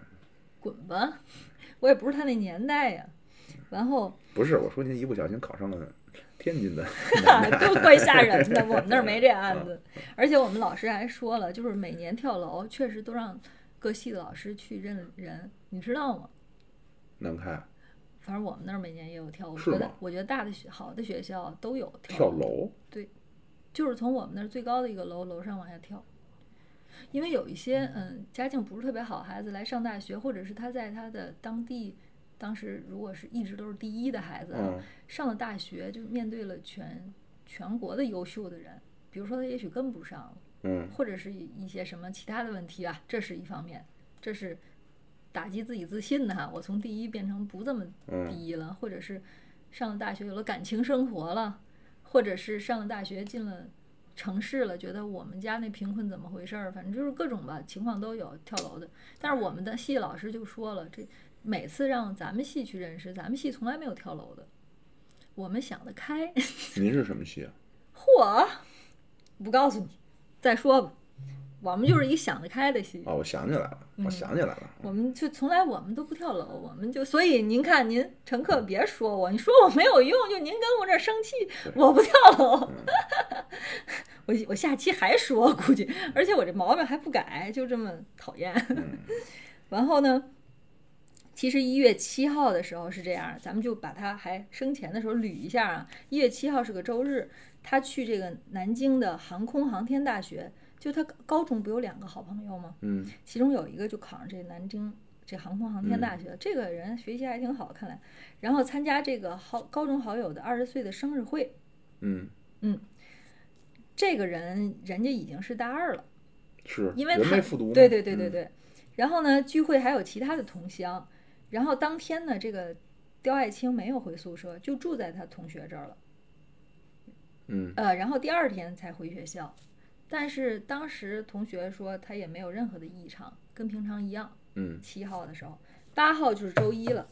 Speaker 5: 滚吧， 我也不是他那年代呀。然后
Speaker 3: 不是我说您一不小心考上了天津的，
Speaker 5: 都怪吓人 的，我们那儿没这案子，而且我们老师还说了，就是每年跳楼确实都让各系的老师去认人，你知道吗？
Speaker 3: 南开啊
Speaker 5: 反正我们那儿每年也有跳，我
Speaker 3: 是
Speaker 5: 觉得
Speaker 3: 吗
Speaker 5: 我觉得大的学好的学校都有
Speaker 3: 跳楼，
Speaker 5: 就是从我们那儿最高的一个楼楼上往下跳。因为有一些嗯家境不是特别好孩子来上大学，或者是他在他的当地，当时如果是一直都是第一的孩子啊，
Speaker 3: 嗯
Speaker 5: 上了大学就面对了全全国的优秀的人，比如说他也许跟不上了，
Speaker 3: 嗯
Speaker 5: 或者是一些什么其他的问题啊，这是一方面，这是打击自己自信的哈。我从第一变成不这么
Speaker 3: 嗯
Speaker 5: 第一了，或者是上了大学有了感情生活了，或者是上了大学进了城市了，觉得我们家那贫困怎么回事儿，反正就是各种吧情况都有跳楼的。但是我们的系老师就说了，这每次让咱们系去认识，咱们系从来没有跳楼的，我们想得开。
Speaker 3: 您是什么系啊？
Speaker 5: 嚯，不告诉你，再说吧。我们就是一想得开的戏，
Speaker 3: 哦，我想起来了，
Speaker 5: 嗯
Speaker 3: 我想起来了，
Speaker 5: 我们就从来我们都不跳楼，我们就所以您看您乘客别说我，你说我没有用，就您跟我这儿生气，我不跳楼。 我我下期还说，估计， 而且我这毛病还不改，就这么讨厌。
Speaker 3: 嗯
Speaker 5: 然后呢，其实一月七号的时候是这样，咱们就把它还生前的时候捋一下啊。一月七号是个周日，他去这个南京的航空航天大学，就他高中不有两个好朋友吗？
Speaker 3: 嗯
Speaker 5: 其中有一个就考上这南京这航空航天大学，这个人学习还挺好，看来。然后参加这个好高中好友的二十岁的生日会，
Speaker 3: 嗯，
Speaker 5: 这个人人家已经是大二了，
Speaker 3: 是
Speaker 5: 因为
Speaker 3: 人
Speaker 5: 他
Speaker 3: 类复读嘛，
Speaker 5: 对对对对
Speaker 3: 嗯，
Speaker 5: 对。然后呢，聚会还有其他的同乡。然后当天呢，这个刁爱青没有回宿舍，就住在他同学这儿了。
Speaker 3: 嗯
Speaker 5: 呃，然后第二天才回学校。但是当时同学说他也没有任何的异常，跟平常一样。
Speaker 3: 嗯
Speaker 5: 七号的时候，八号就是周一了，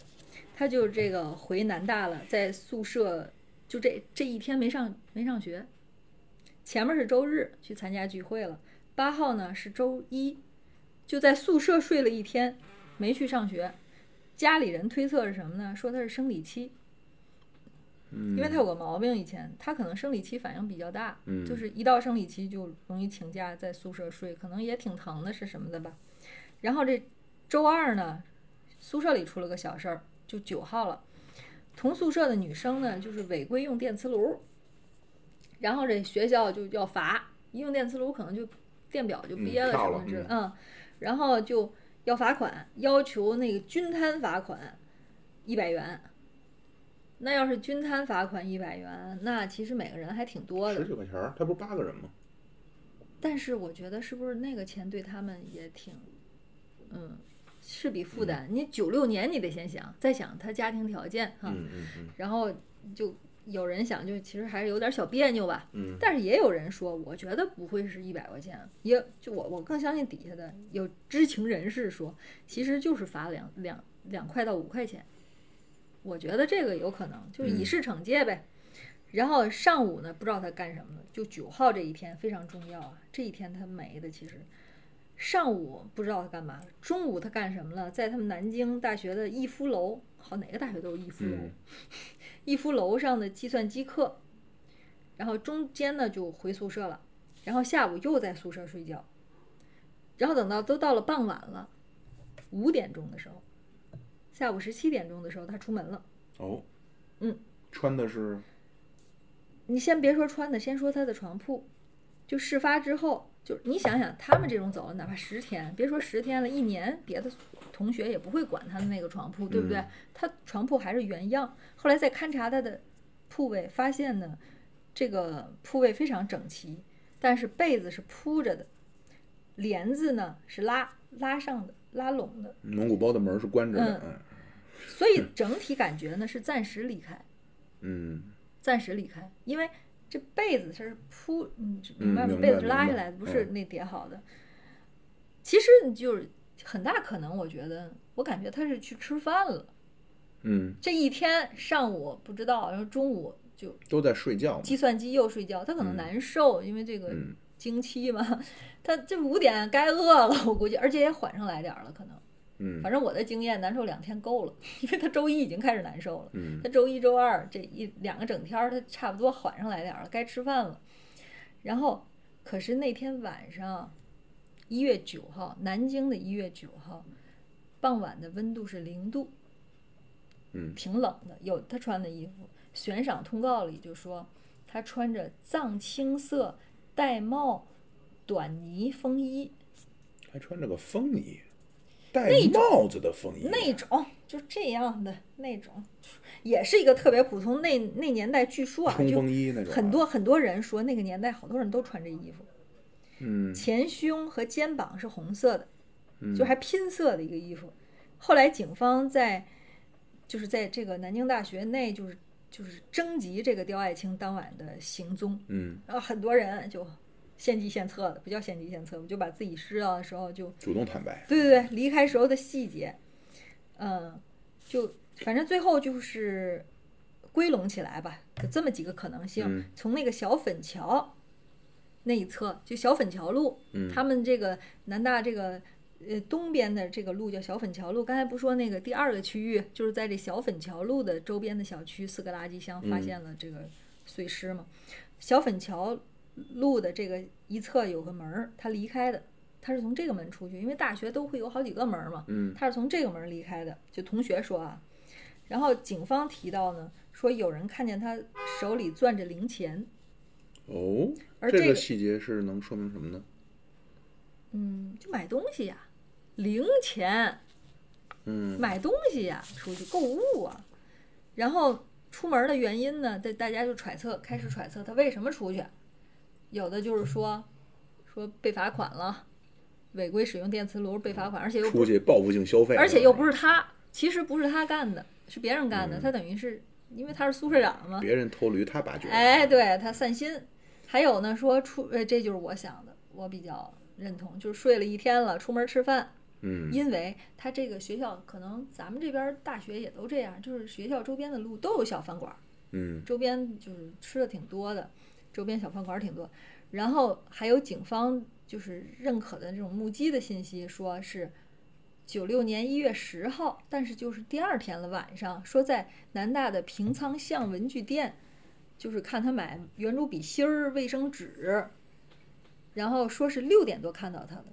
Speaker 5: 他就这个回南大了，在宿舍就这这一天没上没上学，前面是周日去参加聚会了，八号呢是周一，就在宿舍睡了一天，没去上学。家里人推测是什么呢？说他是生理期，
Speaker 3: 嗯，
Speaker 5: 因为他有个毛病，以前他可能生理期反应比较大，
Speaker 3: 嗯
Speaker 5: 就是一到生理期就容易请假在宿舍睡，可能也挺疼的，是什么的吧。然后这周二呢，宿舍里出了个小事儿，就九号了，同宿舍的女生呢就是违规用电磁炉，然后这学校就要罚，一用电磁炉可能就电表就憋
Speaker 3: 嗯
Speaker 5: 了
Speaker 3: 跳
Speaker 5: 什
Speaker 3: 了
Speaker 5: 么之类，嗯，然后就要罚款，要求那个均摊罚款一百元。那要是均摊罚款一百元，那其实每个人还挺多的
Speaker 3: 十。几块钱儿，他不是八个人吗？
Speaker 5: 但是我觉得是不是那个钱对他们也挺，嗯，是笔
Speaker 3: 嗯
Speaker 5: 负啊担。你九六年你得先想，再想他家庭条件哈，
Speaker 3: 嗯嗯嗯
Speaker 5: 然后就有人想就其实还是有点小别扭吧，
Speaker 3: 嗯
Speaker 5: 但是也有人说，我觉得不会是一百块钱，也就我我更相信底下的有知情人士说，其实就是罚两两两块到五块钱，我觉得这个有可能就是以
Speaker 3: 嗯
Speaker 5: 示惩戒呗。然后上午呢，不知道他干什么了，就九号这一天非常重要啊，这一天他没的其实。上午不知道他干嘛了，中午他干什么了？在他们南京大学的逸夫楼，好哪个大学都有逸夫楼，
Speaker 3: 嗯
Speaker 5: 逸夫楼上的计算机课，然后中间呢就回宿舍了，然后下午又在宿舍睡觉，然后等到都到了傍晚了，五点钟的时候，下午十七点钟的时候他出门了。
Speaker 3: 哦，
Speaker 5: 嗯，
Speaker 3: 穿的是
Speaker 5: 你先别说穿的，先说他的床铺。就事发之后，就你想想，他们这种走了哪怕十天，别说十天了，一年，别的同学也不会管他的那个床铺，对不对？
Speaker 3: 嗯
Speaker 5: 他床铺还是原样。后来再勘察他的铺位，发现呢，这个铺位非常整齐，但是被子是铺着的，帘子呢是拉拉上的、拉拢的，
Speaker 3: 蒙古包的门是关着的，嗯
Speaker 5: 所以整体感觉呢是暂时离开。
Speaker 3: 嗯
Speaker 5: 暂时离开，因为这被子它是铺，你
Speaker 3: 嗯
Speaker 5: 明白吗？
Speaker 3: 明白
Speaker 5: 被子是拉
Speaker 3: 明
Speaker 5: 下
Speaker 3: 白
Speaker 5: 来的，不是
Speaker 3: 嗯
Speaker 5: 那叠好的。其实你就是很大可能，我觉得，我感觉他是去吃饭了。
Speaker 3: 嗯，
Speaker 5: 这一天上午不知道，然后中午就
Speaker 3: 都在睡觉嘛，
Speaker 5: 计算机又睡觉，他可能
Speaker 3: 嗯
Speaker 5: 难受，因为这个
Speaker 3: 嗯
Speaker 5: 经期嘛。他这五点该饿了，我估计，而且也缓上来点儿了，可能。
Speaker 3: 嗯
Speaker 5: 反正我的经验，难受两天够了，因为他周一已经开始难受了。
Speaker 3: 嗯
Speaker 5: 他周一周二这一两个整天儿，他差不多缓上来点儿了，该吃饭了。然后，可是那天晚上，一月九号，南京的一月九号，傍晚的温度是零度，
Speaker 3: 嗯
Speaker 5: 挺冷的。有他穿的衣服，悬赏通告里就说他穿着藏青色玳瑁短呢风衣，
Speaker 3: 还穿着个风衣，戴
Speaker 5: 那种
Speaker 3: 帽子的风衣，啊
Speaker 5: 那种就这样的那种，也是一个特别普通。那那年代据说啊，
Speaker 3: 冲
Speaker 5: 就
Speaker 3: 锋衣那种啊，
Speaker 5: 很多很多人说那个年代好多人都穿这衣服，
Speaker 3: 嗯
Speaker 5: 前胸和肩膀是红色的，
Speaker 3: 嗯
Speaker 5: 就还拼色的一个衣服。后来警方在就是在这个南京大学内就是就是征集这个刁爱青当晚的行踪，
Speaker 3: 嗯
Speaker 5: 然后很多人就献计献策的，不叫献计献策，就把自己知道的时候就
Speaker 3: 主动坦白，
Speaker 5: 对对对，离开时候的细节，嗯，就反正最后就是归拢起来吧，有这么几个可能性。
Speaker 3: 嗯
Speaker 5: 从那个小粉桥那一侧，就小粉桥路，
Speaker 3: 嗯
Speaker 5: 他们这个南大这个呃东边的这个路叫小粉桥路。刚才不是说那个第二个区域，就是在这小粉桥路的周边的小区，四个垃圾箱发
Speaker 3: 嗯
Speaker 5: 现了这个碎尸嘛。小粉桥路的这个一侧有个门儿，他离开的，他是从这个门出去，因为大学都会有好几个门儿嘛，
Speaker 3: 嗯
Speaker 5: 他是从这个门儿离开的。就同学说啊，然后警方提到呢，说有人看见他手里攥着零钱，
Speaker 3: 哦，
Speaker 5: 而
Speaker 3: 这
Speaker 5: 这个
Speaker 3: 个细节是能说明什么呢？
Speaker 5: 嗯，就买东西呀、零钱
Speaker 3: 嗯
Speaker 5: 买东西呀、出去购物啊，然后出门的原因呢，大大家就揣测，开始揣测他为什么出去，有的就是说说被罚款了，违规使用电磁炉被罚款，而且又不
Speaker 3: 出去报复性消费，
Speaker 5: 而且又不
Speaker 3: 是
Speaker 5: 是他，其实不是他干的，是别人干的。
Speaker 3: 嗯
Speaker 5: 他等于是因为他是苏社长嘛，
Speaker 3: 别人偷驴他把角，
Speaker 5: 哎，，对他散心。还有呢，说出呃，这就是我想的，我比较认同，就是睡了一天了，出门吃饭，
Speaker 3: 嗯
Speaker 5: 因为他这个学校可能咱们这边大学也都这样，就是学校周边的路都有小饭馆儿，
Speaker 3: 嗯
Speaker 5: 周边就是吃的挺多的，周边小饭馆儿挺多。然后还有警方就是认可的这种目击的信息，说是九六年一月十号，但是就是第二天了晚上，说在南大的平仓巷文具店，就是看他买圆珠笔芯儿、卫生纸，然后说是六点多看到他的。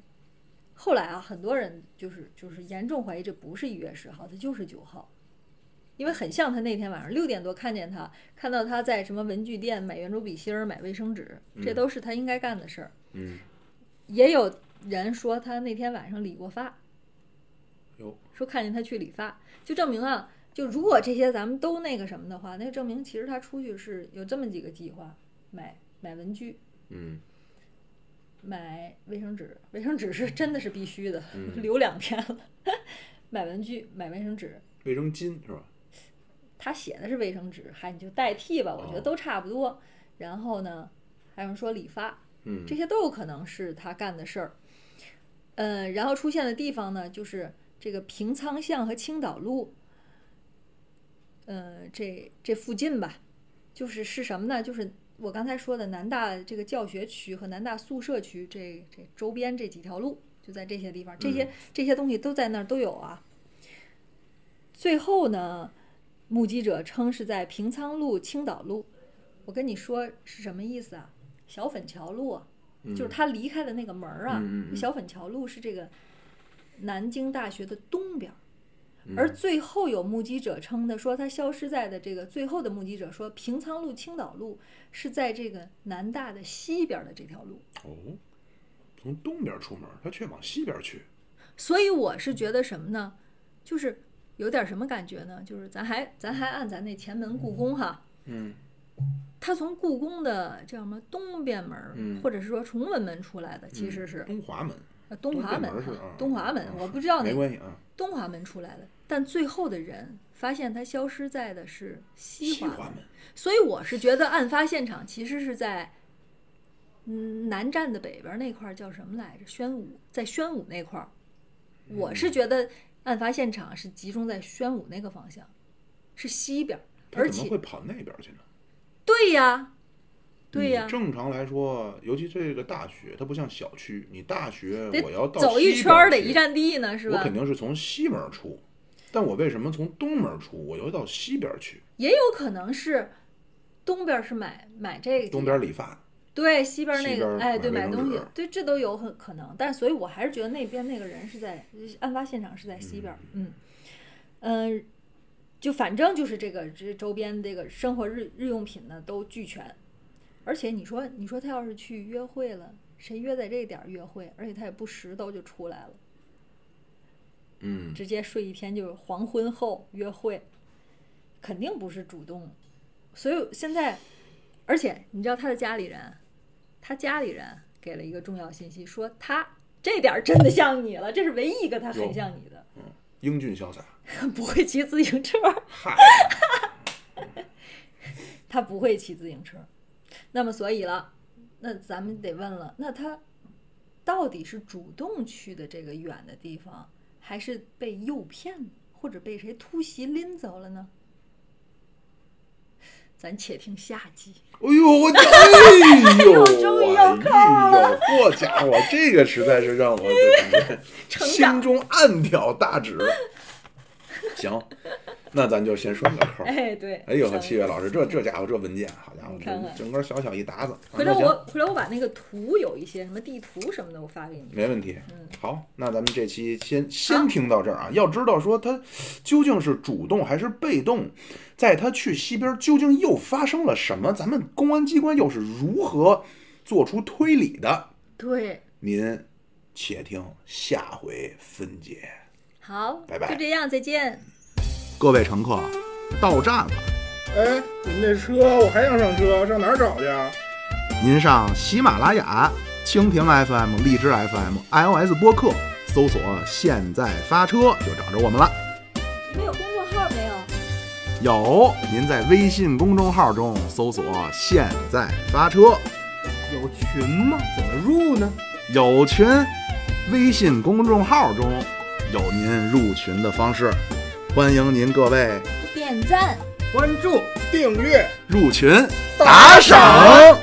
Speaker 5: 后来啊，很多人就是就是严重怀疑这不是一月十号，他就是九号，因为很像他那天晚上六点多看见他，看到他在什么文具店买圆珠笔芯儿、买卫生纸，这
Speaker 3: 嗯
Speaker 5: 都是他应该干的事儿。
Speaker 3: 嗯，
Speaker 5: 也有人说他那天晚上理过发，
Speaker 3: 哟，
Speaker 5: 说看见他去理发，就证明啊，就如果这些咱们都那个什么的话，那就证明其实他出去是有这么几个计划：买买文具，
Speaker 3: 嗯
Speaker 5: 买卫生纸，卫生纸是真的是必须的，
Speaker 3: 嗯
Speaker 5: 留两天了；买文具，买卫生纸，
Speaker 3: 卫生巾是吧？
Speaker 5: 他写的是卫生纸，嗨，你就代替吧，
Speaker 3: 哦
Speaker 5: 我觉得都差不多。然后呢，还有人说理发，
Speaker 6: 嗯
Speaker 5: 这些都有可能是他干的事儿。呃，然后出现的地方呢，就是这个平仓巷和青岛路，呃，这这附近吧，就是是什么呢？就是我刚才说的南大这个教学区和南大宿舍区这这周边这几条路，就在这些地方，这些、这些东西都在那儿都有啊。最后呢，目击者称是在平仓路、青岛路。我跟你说是什么意思啊？小粉桥路啊，就是他离开的那个门儿啊。
Speaker 6: 嗯嗯嗯嗯
Speaker 5: 小粉桥路是这个南京大学的东边儿。
Speaker 6: 嗯
Speaker 5: 而最后有目击者称的说，他消失在的这个最后的目击者说，平仓路、青岛路是在这个南大的西边儿的这条路。
Speaker 3: 哦，从东边出门，他却往西边去。
Speaker 5: 所以我是觉得什么呢？就是有点什么感觉呢？就是咱还咱还按咱那前门故宫哈，
Speaker 6: 嗯，
Speaker 5: 它从故宫的叫什么东边门儿，
Speaker 6: 嗯
Speaker 5: 或者是说崇文门出来的，其实是、
Speaker 3: 东华门，
Speaker 5: 呃东华
Speaker 3: 嗯东边
Speaker 5: 门
Speaker 3: 门
Speaker 5: 哈
Speaker 3: 是啊
Speaker 5: 东华门
Speaker 3: 啊，
Speaker 5: 我不知道
Speaker 3: 没
Speaker 5: 那
Speaker 3: 关系啊。
Speaker 5: 东华门出来的，但最后的人发现他消失在的是西
Speaker 3: 西
Speaker 5: 华
Speaker 3: 华门，
Speaker 5: 所以我是觉得案发现场其实是在，嗯，南站的北边儿那块儿叫什么来着？宣武，在宣武那块儿，
Speaker 3: 嗯
Speaker 5: 我是觉得案发现场是集中在宣武那个方向，是西边儿，
Speaker 3: 他
Speaker 5: 而
Speaker 3: 怎么
Speaker 5: 且
Speaker 3: 会跑那边去呢？
Speaker 5: 对呀，对呀
Speaker 3: 你，正常来说，尤其这个大学，它不像小区，你大学
Speaker 5: 得
Speaker 3: 我要到
Speaker 5: 走一
Speaker 3: 西
Speaker 5: 圈儿得
Speaker 3: 边去
Speaker 5: 一站地呢，是
Speaker 3: 我
Speaker 5: 吧
Speaker 3: 肯？定是从西门出，但我为什么从东门出，我又到西边去？
Speaker 5: 也有可能是东边儿是买买这个去
Speaker 3: 东边理发，
Speaker 5: 对，西边儿那
Speaker 3: 西边
Speaker 5: 个，
Speaker 3: 儿
Speaker 5: 哎，
Speaker 3: 买
Speaker 5: 对，
Speaker 3: 卫
Speaker 5: 买
Speaker 3: 生
Speaker 5: 东西
Speaker 3: 纸，
Speaker 5: 对，这都有很可能。但所以我还是觉得那边那个人是在案发现场是在西边儿，嗯，嗯、就反正就是这个这周边这个生活日日用品呢都俱全，而且你说你说他要是去约会了，谁约在这点儿约会？而且他也不拾掇就出来了，
Speaker 3: 嗯，
Speaker 5: 直接睡一天就是黄昏后约会，肯定不是主动。所以现在，而且你知道他的家里人，他家里人给了一个重要信息，说他这点儿真的像你了，这是唯一一个他很像你的，
Speaker 3: 英俊潇洒。
Speaker 5: 不会骑自行车，
Speaker 3: 嗨，
Speaker 5: 他不会骑自行车。那么所以了，那咱们得问了，那他到底是主动去的这个远的地方，还是被诱骗，或者被谁突袭拎走了呢？咱且听下集。
Speaker 3: 哎呦，我这， 哎呦，
Speaker 5: 终于
Speaker 3: 哎
Speaker 5: 要
Speaker 3: 呦，好家伙，这个实在是让我这
Speaker 5: 成
Speaker 3: 心
Speaker 5: 长
Speaker 3: 中暗挑大 指。行，那咱就先说到这扣。
Speaker 5: 哎，对，
Speaker 3: 哎呦，
Speaker 5: 咱们
Speaker 3: 七月老师，这这家伙这文件，好家伙，
Speaker 5: 你看
Speaker 3: 这
Speaker 5: 看
Speaker 3: 整个小小一沓子。啊
Speaker 5: 回
Speaker 3: 那
Speaker 5: 头
Speaker 3: 行
Speaker 5: 我回头我把那个图有一些什么地图什么的，我发给你。
Speaker 3: 没问题
Speaker 5: 嗯。
Speaker 3: 好，那咱们这期先先听到这儿啊。要知道说他究竟是主动还是被动，在他去西边究竟又发生了什么，咱们公安机关又是如何做出推理的？
Speaker 5: 对，
Speaker 3: 您且听下回分解。
Speaker 5: 好，
Speaker 3: 拜拜
Speaker 5: 就这样，再见。
Speaker 3: 各位乘客，到站了，
Speaker 2: 哎，你们这车我还想上车，上哪儿找去啊？
Speaker 3: 您上喜马拉雅、蜻蜓 FM、荔枝 FM、iOS 播客搜索“现在发车”就找着我们了。
Speaker 5: 你们有公众号没有？
Speaker 3: 有，您在微信公众号中搜索“现在发车
Speaker 6: 有群吗？怎么入呢？”，
Speaker 3: 有群，微信公众号中有您入群的方式，欢迎您各位
Speaker 5: 点赞。
Speaker 6: 关注。
Speaker 3: 订阅、入群、
Speaker 2: 打赏